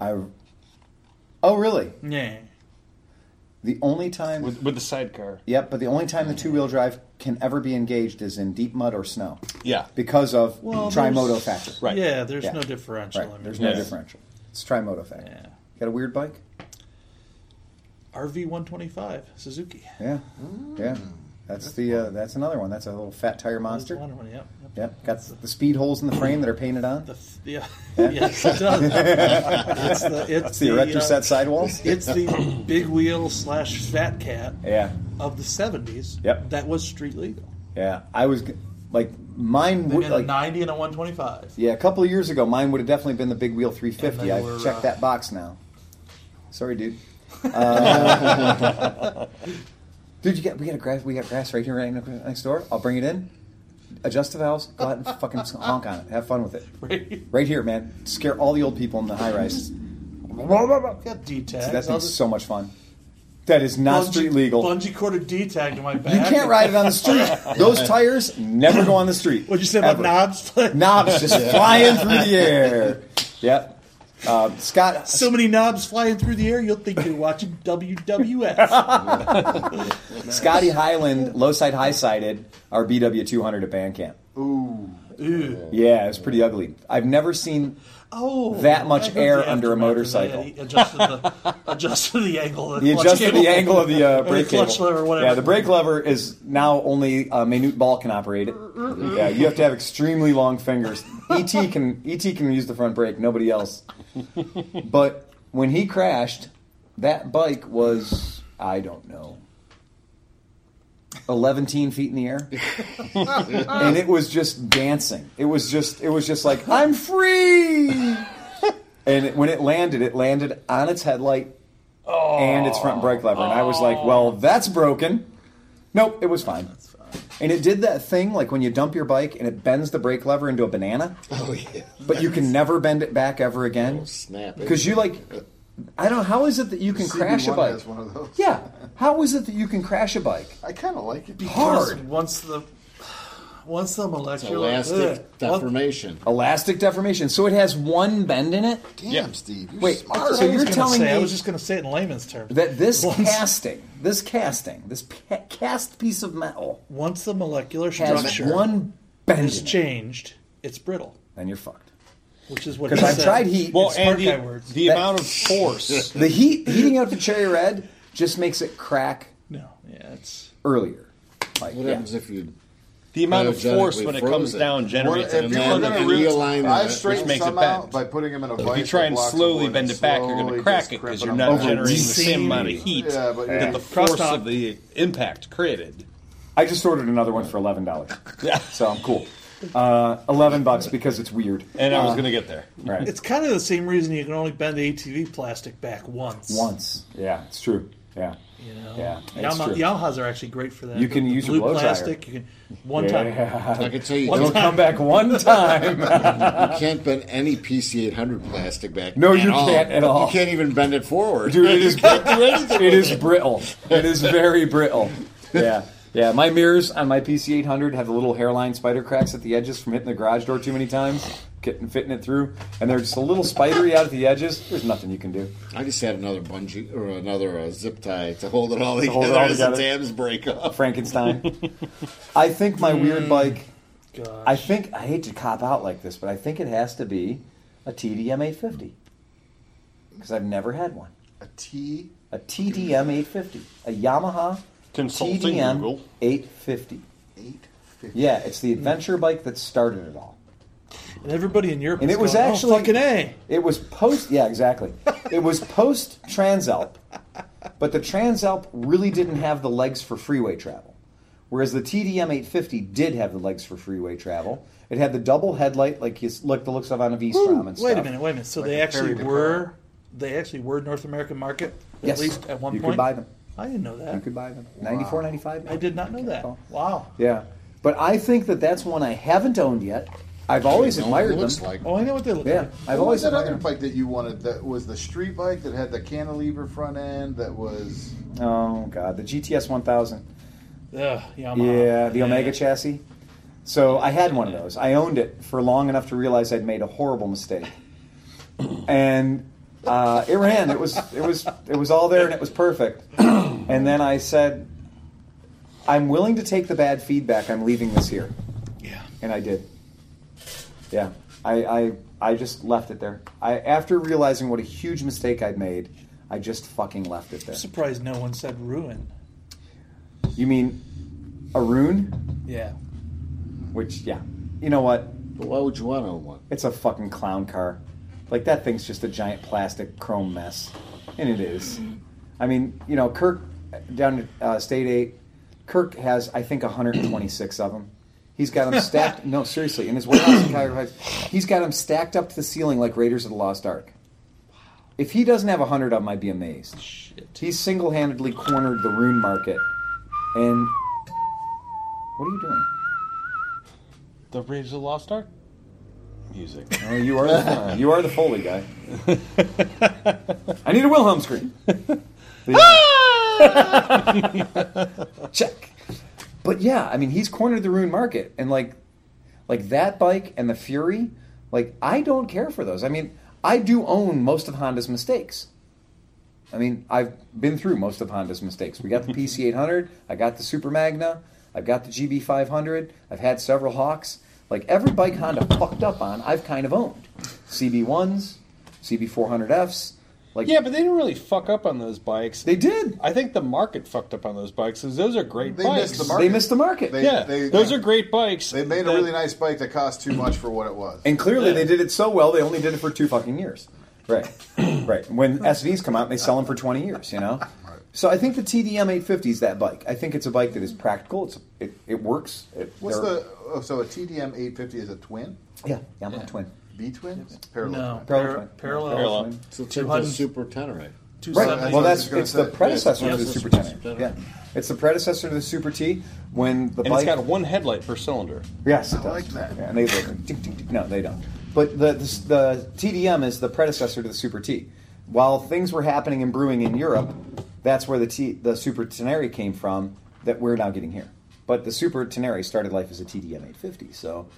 Speaker 3: I. Oh, really?
Speaker 7: Yeah.
Speaker 3: The only time.
Speaker 4: with, with the sidecar.
Speaker 3: Yep, but the only time the two wheel drive can ever be engaged is in deep mud or snow
Speaker 4: Yeah,
Speaker 3: because of
Speaker 7: Well,
Speaker 3: trimodo
Speaker 7: there's-
Speaker 3: factor.
Speaker 4: Right.
Speaker 7: Yeah, there's
Speaker 3: Yeah.
Speaker 7: no differential. I
Speaker 3: Right.
Speaker 7: mean,
Speaker 3: There's no
Speaker 4: Yeah.
Speaker 3: differential. It's trimodo factor.
Speaker 7: Yeah.
Speaker 3: Got a weird bike?
Speaker 7: RV 125 Suzuki.
Speaker 3: Yeah. Yeah. That's the uh, that's another one. That's a little fat tire
Speaker 7: Monster.
Speaker 3: monster.
Speaker 7: One, one, yep, yep.
Speaker 3: Yep. Got the speed holes in the frame that are painted on.
Speaker 7: The, f- yeah. yes, it does. [laughs] it's the, it's
Speaker 3: It's the erector
Speaker 7: uh,
Speaker 3: set
Speaker 7: [laughs]
Speaker 3: sidewalls.
Speaker 7: It's the big wheel slash fat cat
Speaker 3: Yeah.
Speaker 7: of the 70s
Speaker 3: Yep.
Speaker 7: that was street legal.
Speaker 3: Yeah. I was g- like mine
Speaker 7: They
Speaker 3: would
Speaker 7: had a
Speaker 3: like
Speaker 7: 90 and a 125.
Speaker 3: yeah, a couple of years ago mine would have definitely been the big wheel 350.
Speaker 7: And
Speaker 3: I
Speaker 7: they were,
Speaker 3: checked
Speaker 7: uh,
Speaker 3: that box now. Sorry,
Speaker 7: [laughs]
Speaker 3: dude. Uh, [laughs] Dude, you got we got a grass we got grass right here right ne- next door. I'll bring it in. Adjust the valves. Go out and fucking honk on it. Have fun with it.
Speaker 7: [laughs] Right?
Speaker 3: Right here, man. Scare all the old people in the high rises.
Speaker 7: Got D tag.
Speaker 3: That thing's so much fun. That is not street legal.
Speaker 7: Bungee corded D tag to my back.
Speaker 3: You can't ride it on the street.
Speaker 7: [laughs]
Speaker 3: Those tires never go on the street.
Speaker 7: What'd you say about
Speaker 3: Ever.
Speaker 7: knobs?
Speaker 3: Knobs just flying through the air. [laughs] Yep. Um, Scott.
Speaker 7: so many knobs flying through the air, you'll think you're watching
Speaker 3: [laughs]
Speaker 7: WWF.
Speaker 3: Scotty Highland, low side, high sided, our BW 200 at band camp.
Speaker 7: Ooh.
Speaker 3: Yeah, it's pretty ugly. I've never seen
Speaker 7: Oh,
Speaker 3: That much
Speaker 7: I heard
Speaker 3: air
Speaker 7: the
Speaker 3: under a
Speaker 7: aftermath of that.
Speaker 3: motorcycle.
Speaker 7: He Adjusted the, [laughs] adjusted the angle. Of
Speaker 3: He
Speaker 7: clutch
Speaker 3: adjusted
Speaker 7: cable.
Speaker 3: the angle of the uh, brake
Speaker 7: clutch
Speaker 3: cable.
Speaker 7: lever, whatever.
Speaker 3: Yeah, the brake lever is now only uh, Manute Ball can operate it. Yeah, you have to have extremely long fingers. ET can ET can use the front brake, nobody else. But when he crashed, that bike was I don't know. 11 feet in the air and it was just dancing it was just it was just like i'm free and it, when it landed it landed on its headlight and its front brake lever. And I was like, well, that's broken. Nope, it was fine. And it did that thing like when you dump your bike and it bends the brake lever into a banana,
Speaker 5: [laughs] Oh
Speaker 6: [laughs]
Speaker 5: yeah.
Speaker 3: but you can never bend it back ever again.
Speaker 5: snap it.
Speaker 3: Because you like, I don't. How is it that you can crash a
Speaker 6: CB1
Speaker 3: bike?
Speaker 6: has one of those.
Speaker 3: Yeah. How is it that you can crash a bike?
Speaker 6: I kind of like it.
Speaker 3: Hard.
Speaker 1: Once the once the molecular
Speaker 5: Elastic
Speaker 1: Ugh.
Speaker 5: deformation.
Speaker 3: Elastic deformation. So it has one bend in it.
Speaker 6: Damn, Steve. You're
Speaker 3: Wait,
Speaker 6: smart.
Speaker 3: so
Speaker 7: I was
Speaker 3: you're
Speaker 7: gonna
Speaker 3: telling
Speaker 7: say, I
Speaker 3: me
Speaker 7: was just going to say it in layman's terms.
Speaker 3: that this
Speaker 7: [laughs] Once-
Speaker 3: casting, this casting, this pa- cast piece of metal
Speaker 7: Once the molecular
Speaker 3: has
Speaker 7: structure
Speaker 3: one bend.
Speaker 7: is
Speaker 3: in it,
Speaker 7: changed, it's brittle,
Speaker 3: and you're fucked.
Speaker 7: which is what
Speaker 3: Because
Speaker 7: he
Speaker 3: I've
Speaker 7: said.
Speaker 3: tried heat.
Speaker 4: Well,
Speaker 7: It's
Speaker 4: and
Speaker 7: smart
Speaker 4: the,
Speaker 7: guy words.
Speaker 4: the
Speaker 3: That-
Speaker 4: amount of force.
Speaker 3: the heat heating up the cherry red just makes it crack
Speaker 7: No, yeah, it's
Speaker 3: earlier. Like,
Speaker 5: What
Speaker 3: yeah.
Speaker 5: happens if you
Speaker 4: The amount of
Speaker 5: Cryogenically
Speaker 4: force when it comes
Speaker 5: frozen.
Speaker 4: down
Speaker 6: Well,
Speaker 4: generates
Speaker 6: if
Speaker 4: an
Speaker 6: you're
Speaker 4: enormous-
Speaker 5: then
Speaker 6: gonna
Speaker 5: it
Speaker 6: root-
Speaker 5: realign that,
Speaker 6: I've
Speaker 5: which
Speaker 6: straightened
Speaker 4: makes it
Speaker 6: some
Speaker 4: bend.
Speaker 6: out by putting them in a
Speaker 4: If
Speaker 6: bike.
Speaker 4: you try
Speaker 6: with
Speaker 4: and
Speaker 6: blocks of
Speaker 4: slowly
Speaker 6: wood
Speaker 4: bend
Speaker 6: and
Speaker 4: it back, you're going
Speaker 6: slowly
Speaker 4: to crack
Speaker 6: just
Speaker 4: it
Speaker 6: crimp
Speaker 4: because you're
Speaker 6: up.
Speaker 4: not
Speaker 3: Over
Speaker 4: generating the same
Speaker 7: insane
Speaker 4: amount of heat
Speaker 7: heat.
Speaker 6: Yeah, but
Speaker 4: that
Speaker 6: yeah.
Speaker 4: the force
Speaker 7: Crosstalk.
Speaker 4: of the impact created.
Speaker 3: I just ordered another one for eleven dollars.
Speaker 4: Yeah.
Speaker 3: So I'm cool. Uh, eleven bucks because it's weird.
Speaker 4: And I was going to get there.
Speaker 3: Right.
Speaker 7: it's kind of the same reason you can only bend the ATV plastic back once.
Speaker 3: once. Yeah, it's true. Yeah.
Speaker 7: you know?
Speaker 3: Yeah, it's
Speaker 7: Yamaha,
Speaker 3: true.
Speaker 7: Yamahas are actually great for that.
Speaker 3: You can use a
Speaker 7: blue
Speaker 3: blow dryer.
Speaker 7: plastic. You can one time.
Speaker 5: I can tell you,
Speaker 7: One
Speaker 5: you
Speaker 7: time.
Speaker 3: Come back one time.
Speaker 5: can't bend any PC800 plastic back.
Speaker 3: No,
Speaker 5: at
Speaker 3: you
Speaker 5: all.
Speaker 3: can't at all.
Speaker 5: You can't even bend it forward.
Speaker 3: Dude, it is it is brittle. It is very brittle. Yeah. Yeah, my mirrors on my PC800 have the little hairline spider cracks at the edges from hitting the garage door too many times, getting fitting it through, and they're just a little spidery out at the edges. There's nothing you can do.
Speaker 5: I just had another bungee or another uh, zip tie to hold it all together
Speaker 3: hold it all
Speaker 5: as
Speaker 3: together.
Speaker 5: the tabs break off.
Speaker 3: Frankenstein. I think my weird bike.
Speaker 7: God.
Speaker 3: I think I hate to cop out like this, but I think it has to be a TDM 850 because I've never had one.
Speaker 6: A T.
Speaker 3: A TDM 850, a Yamaha
Speaker 4: Consulting
Speaker 3: TDM
Speaker 4: Google.
Speaker 3: 850.
Speaker 6: 850.
Speaker 3: Yeah, it's the adventure bike that started it all.
Speaker 7: And everybody in Europe.
Speaker 3: And
Speaker 7: is
Speaker 3: it was
Speaker 7: going, "Oh,
Speaker 3: actually-
Speaker 7: fucking a.
Speaker 3: It was post, yeah,
Speaker 7: [laughs]
Speaker 3: exactly. It was post Transalp, but the Transalp really didn't have the legs for freeway travel. Whereas the TDM 850 did have the legs for freeway travel. It had the double headlight, like you s- look the looks of on a V-Strom and stuff.
Speaker 7: Wait a minute, wait a minute. So they
Speaker 6: a
Speaker 7: actually
Speaker 6: ferry
Speaker 7: were they actually were North American market
Speaker 3: Yes.
Speaker 7: at least at one
Speaker 3: You could
Speaker 7: point.
Speaker 3: buy them.
Speaker 7: I didn't know that.
Speaker 3: You could buy them. 94, 95.
Speaker 7: I did not know that. Wow.
Speaker 3: Yeah, but I think that that's one I haven't owned yet. I've always
Speaker 5: You know what
Speaker 3: admired
Speaker 5: it looks
Speaker 3: them.
Speaker 5: like.
Speaker 7: Oh, I know what they look
Speaker 3: Yeah,
Speaker 7: like.
Speaker 3: I've
Speaker 6: What was
Speaker 3: always
Speaker 6: that
Speaker 3: admired
Speaker 6: other
Speaker 3: them.
Speaker 6: bike that you wanted? That was the street bike that had the cantilever front end. That was
Speaker 3: Oh god, the GTS 1000.
Speaker 7: Ugh, Yamaha.
Speaker 3: Yeah, the Omega chassis. So I had one of those. I owned it for long enough to realize I'd made a horrible mistake, and uh, it ran. It was it was it was all there and it was perfect. And then I said, "I'm willing to take the bad feedback. I'm leaving this here,"
Speaker 7: Yeah.
Speaker 3: and I did. Yeah, I I, I just left it there. I after realizing what a huge mistake I'd made, I just fucking left it there.
Speaker 7: I'm surprised no one said ruin.
Speaker 3: You mean a rune?
Speaker 7: Yeah.
Speaker 3: Which, yeah, you know what?
Speaker 5: But why would you want to own one?
Speaker 3: It's a fucking clown car. Like that thing's just a giant plastic chrome mess, and it is. I mean, you know, Kirk down at uh, State Eight, Kirk has I think 126 of them. He's got them stacked. no, seriously, in his warehouse in Cuyahoga Heights, he's got them stacked up to the ceiling like Raiders of the Lost Ark. If he doesn't have 100 of them, I'd be amazed.
Speaker 7: Shit.
Speaker 3: He single-handedly cornered the rune market, and what are you doing?
Speaker 4: The Rage of the Lost Ark music. [laughs]
Speaker 3: Oh, you are the, you are the Foley guy. I need a Wilhelm scream. Check. But yeah, I mean, he's cornered the rune market, and like, like that bike and the Fury, like I don't care for those. I mean, I do own most of Honda's mistakes. I mean, I've been through most of Honda's mistakes. We got the PC800, I got the Super Magna, I've got the GB500, I've had several Hawks. Like every bike Honda fucked up on, I've kind of owned. CB1s, CB400Fs. Like
Speaker 4: yeah, but they didn't really fuck up on those bikes.
Speaker 3: they did.
Speaker 4: I think the market fucked up on those bikes because those are great
Speaker 6: They
Speaker 4: bikes.
Speaker 6: missed the market.
Speaker 3: They missed the market.
Speaker 6: They-
Speaker 4: Yeah, those are great bikes.
Speaker 6: they made a
Speaker 4: that-
Speaker 6: really nice bike that cost too much for what it was.
Speaker 3: And clearly, they did it so well, they only did it for two fucking years. Right, right. When SVs come out, they sell them for twenty years. You know. So I think the TDM 850 is that bike. I think it's a bike that is practical. It's it, it works. It,
Speaker 6: What's
Speaker 3: they're-
Speaker 6: the oh, so a TDM 850 is a twin,
Speaker 3: yeah yeah I'm a twin.
Speaker 6: B twin, parallel.
Speaker 7: No.
Speaker 6: twin.
Speaker 3: Parallel
Speaker 7: Par-
Speaker 3: twin.
Speaker 7: parallel.
Speaker 4: Parallel.
Speaker 5: So take the
Speaker 7: 200.
Speaker 5: Super Tenere.
Speaker 3: Right.
Speaker 7: 270.
Speaker 3: Well, that's
Speaker 6: I was gonna
Speaker 3: it's the
Speaker 6: say.
Speaker 3: predecessor
Speaker 7: Yeah,
Speaker 3: to the
Speaker 7: it's
Speaker 3: Super
Speaker 7: the
Speaker 3: Tenor.
Speaker 7: Super Tenor.
Speaker 3: Yeah, it's the predecessor to the Super T. When the
Speaker 4: And
Speaker 3: bike,
Speaker 4: it's got one headlight per cylinder.
Speaker 3: yes, it
Speaker 6: I
Speaker 3: does.
Speaker 6: like that.
Speaker 3: Yeah, and they look like, tick, tick, tick. no, they don't. But the, the the TDM is the predecessor to the Super T. While things were happening and brewing in Europe, that's where the T, the Super Tenere came from that we're now getting here. But the Super Tenere started life as a TDM 850. So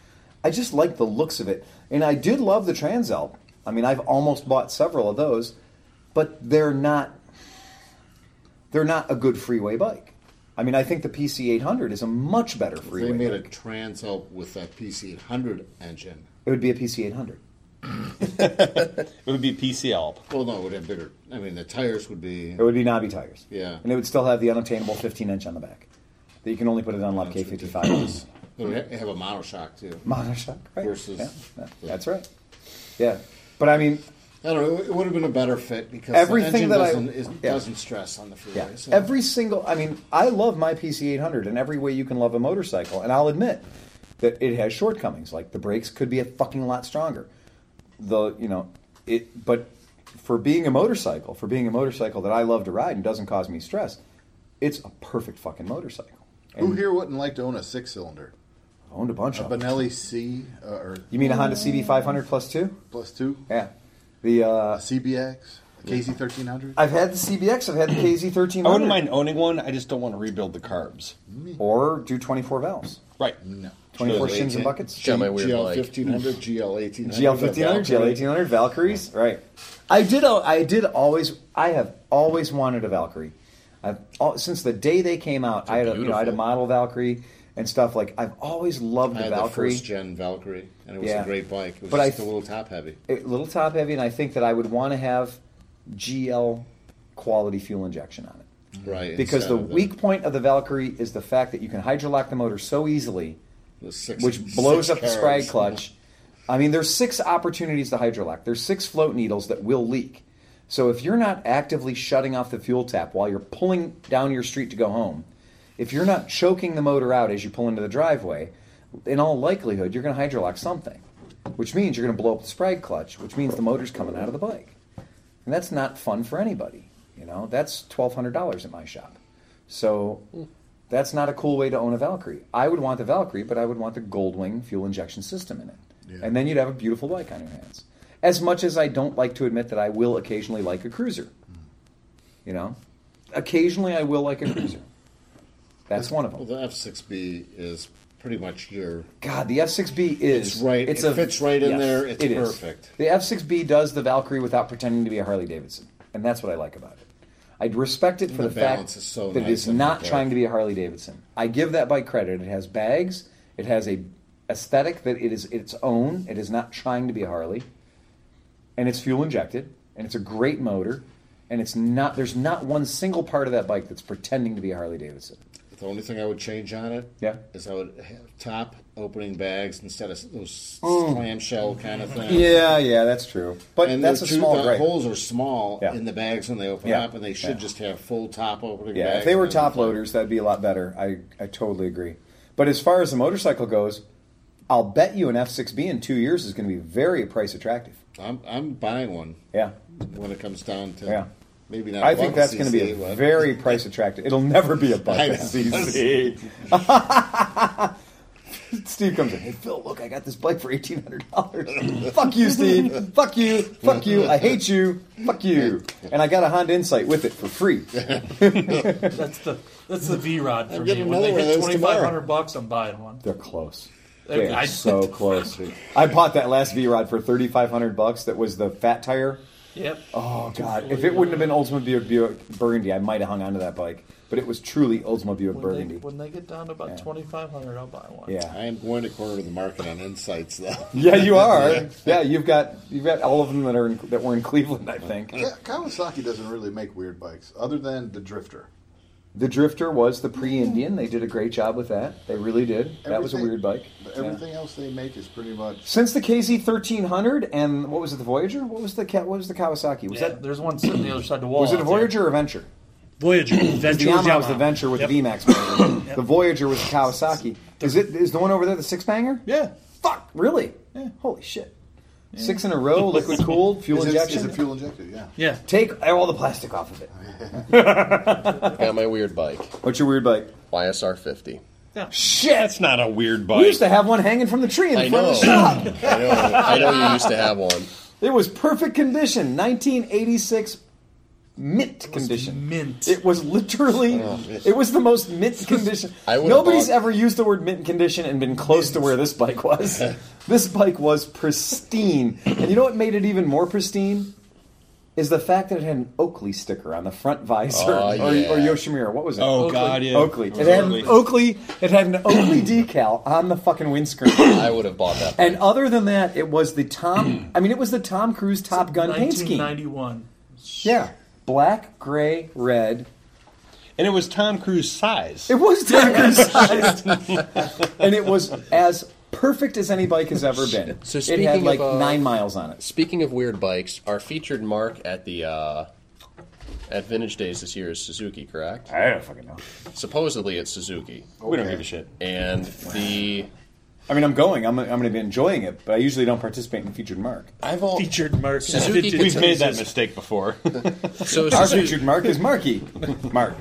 Speaker 3: I just like the looks of it, and I did love the Transalp. I mean, I've almost bought several of those, but they're not they're not a good freeway bike. I mean, I think the PC 800 is a much better freeway.
Speaker 5: They made a
Speaker 3: bike.
Speaker 5: trans help with that PC 800 engine.
Speaker 3: It would be a PC 800.
Speaker 4: It would be PCL.
Speaker 5: Well, no, it would have bigger. I mean, the tires would be.
Speaker 3: It would be knobby tires.
Speaker 5: Yeah.
Speaker 3: And it would still have the unobtainable 15 inch on the back that you can only put it on like
Speaker 5: That's
Speaker 3: K55s.
Speaker 5: [clears throat] It would ha- have a monoshock too.
Speaker 3: Monoshock, right?
Speaker 5: Versus-
Speaker 3: Yeah, yeah, that's right. Yeah. But I mean,
Speaker 5: I don't know. It would have been a better fit because
Speaker 3: Everything
Speaker 5: the engine
Speaker 3: that I-
Speaker 5: doesn't, is,
Speaker 3: yeah.
Speaker 5: doesn't stress on the freeway.
Speaker 3: Yeah.
Speaker 5: so-
Speaker 3: Every single, I mean, I love my PC 800 in every way you can love a motorcycle, and I'll admit that it has shortcomings. Like the brakes could be a fucking lot stronger. The, you know, it, but for being a motorcycle, for being a motorcycle that I love to ride and doesn't cause me stress, it's a perfect fucking motorcycle. And Oh.
Speaker 6: Who here wouldn't like to own a six cylinder?
Speaker 3: I owned a bunch
Speaker 6: A
Speaker 3: of them.
Speaker 6: Benelli C uh, or
Speaker 3: You mean a Honda CB500 plus two?
Speaker 6: plus two?
Speaker 3: Yeah. The,
Speaker 6: A
Speaker 3: uh,
Speaker 6: CBX? A KZ1300?
Speaker 3: I've had the CBX, I've had the KZ1300.
Speaker 4: I wouldn't mind owning one. I just don't want to rebuild the carbs.
Speaker 3: Or do 24 valves,
Speaker 4: Right.
Speaker 6: No.
Speaker 3: 24 shins and
Speaker 5: eighteen-
Speaker 3: buckets.
Speaker 2: Got my weird
Speaker 5: GL
Speaker 2: like-
Speaker 5: 1500, GL 1800.
Speaker 3: GL fifteen hundred, GL eighteen hundred, Valkyries. Right. I did. al- I did always. I have always wanted a Valkyrie. I've al- since the day they came out. I had a, you know I had a
Speaker 2: beautiful.
Speaker 3: model Valkyrie and stuff like. I've always loved
Speaker 5: I
Speaker 3: the
Speaker 5: had
Speaker 3: Valkyrie.
Speaker 5: the first gen Valkyrie, and it was
Speaker 3: Yeah.
Speaker 5: a great bike. It was
Speaker 3: But I
Speaker 5: just a
Speaker 3: th-
Speaker 5: little top heavy.
Speaker 3: a little top heavy, and I think that I would want to have GL quality fuel injection on it.
Speaker 5: Right.
Speaker 3: Mm. Because
Speaker 5: instead
Speaker 3: the
Speaker 5: of
Speaker 3: weak point of the Valkyrie is the fact that you can hydrolock the motor so easily,
Speaker 5: the six-
Speaker 3: which blows
Speaker 5: six
Speaker 3: up the
Speaker 5: carats.
Speaker 3: scrag clutch. I mean, there's six opportunities to hydrolock. There's six float needles that will leak. So if you're not actively shutting off the fuel tap while you're pulling down your street to go home, if you're not choking the motor out as you pull into the driveway, in all likelihood, you're going to hydrolock something, which means you're going to blow up the sprag clutch, which means the motor's coming out of the bike. And that's not fun for anybody. You know, that's $1,200 at my shop. So that's not a cool way to own a Valkyrie. I would want the Valkyrie, but I would want the Goldwing fuel injection system in it. And then you'd have a beautiful bike on your hands. As much as I don't like to admit that I will occasionally like a cruiser. You know? Occasionally I will like a cruiser. That's one of
Speaker 5: Well,
Speaker 3: them.
Speaker 5: the F6B is pretty much your.
Speaker 3: God, the F6B is
Speaker 5: It's right- it fits right in there, it's
Speaker 3: is.
Speaker 5: perfect.
Speaker 3: The F6B does the Valkyrie without pretending to be a Harley Davidson, and that's what I like about it. I respect it for the,
Speaker 5: the
Speaker 3: fact
Speaker 5: balance is so
Speaker 3: that it
Speaker 5: nice
Speaker 3: is
Speaker 5: of the
Speaker 3: not
Speaker 5: bike.
Speaker 3: trying to be a Harley Davidson. I give that bike credit. It has bags. It has a aesthetic that it is its own. It is not trying to be a Harley, and it's fuel injected, and it's a great motor, and it's not. There's not one single part of that bike that's pretending to be a Harley Davidson.
Speaker 5: The only thing I would change on it
Speaker 3: Yeah.
Speaker 5: is I would have top opening bags instead of those clamshell kind of thing.
Speaker 3: Mm. Yeah, yeah, that's true. But
Speaker 5: and
Speaker 3: that's
Speaker 5: the
Speaker 3: a
Speaker 5: two-
Speaker 3: small
Speaker 5: the
Speaker 3: gripe.
Speaker 5: holes are small
Speaker 3: Yeah.
Speaker 5: in the bags when they open
Speaker 3: Yeah.
Speaker 5: up, and they should
Speaker 3: Yeah.
Speaker 5: just have full top opening.
Speaker 3: Yeah,
Speaker 5: bags
Speaker 3: if they were
Speaker 5: and
Speaker 3: top
Speaker 5: everything.
Speaker 3: loaders, that'd be a lot better. I, I totally agree. But as far as the motorcycle goes, I'll bet you an F6B in two years is going to be very price attractive.
Speaker 5: I'm, I'm buying one.
Speaker 3: Yeah.
Speaker 5: When it comes down to
Speaker 3: Yeah.
Speaker 5: maybe not.
Speaker 3: I
Speaker 5: Buckle
Speaker 3: think that's going to be
Speaker 5: CC,
Speaker 3: a
Speaker 5: but-
Speaker 3: very price attractive. It'll
Speaker 5: [laughs]
Speaker 3: never be a
Speaker 5: I
Speaker 3: buck
Speaker 5: know.
Speaker 3: CC. [laughs] Steve comes in. Hey Phil, look, I got this bike for eighteen hundred dollars. [laughs] Fuck
Speaker 4: [laughs]
Speaker 3: you, Steve. Fuck you. Fuck you. I hate you. Fuck you. And I got a Honda Insight with it for
Speaker 4: [laughs]
Speaker 3: free.
Speaker 7: That's the that's the V rod for me.
Speaker 5: getting
Speaker 7: When they
Speaker 5: another one of
Speaker 7: hit
Speaker 5: those
Speaker 7: twenty five
Speaker 5: tomorrow.
Speaker 7: hundred bucks, I'm buying one.
Speaker 3: They're close.
Speaker 7: They're-
Speaker 3: They are
Speaker 7: I-
Speaker 3: so close. I bought that last V Rod for thirty five hundred bucks. That was the fat tire.
Speaker 7: Yep.
Speaker 3: Oh God! If it wouldn't have been Oldsmobile Buick, Buick Burgundy, I might have hung onto that bike. But it was truly Oldsmobile Buick
Speaker 7: when, they,
Speaker 3: Burgundy.
Speaker 7: when they get down to about twenty five hundred, I'll buy one.
Speaker 3: yeah.
Speaker 5: I am going to corner the market on insights, though.
Speaker 3: [laughs] Yeah, you are. yeah, you've got you've got all of them that are in, that were in Cleveland, I think.
Speaker 6: Yeah, Kawasaki doesn't really make weird bikes, other than the Drifter.
Speaker 3: The Drifter was the pre-Indian. They did a great job with that. They really did. that was a
Speaker 6: Everything-
Speaker 3: weird bike.
Speaker 6: But
Speaker 3: Yeah.
Speaker 6: everything else they make is pretty much.
Speaker 3: Since the KZ thirteen hundred and what was it, the Voyager? What was the Ca- what was the Kawasaki? Was
Speaker 7: Yeah,
Speaker 3: that
Speaker 7: there's one sitting the other side of the wall.
Speaker 3: was it
Speaker 7: out
Speaker 3: a
Speaker 7: there.
Speaker 3: Voyager or Venture? [clears throat]
Speaker 9: Voyager. Venture
Speaker 3: The Yamaha was the Venture with the VMAX. motor. The Voyager was the Kawasaki. Is it is the one over there the six banger?
Speaker 7: Yeah.
Speaker 3: Fuck, really? Holy shit. Six in a row, liquid cooled, fuel
Speaker 6: Is it-
Speaker 3: injection.
Speaker 6: Is it fuel Oh, injected? Yeah.
Speaker 7: Yeah.
Speaker 3: Take all the plastic off of it.
Speaker 2: Got my weird bike,
Speaker 3: What's your weird bike?
Speaker 2: YSR 50.
Speaker 4: That's not a weird
Speaker 3: We
Speaker 4: bike.
Speaker 3: used to have one hanging from the tree in
Speaker 2: I
Speaker 3: the
Speaker 2: know.
Speaker 3: front of the shop.
Speaker 2: I know. I know you used to have one.
Speaker 3: It was perfect condition, 1986 mint condition.
Speaker 7: Mint.
Speaker 3: It was literally, it was the most mint condition.
Speaker 2: Oh, [laughs] I would've
Speaker 3: Nobody's
Speaker 2: bought-
Speaker 3: ever used the word mint condition and been close to where this bike
Speaker 2: [laughs]
Speaker 3: was. this bike was pristine, and you know what made it even more pristine is the fact that it had an Oakley sticker on the front visor
Speaker 2: Oh,
Speaker 3: or,
Speaker 2: yeah.
Speaker 3: or Yoshimura. What was it?
Speaker 4: Oh, God, yeah.
Speaker 3: Oakley. It,
Speaker 4: It was
Speaker 3: had
Speaker 4: Oakley.
Speaker 3: an Oakley. It had an Oakley decal on the fucking windscreen.
Speaker 2: I would have bought that.
Speaker 3: And other than that, it was the Tom. I mean, it was the Tom Cruise Top Gun paint scheme.
Speaker 7: 1991.
Speaker 3: Yeah, black, gray, red.
Speaker 4: and it was Tom Cruise size.
Speaker 3: It was Tom Cruise sized, [laughs] and it was as perfect as any bike has ever been.
Speaker 2: So
Speaker 3: it
Speaker 2: speaking
Speaker 3: had
Speaker 2: of,
Speaker 3: like
Speaker 2: uh,
Speaker 3: nine miles on it.
Speaker 2: Speaking of weird bikes, our featured mark at the uh, at Vintage Days this year is Suzuki, correct?
Speaker 3: I don't fucking know.
Speaker 2: Supposedly it's Suzuki,
Speaker 4: we don't give a shit.
Speaker 2: and the
Speaker 3: I mean, I'm going. I'm, I'm going to be enjoying it, but I usually don't participate in featured mark.
Speaker 2: I've all
Speaker 7: Featured Mark.
Speaker 2: Suzuki
Speaker 7: Vintage
Speaker 2: We've
Speaker 4: We've made that
Speaker 7: Tasers.
Speaker 4: mistake
Speaker 6: [laughs]
Speaker 4: before.
Speaker 2: so
Speaker 3: Our
Speaker 2: Suzuki,
Speaker 3: featured mark is Marky Mark.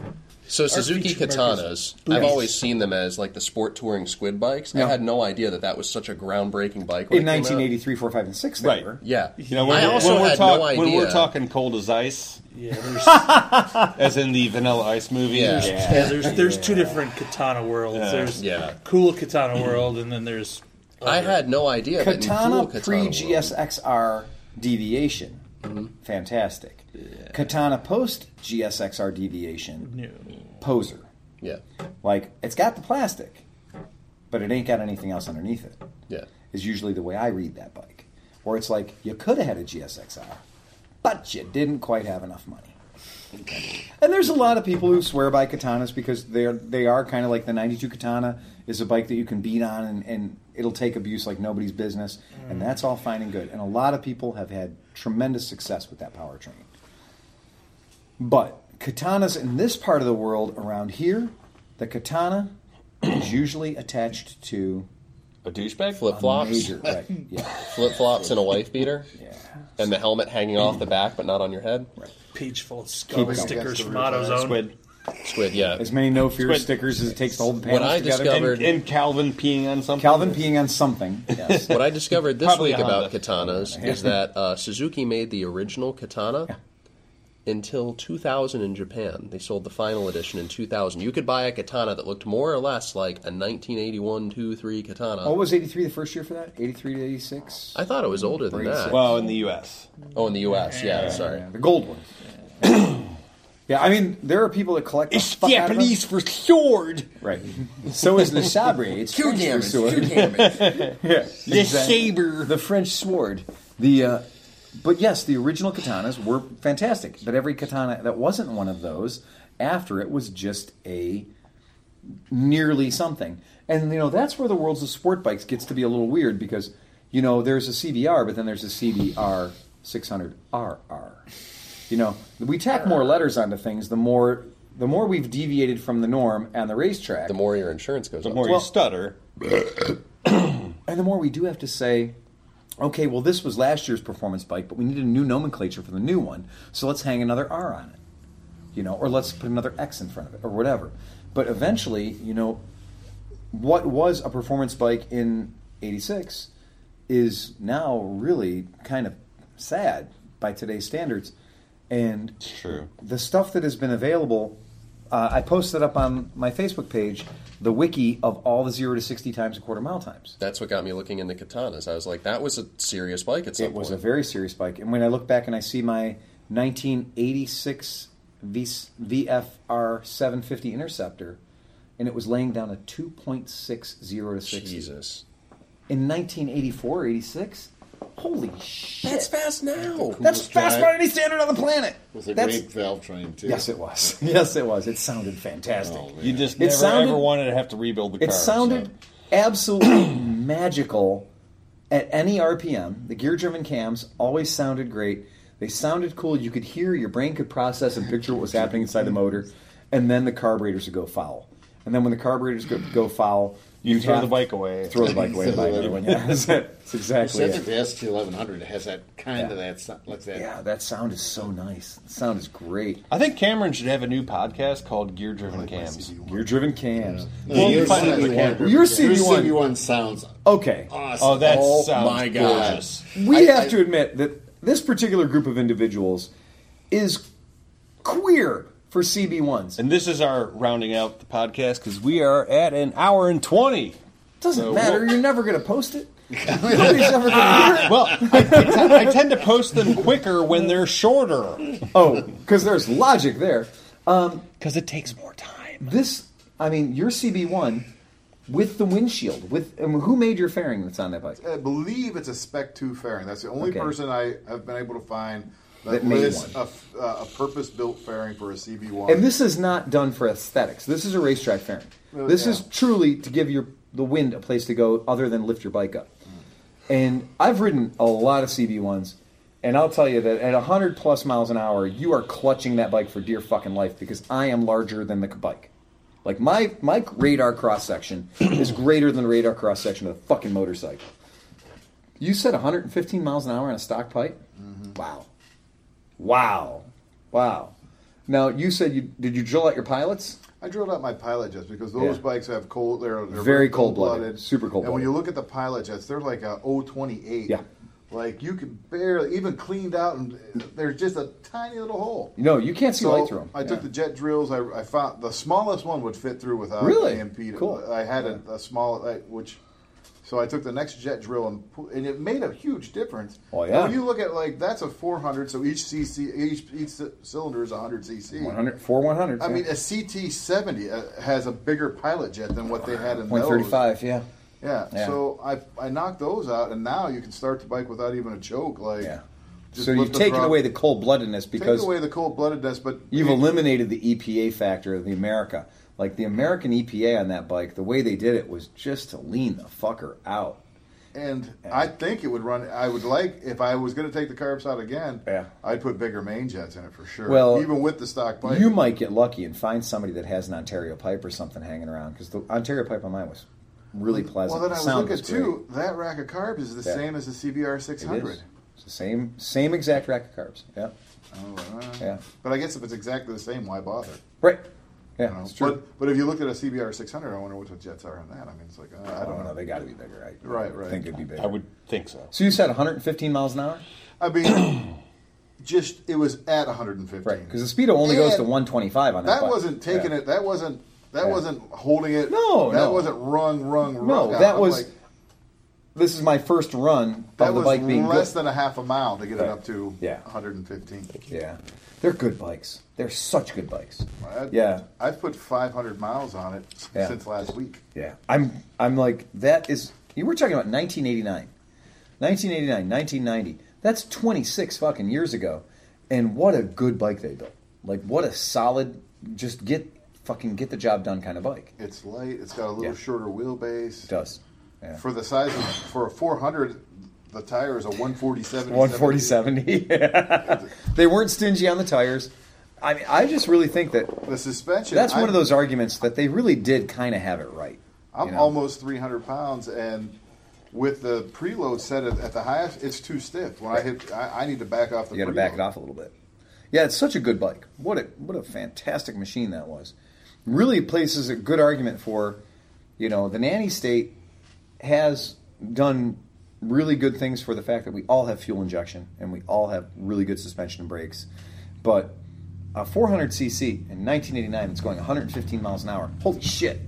Speaker 2: So Suzuki
Speaker 7: featured
Speaker 2: Katanas, I've always seen them as like the sport touring squid bikes.
Speaker 3: Yeah.
Speaker 2: I had no idea that that was such a groundbreaking bike. when
Speaker 3: In
Speaker 2: it came out.
Speaker 3: 1983, 4, 5, and 6, they
Speaker 4: Right.
Speaker 3: were.
Speaker 2: Yeah.
Speaker 4: You know, when,
Speaker 2: I also
Speaker 4: when, we're
Speaker 2: had
Speaker 4: talk-
Speaker 2: no idea.
Speaker 4: when we're talking cold as ice,
Speaker 7: Yeah, there's, yeah,
Speaker 4: [laughs] as in the Vanilla Ice movie,
Speaker 2: Yeah.
Speaker 7: there's, there's two different katana worlds. there's
Speaker 2: yeah.
Speaker 7: cool katana world, and then there's
Speaker 2: I had no idea that in
Speaker 3: Oh, Katana
Speaker 2: dual
Speaker 3: pre
Speaker 2: world- Mm-hmm.
Speaker 3: GSXR deviation, fantastic. Katana post GSXR deviation,
Speaker 7: new.
Speaker 3: poser.
Speaker 2: Yeah.
Speaker 3: Like it's got the plastic, but it ain't got anything else underneath it.
Speaker 2: Yeah.
Speaker 3: Is usually the way I read that bike, or it's like you could have had a GSXR, but you didn't quite have enough money. And there's a lot of people who swear by katanas because they're they are kind of like the 92 katana is a bike that you can beat on and, and it'll take abuse like nobody's business, and that's all fine and good. And a lot of people have had tremendous success with that powertrain. But katanas in this part of the world around here, the katana is usually attached to
Speaker 4: a douchebag
Speaker 2: Flip
Speaker 3: a
Speaker 2: flops.
Speaker 3: major, right? Yeah,
Speaker 2: Flip flops and a wife beater.
Speaker 3: yeah.
Speaker 2: And the helmet hanging off the back but not on your head.
Speaker 7: Page full of skull
Speaker 3: going.
Speaker 7: stickers
Speaker 6: That's
Speaker 7: from
Speaker 6: the real
Speaker 7: AutoZone.
Speaker 4: squid.
Speaker 2: Squid, yeah.
Speaker 3: As many no fear
Speaker 4: Squid.
Speaker 3: stickers as it takes to hold the
Speaker 2: What
Speaker 3: panels
Speaker 2: I
Speaker 3: together.
Speaker 2: discovered-
Speaker 4: And, and Calvin peeing on something.
Speaker 3: Calvin peeing on something. Yes.
Speaker 2: What I discovered this
Speaker 4: Probably
Speaker 2: week
Speaker 4: a
Speaker 2: about
Speaker 4: Honda.
Speaker 2: katanas is that uh, Suzuki made the original katana until 2000 in Japan. They sold the final edition in 2000. You could buy a katana that looked more or less like a 1981 2 3 katana.
Speaker 3: What was 83 the first year for that? 83 to 86?
Speaker 2: I thought it was older than that.
Speaker 4: Well, in the U.S.
Speaker 2: oh, in the U.S. Yeah, sorry.
Speaker 3: Yeah, the gold one. yeah, I mean, there are people that collect the fuck out of them.
Speaker 4: for sword.
Speaker 3: Right. So is the sabre. It's French for sword. [laughs] yeah, the saber. The French sword. The uh, but yes, the original katanas were fantastic. But every katana that wasn't one of those after it was just a nearly something. And you know that's where the worlds of sport bikes gets to be a little weird because you know there's a CBR, but then there's a CBR 600RR. You know we tack more letters onto things the more the more we've deviated from the norm and the racetrack
Speaker 2: The more your insurance goes up.
Speaker 4: More you stutter.
Speaker 3: and the more we do have to say, okay, well, this was last year's performance bike, but we need a new nomenclature for the new one, so let's hang another R on it, you know, or let's put another X in front of it, or whatever. But eventually, you know, what was a performance bike in '86 is now really kind of sad by today's standards, and
Speaker 4: True.
Speaker 3: the stuff that has been available, uh, I posted up on my Facebook page the wiki of all the zero to sixty times and quarter mile times.
Speaker 2: That's what got me looking into katanas. I was like, that was a serious bike at some
Speaker 3: It was a
Speaker 2: point.
Speaker 3: very serious bike. And when I look back and I see my 1986 v- VFR 750 Interceptor, and it was laying down a 2.60 to 60.
Speaker 2: Jesus.
Speaker 3: In 1984, 86? Holy shit.
Speaker 2: That's fast now.
Speaker 3: That's
Speaker 5: Coolest
Speaker 3: fast
Speaker 5: drive.
Speaker 3: by any standard on the planet.
Speaker 5: With a
Speaker 3: That's-
Speaker 5: great valve train too.
Speaker 3: Yes, it was. [laughs] Yes, it was. It sounded fantastic.
Speaker 5: Oh, man.
Speaker 4: You just never
Speaker 3: sounded-
Speaker 4: ever wanted to have to rebuild the car.
Speaker 3: It sounded absolutely [clears throat] magical at any RPM. The gear driven cams always sounded great. They sounded cool. You could hear, your brain could process and picture what was happening inside the motor. And then the carburetors would go foul. And then when the carburetors go, go foul,
Speaker 4: You, throw
Speaker 3: have
Speaker 4: the bike away.
Speaker 3: Throw the bike away and buy another one.
Speaker 4: [laughs]
Speaker 3: Yeah, that's it. That's
Speaker 5: So
Speaker 3: [laughs] exactly
Speaker 5: I think
Speaker 3: it.
Speaker 5: the ST eleven hundred has that kind
Speaker 3: Yeah.
Speaker 5: of that sound like that.
Speaker 3: Yeah, that sound is so nice. The sound is great.
Speaker 4: I think Cameron should have a new podcast called Gear Driven Cams.
Speaker 3: Gear driven cams.
Speaker 5: No,
Speaker 4: you
Speaker 5: your
Speaker 4: find
Speaker 5: CB1
Speaker 4: it with
Speaker 3: the Your CB1
Speaker 5: CB1 sounds
Speaker 3: Okay.
Speaker 5: awesome.
Speaker 4: Oh, that
Speaker 2: Oh,
Speaker 4: sounds
Speaker 2: my God.
Speaker 4: gorgeous.
Speaker 3: We
Speaker 5: I-
Speaker 3: have
Speaker 5: I-
Speaker 3: to admit that this particular group of individuals is queer for CB1s. It
Speaker 4: And this is our rounding out the podcast because we are at an hour and 20.
Speaker 3: doesn't
Speaker 4: So
Speaker 3: matter.
Speaker 4: we'll-
Speaker 3: You're never going to post
Speaker 4: [laughs]
Speaker 3: it. Nobody's ever going to hear it.
Speaker 4: Well, I, tend- I tend to post them quicker when they're shorter
Speaker 3: [laughs] Oh, because there's logic there.
Speaker 4: because it takes more time.
Speaker 3: This, I mean, your CB1 with the windshield, with I mean, who made your fairing that's on that bike?
Speaker 6: I believe it's a Spec 2 fairing. That's the only
Speaker 3: Okay.
Speaker 6: person I have been able to find that,
Speaker 3: That made
Speaker 6: lists
Speaker 3: one.
Speaker 6: a, f- uh, a purpose-built fairing for a CB1.
Speaker 3: And this is not done for aesthetics. This is a racetrack fairing.
Speaker 6: Well,
Speaker 3: this
Speaker 6: yeah.
Speaker 3: is truly to give your the wind a place to go other than lift your bike up. And I've ridden a lot of CB1s, and I'll tell you that at 100 plus miles an hour, you are clutching that bike for dear fucking life because I am larger than the bike. Like my my radar cross section [clears throat] is greater than the radar cross section of the fucking motorcycle. You said 115 miles an hour on a stock pipe?
Speaker 6: Mm-hmm.
Speaker 3: Wow. Wow. Wow. Now you said you did you drill out your pilots?
Speaker 6: I drilled out my pilot jets because those
Speaker 3: Yeah.
Speaker 6: bikes have cold. They're, they're
Speaker 3: Very cold-blooded, super
Speaker 6: And when
Speaker 3: cold-blooded.
Speaker 6: you look at the pilot jets, they're like a 028.
Speaker 3: Yeah.
Speaker 6: Like you could barely even cleaned out, and there's just a tiny little hole.
Speaker 3: No, you can't see
Speaker 6: So
Speaker 3: light through them.
Speaker 6: I took the jet drills. I, I found the smallest one would fit through without
Speaker 3: Really?
Speaker 6: AMP.
Speaker 3: Cool.
Speaker 6: I had a, a small I, which, so I took the next jet drill and pu- and it made a huge difference.
Speaker 3: Oh,
Speaker 6: And
Speaker 3: yeah.
Speaker 6: when you look at like that's a 400, so each cc each each c- cylinder is 100 cc.
Speaker 3: 100, four 100.
Speaker 6: I mean, a CT70 uh, has a bigger pilot jet than what they had in those.
Speaker 3: 135, yeah.
Speaker 6: Yeah.
Speaker 3: Yeah.
Speaker 6: So I I knocked those out, and now you can start the bike without even a choke. Like,
Speaker 3: Yeah.
Speaker 6: just
Speaker 3: so
Speaker 6: lift
Speaker 3: you've
Speaker 6: the
Speaker 3: taken
Speaker 6: throttle-
Speaker 3: away the cold bloodedness because
Speaker 6: take away the cold bloodedness, but
Speaker 3: you've eliminated the EPA factor of the America. Like the American EPA on that bike, the way they did it was just to lean the fucker out.
Speaker 6: And I think it would run. I would like if I was going to take the carbs out again.
Speaker 3: Yeah.
Speaker 6: I'd put bigger main jets in it for sure.
Speaker 3: Well,
Speaker 6: even with the stock bike,
Speaker 3: You might get lucky and find somebody that has an Ontario pipe or something hanging around because the Ontario pipe on mine was really
Speaker 6: Well,
Speaker 3: pleasant.
Speaker 6: then
Speaker 3: The
Speaker 6: I was
Speaker 3: sound
Speaker 6: looking
Speaker 3: great.
Speaker 6: too. That rack of carbs is the
Speaker 3: Yeah.
Speaker 6: same as the CBR
Speaker 3: It is.
Speaker 6: 600.
Speaker 3: It's the same same exact rack of carbs. Yeah,
Speaker 6: Oh, uh,
Speaker 3: yeah,
Speaker 6: But I guess if it's exactly the same, why bother?
Speaker 3: right. Yeah,
Speaker 6: You know?
Speaker 3: it's true.
Speaker 6: But but if you looked at a CBR 600, I wonder what the jets are on that. I mean, it's like uh, I
Speaker 3: I
Speaker 6: don't
Speaker 3: don't know.
Speaker 6: know.
Speaker 3: Oh, They got to be bigger. I
Speaker 6: Right, right.
Speaker 3: Think it'd be bigger.
Speaker 4: I would think so.
Speaker 3: So you said 115 miles an hour,
Speaker 6: I mean, just it was at 115.
Speaker 3: right? Because the speedo only goes to
Speaker 6: And
Speaker 3: 125 on that.
Speaker 6: that
Speaker 3: bike.
Speaker 6: wasn't taking
Speaker 3: Yeah.
Speaker 6: it. That wasn't. That
Speaker 3: Yeah.
Speaker 6: wasn't holding it.
Speaker 3: No,
Speaker 6: that
Speaker 3: no.
Speaker 6: wasn't rung, rung, rung.
Speaker 3: No,
Speaker 6: out.
Speaker 3: that
Speaker 6: I'm
Speaker 3: was.
Speaker 6: like,
Speaker 3: this is my first run
Speaker 6: That
Speaker 3: of the
Speaker 6: was
Speaker 3: bike being
Speaker 6: less
Speaker 3: good.
Speaker 6: than a half a mile to get
Speaker 3: Right.
Speaker 6: it up to
Speaker 3: Yeah.
Speaker 6: 115.
Speaker 3: yeah, they're good bikes. They're such good bikes.
Speaker 6: I-
Speaker 3: Yeah.
Speaker 6: I've put 500 miles on it s-
Speaker 3: Yeah.
Speaker 6: since last week.
Speaker 3: Yeah, I'm. I'm like that is. You were talking about 1989, 1989, 1990. That's 26 fucking years ago, and what a good bike they built. Like what a solid, just get fucking get the job done kind of bike.
Speaker 6: It's light. It's got a little
Speaker 3: Yeah.
Speaker 6: shorter wheelbase.
Speaker 3: It does. Yeah.
Speaker 6: For the size of for a 400, the tire is
Speaker 3: [laughs]
Speaker 6: a 147.
Speaker 3: 140 70. they weren't stingy on the tires. I mean, I just really think that
Speaker 6: The suspension.
Speaker 3: that's one
Speaker 6: I'm-
Speaker 3: of those arguments that they really did kind of have it right.
Speaker 6: I'm
Speaker 3: you know?
Speaker 6: almost 300 pounds, and with the preload set at, at the highest, it's too stiff. When I hit, I, I need to back off the.
Speaker 3: You got to
Speaker 6: preload.
Speaker 3: back it off a little bit. Yeah, it's such a good bike. What a what a fantastic machine that was. Really places a good argument for, you know, the nanny state has done really good things for the fact that we all have fuel injection and we all have really good suspension and brakes. But a 400cc in 1989 that's going 115 miles an hour. Holy shit.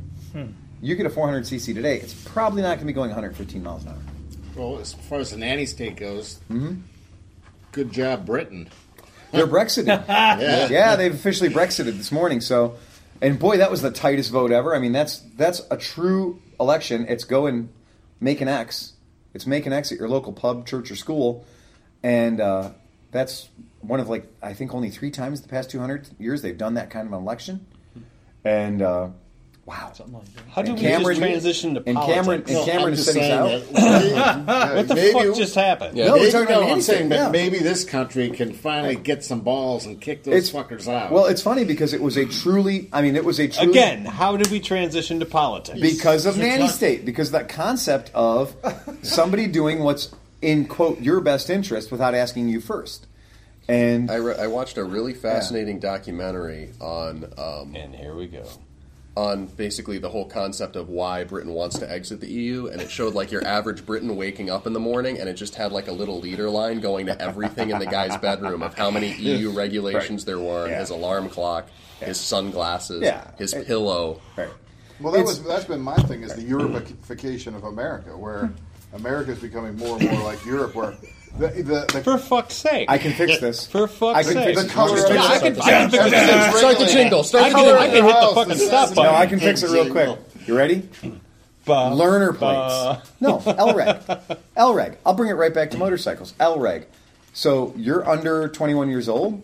Speaker 3: You get a 400cc today, it's probably not going to be going 115 miles an hour.
Speaker 5: Well, as far as the nanny state goes,
Speaker 3: Mm-hmm.
Speaker 5: good job, Britain.
Speaker 3: They're
Speaker 7: [laughs]
Speaker 3: Brexiting. yeah. they've officially Brexited this morning. So, and boy, that was the tightest vote ever. I mean, that's that's a true election. It's go and make an X. It's make an X at your local pub, church, or school, and uh, that's one of like I think only three times the past two hundred years they've done that kind of an election. And uh, Wow.
Speaker 7: something like that.
Speaker 4: How do
Speaker 3: And
Speaker 4: we
Speaker 3: Cameron-
Speaker 4: just transition to
Speaker 3: And
Speaker 4: politics?
Speaker 3: Cameron and
Speaker 5: No,
Speaker 3: Cameron
Speaker 5: I'm
Speaker 3: is
Speaker 5: just
Speaker 3: sitting out.
Speaker 5: saying
Speaker 4: [laughs]
Speaker 5: that
Speaker 6: Yeah,
Speaker 4: what the
Speaker 5: maybe-
Speaker 4: fuck just happened?
Speaker 2: Yeah.
Speaker 3: No, we're
Speaker 5: Maybe-
Speaker 3: talking about
Speaker 5: I'm saying
Speaker 3: anything.
Speaker 5: that
Speaker 3: yeah.
Speaker 5: maybe this country can finally get some balls and kick those
Speaker 3: It's-
Speaker 5: fuckers out.
Speaker 3: Well, it's funny because it was a truly. I mean, it was a truly
Speaker 4: Again, how did we transition to politics?
Speaker 3: because of
Speaker 7: It's
Speaker 3: nanny
Speaker 7: not-
Speaker 3: state. Because that concept of somebody doing what's in quote your best interest without asking you first. And
Speaker 2: I, re- I watched a really fascinating documentary on um,
Speaker 4: and here we go.
Speaker 2: on basically the whole concept of why Britain wants to exit the EU, and it showed like your average Briton waking up in the morning, and it just had like a little leader line going to everything in the guy's bedroom of
Speaker 4: [laughs]
Speaker 2: how many EU regulations there were, his alarm clock, his sunglasses,
Speaker 3: Yeah.
Speaker 2: his
Speaker 3: It-
Speaker 2: pillow.
Speaker 6: Well, that
Speaker 3: It's-
Speaker 6: was that's been my thing is the Europeification of America, where America is becoming more and more like Europe, where the the, the,
Speaker 4: For fuck's sake.
Speaker 3: I can fix this.
Speaker 4: For fuck's
Speaker 3: I can
Speaker 4: sake.
Speaker 3: fix
Speaker 6: the
Speaker 3: it.
Speaker 6: color
Speaker 3: Just
Speaker 6: of
Speaker 3: fix
Speaker 6: the-
Speaker 3: it.
Speaker 4: I can fix
Speaker 2: Start
Speaker 6: Everything's
Speaker 2: the
Speaker 6: regulated.
Speaker 2: jingle. Start the
Speaker 4: I
Speaker 2: jingle.
Speaker 4: can, I can hit the
Speaker 6: house,
Speaker 4: fucking
Speaker 6: this
Speaker 4: stop
Speaker 6: is-
Speaker 3: No,
Speaker 4: button.
Speaker 3: I can fix it real quick. You ready?
Speaker 4: Bah,
Speaker 3: Learner
Speaker 4: bah.
Speaker 3: plates. No, LREG. LREG. I'll bring it right back to motorcycles. LREG. So you're under 21 years old.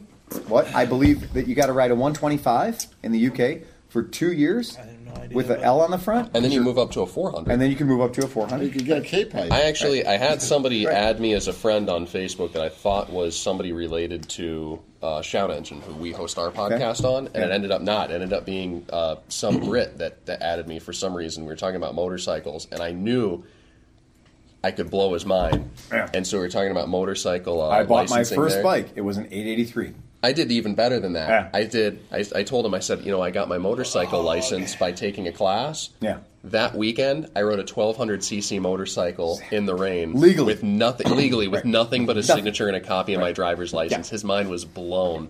Speaker 3: What? I believe that you got to ride a 125 in the UK for two years
Speaker 7: I have no idea,
Speaker 3: with an
Speaker 7: but-
Speaker 3: L on the front,
Speaker 2: And then you move up to a 400.
Speaker 3: and then you can move up to a
Speaker 5: you
Speaker 3: 400.
Speaker 5: could get a K pipe.
Speaker 2: I actually I had somebody add me as a friend on Facebook that I thought was somebody related to uh, Shout Engine, who we host our podcast on, and it
Speaker 3: Yeah.
Speaker 2: ended up not. It ended up being uh,
Speaker 3: [clears throat]
Speaker 2: some Brit that, that added me for some reason. We were talking about motorcycles, and I knew I could blow his mind.
Speaker 3: Yeah.
Speaker 2: And so we were talking about motorcycle. Uh,
Speaker 3: I bought my
Speaker 2: licensing
Speaker 3: first
Speaker 2: there.
Speaker 3: bike. It was an 883.
Speaker 2: I did even better than that.
Speaker 3: Yeah. Oh,
Speaker 2: I did. I, I told him. I said, you know, I got my motorcycle license by taking a class.
Speaker 3: Yeah.
Speaker 2: That weekend, I rode a 1200 cc motorcycle in the rain
Speaker 3: Legally.
Speaker 2: with nothing legally with nothing but a
Speaker 3: Nothing.
Speaker 2: signature and a copy of my driver's license.
Speaker 3: Yeah.
Speaker 2: His mind was blown.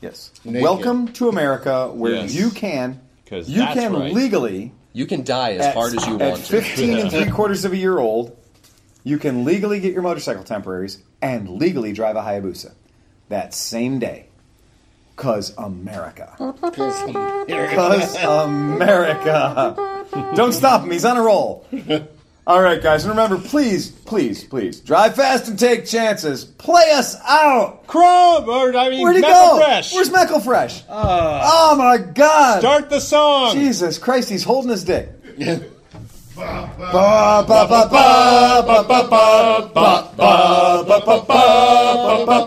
Speaker 3: Yes.
Speaker 5: Naked.
Speaker 3: Welcome to America, where
Speaker 4: Yes.
Speaker 3: you can
Speaker 4: 'Cause
Speaker 3: you
Speaker 4: that's
Speaker 3: can
Speaker 4: right.
Speaker 3: legally
Speaker 2: You can die as
Speaker 3: at-
Speaker 2: hard as you
Speaker 3: at
Speaker 2: want to.
Speaker 3: 15 and
Speaker 2: [laughs]
Speaker 3: three quarters of a year old, you can legally get your motorcycle temporaries and legally drive a Hayabusa that same day. Cause America. Cause America. Don't stop him. He's on a roll. All right, guys. And remember, please, please, please drive fast and take chances. Play us out.
Speaker 4: Crumb! Or, I mean,
Speaker 3: Where'd he
Speaker 4: Metal
Speaker 3: go?
Speaker 4: Fresh.
Speaker 3: Where's Mecklefresh? oh my God.
Speaker 4: Start the song!
Speaker 3: Jesus Christ, he's holding his dick. Ba, ba, ba, ba, ba, ba, ba, ba, ba, ba, ba, ba, ba, ba, ba,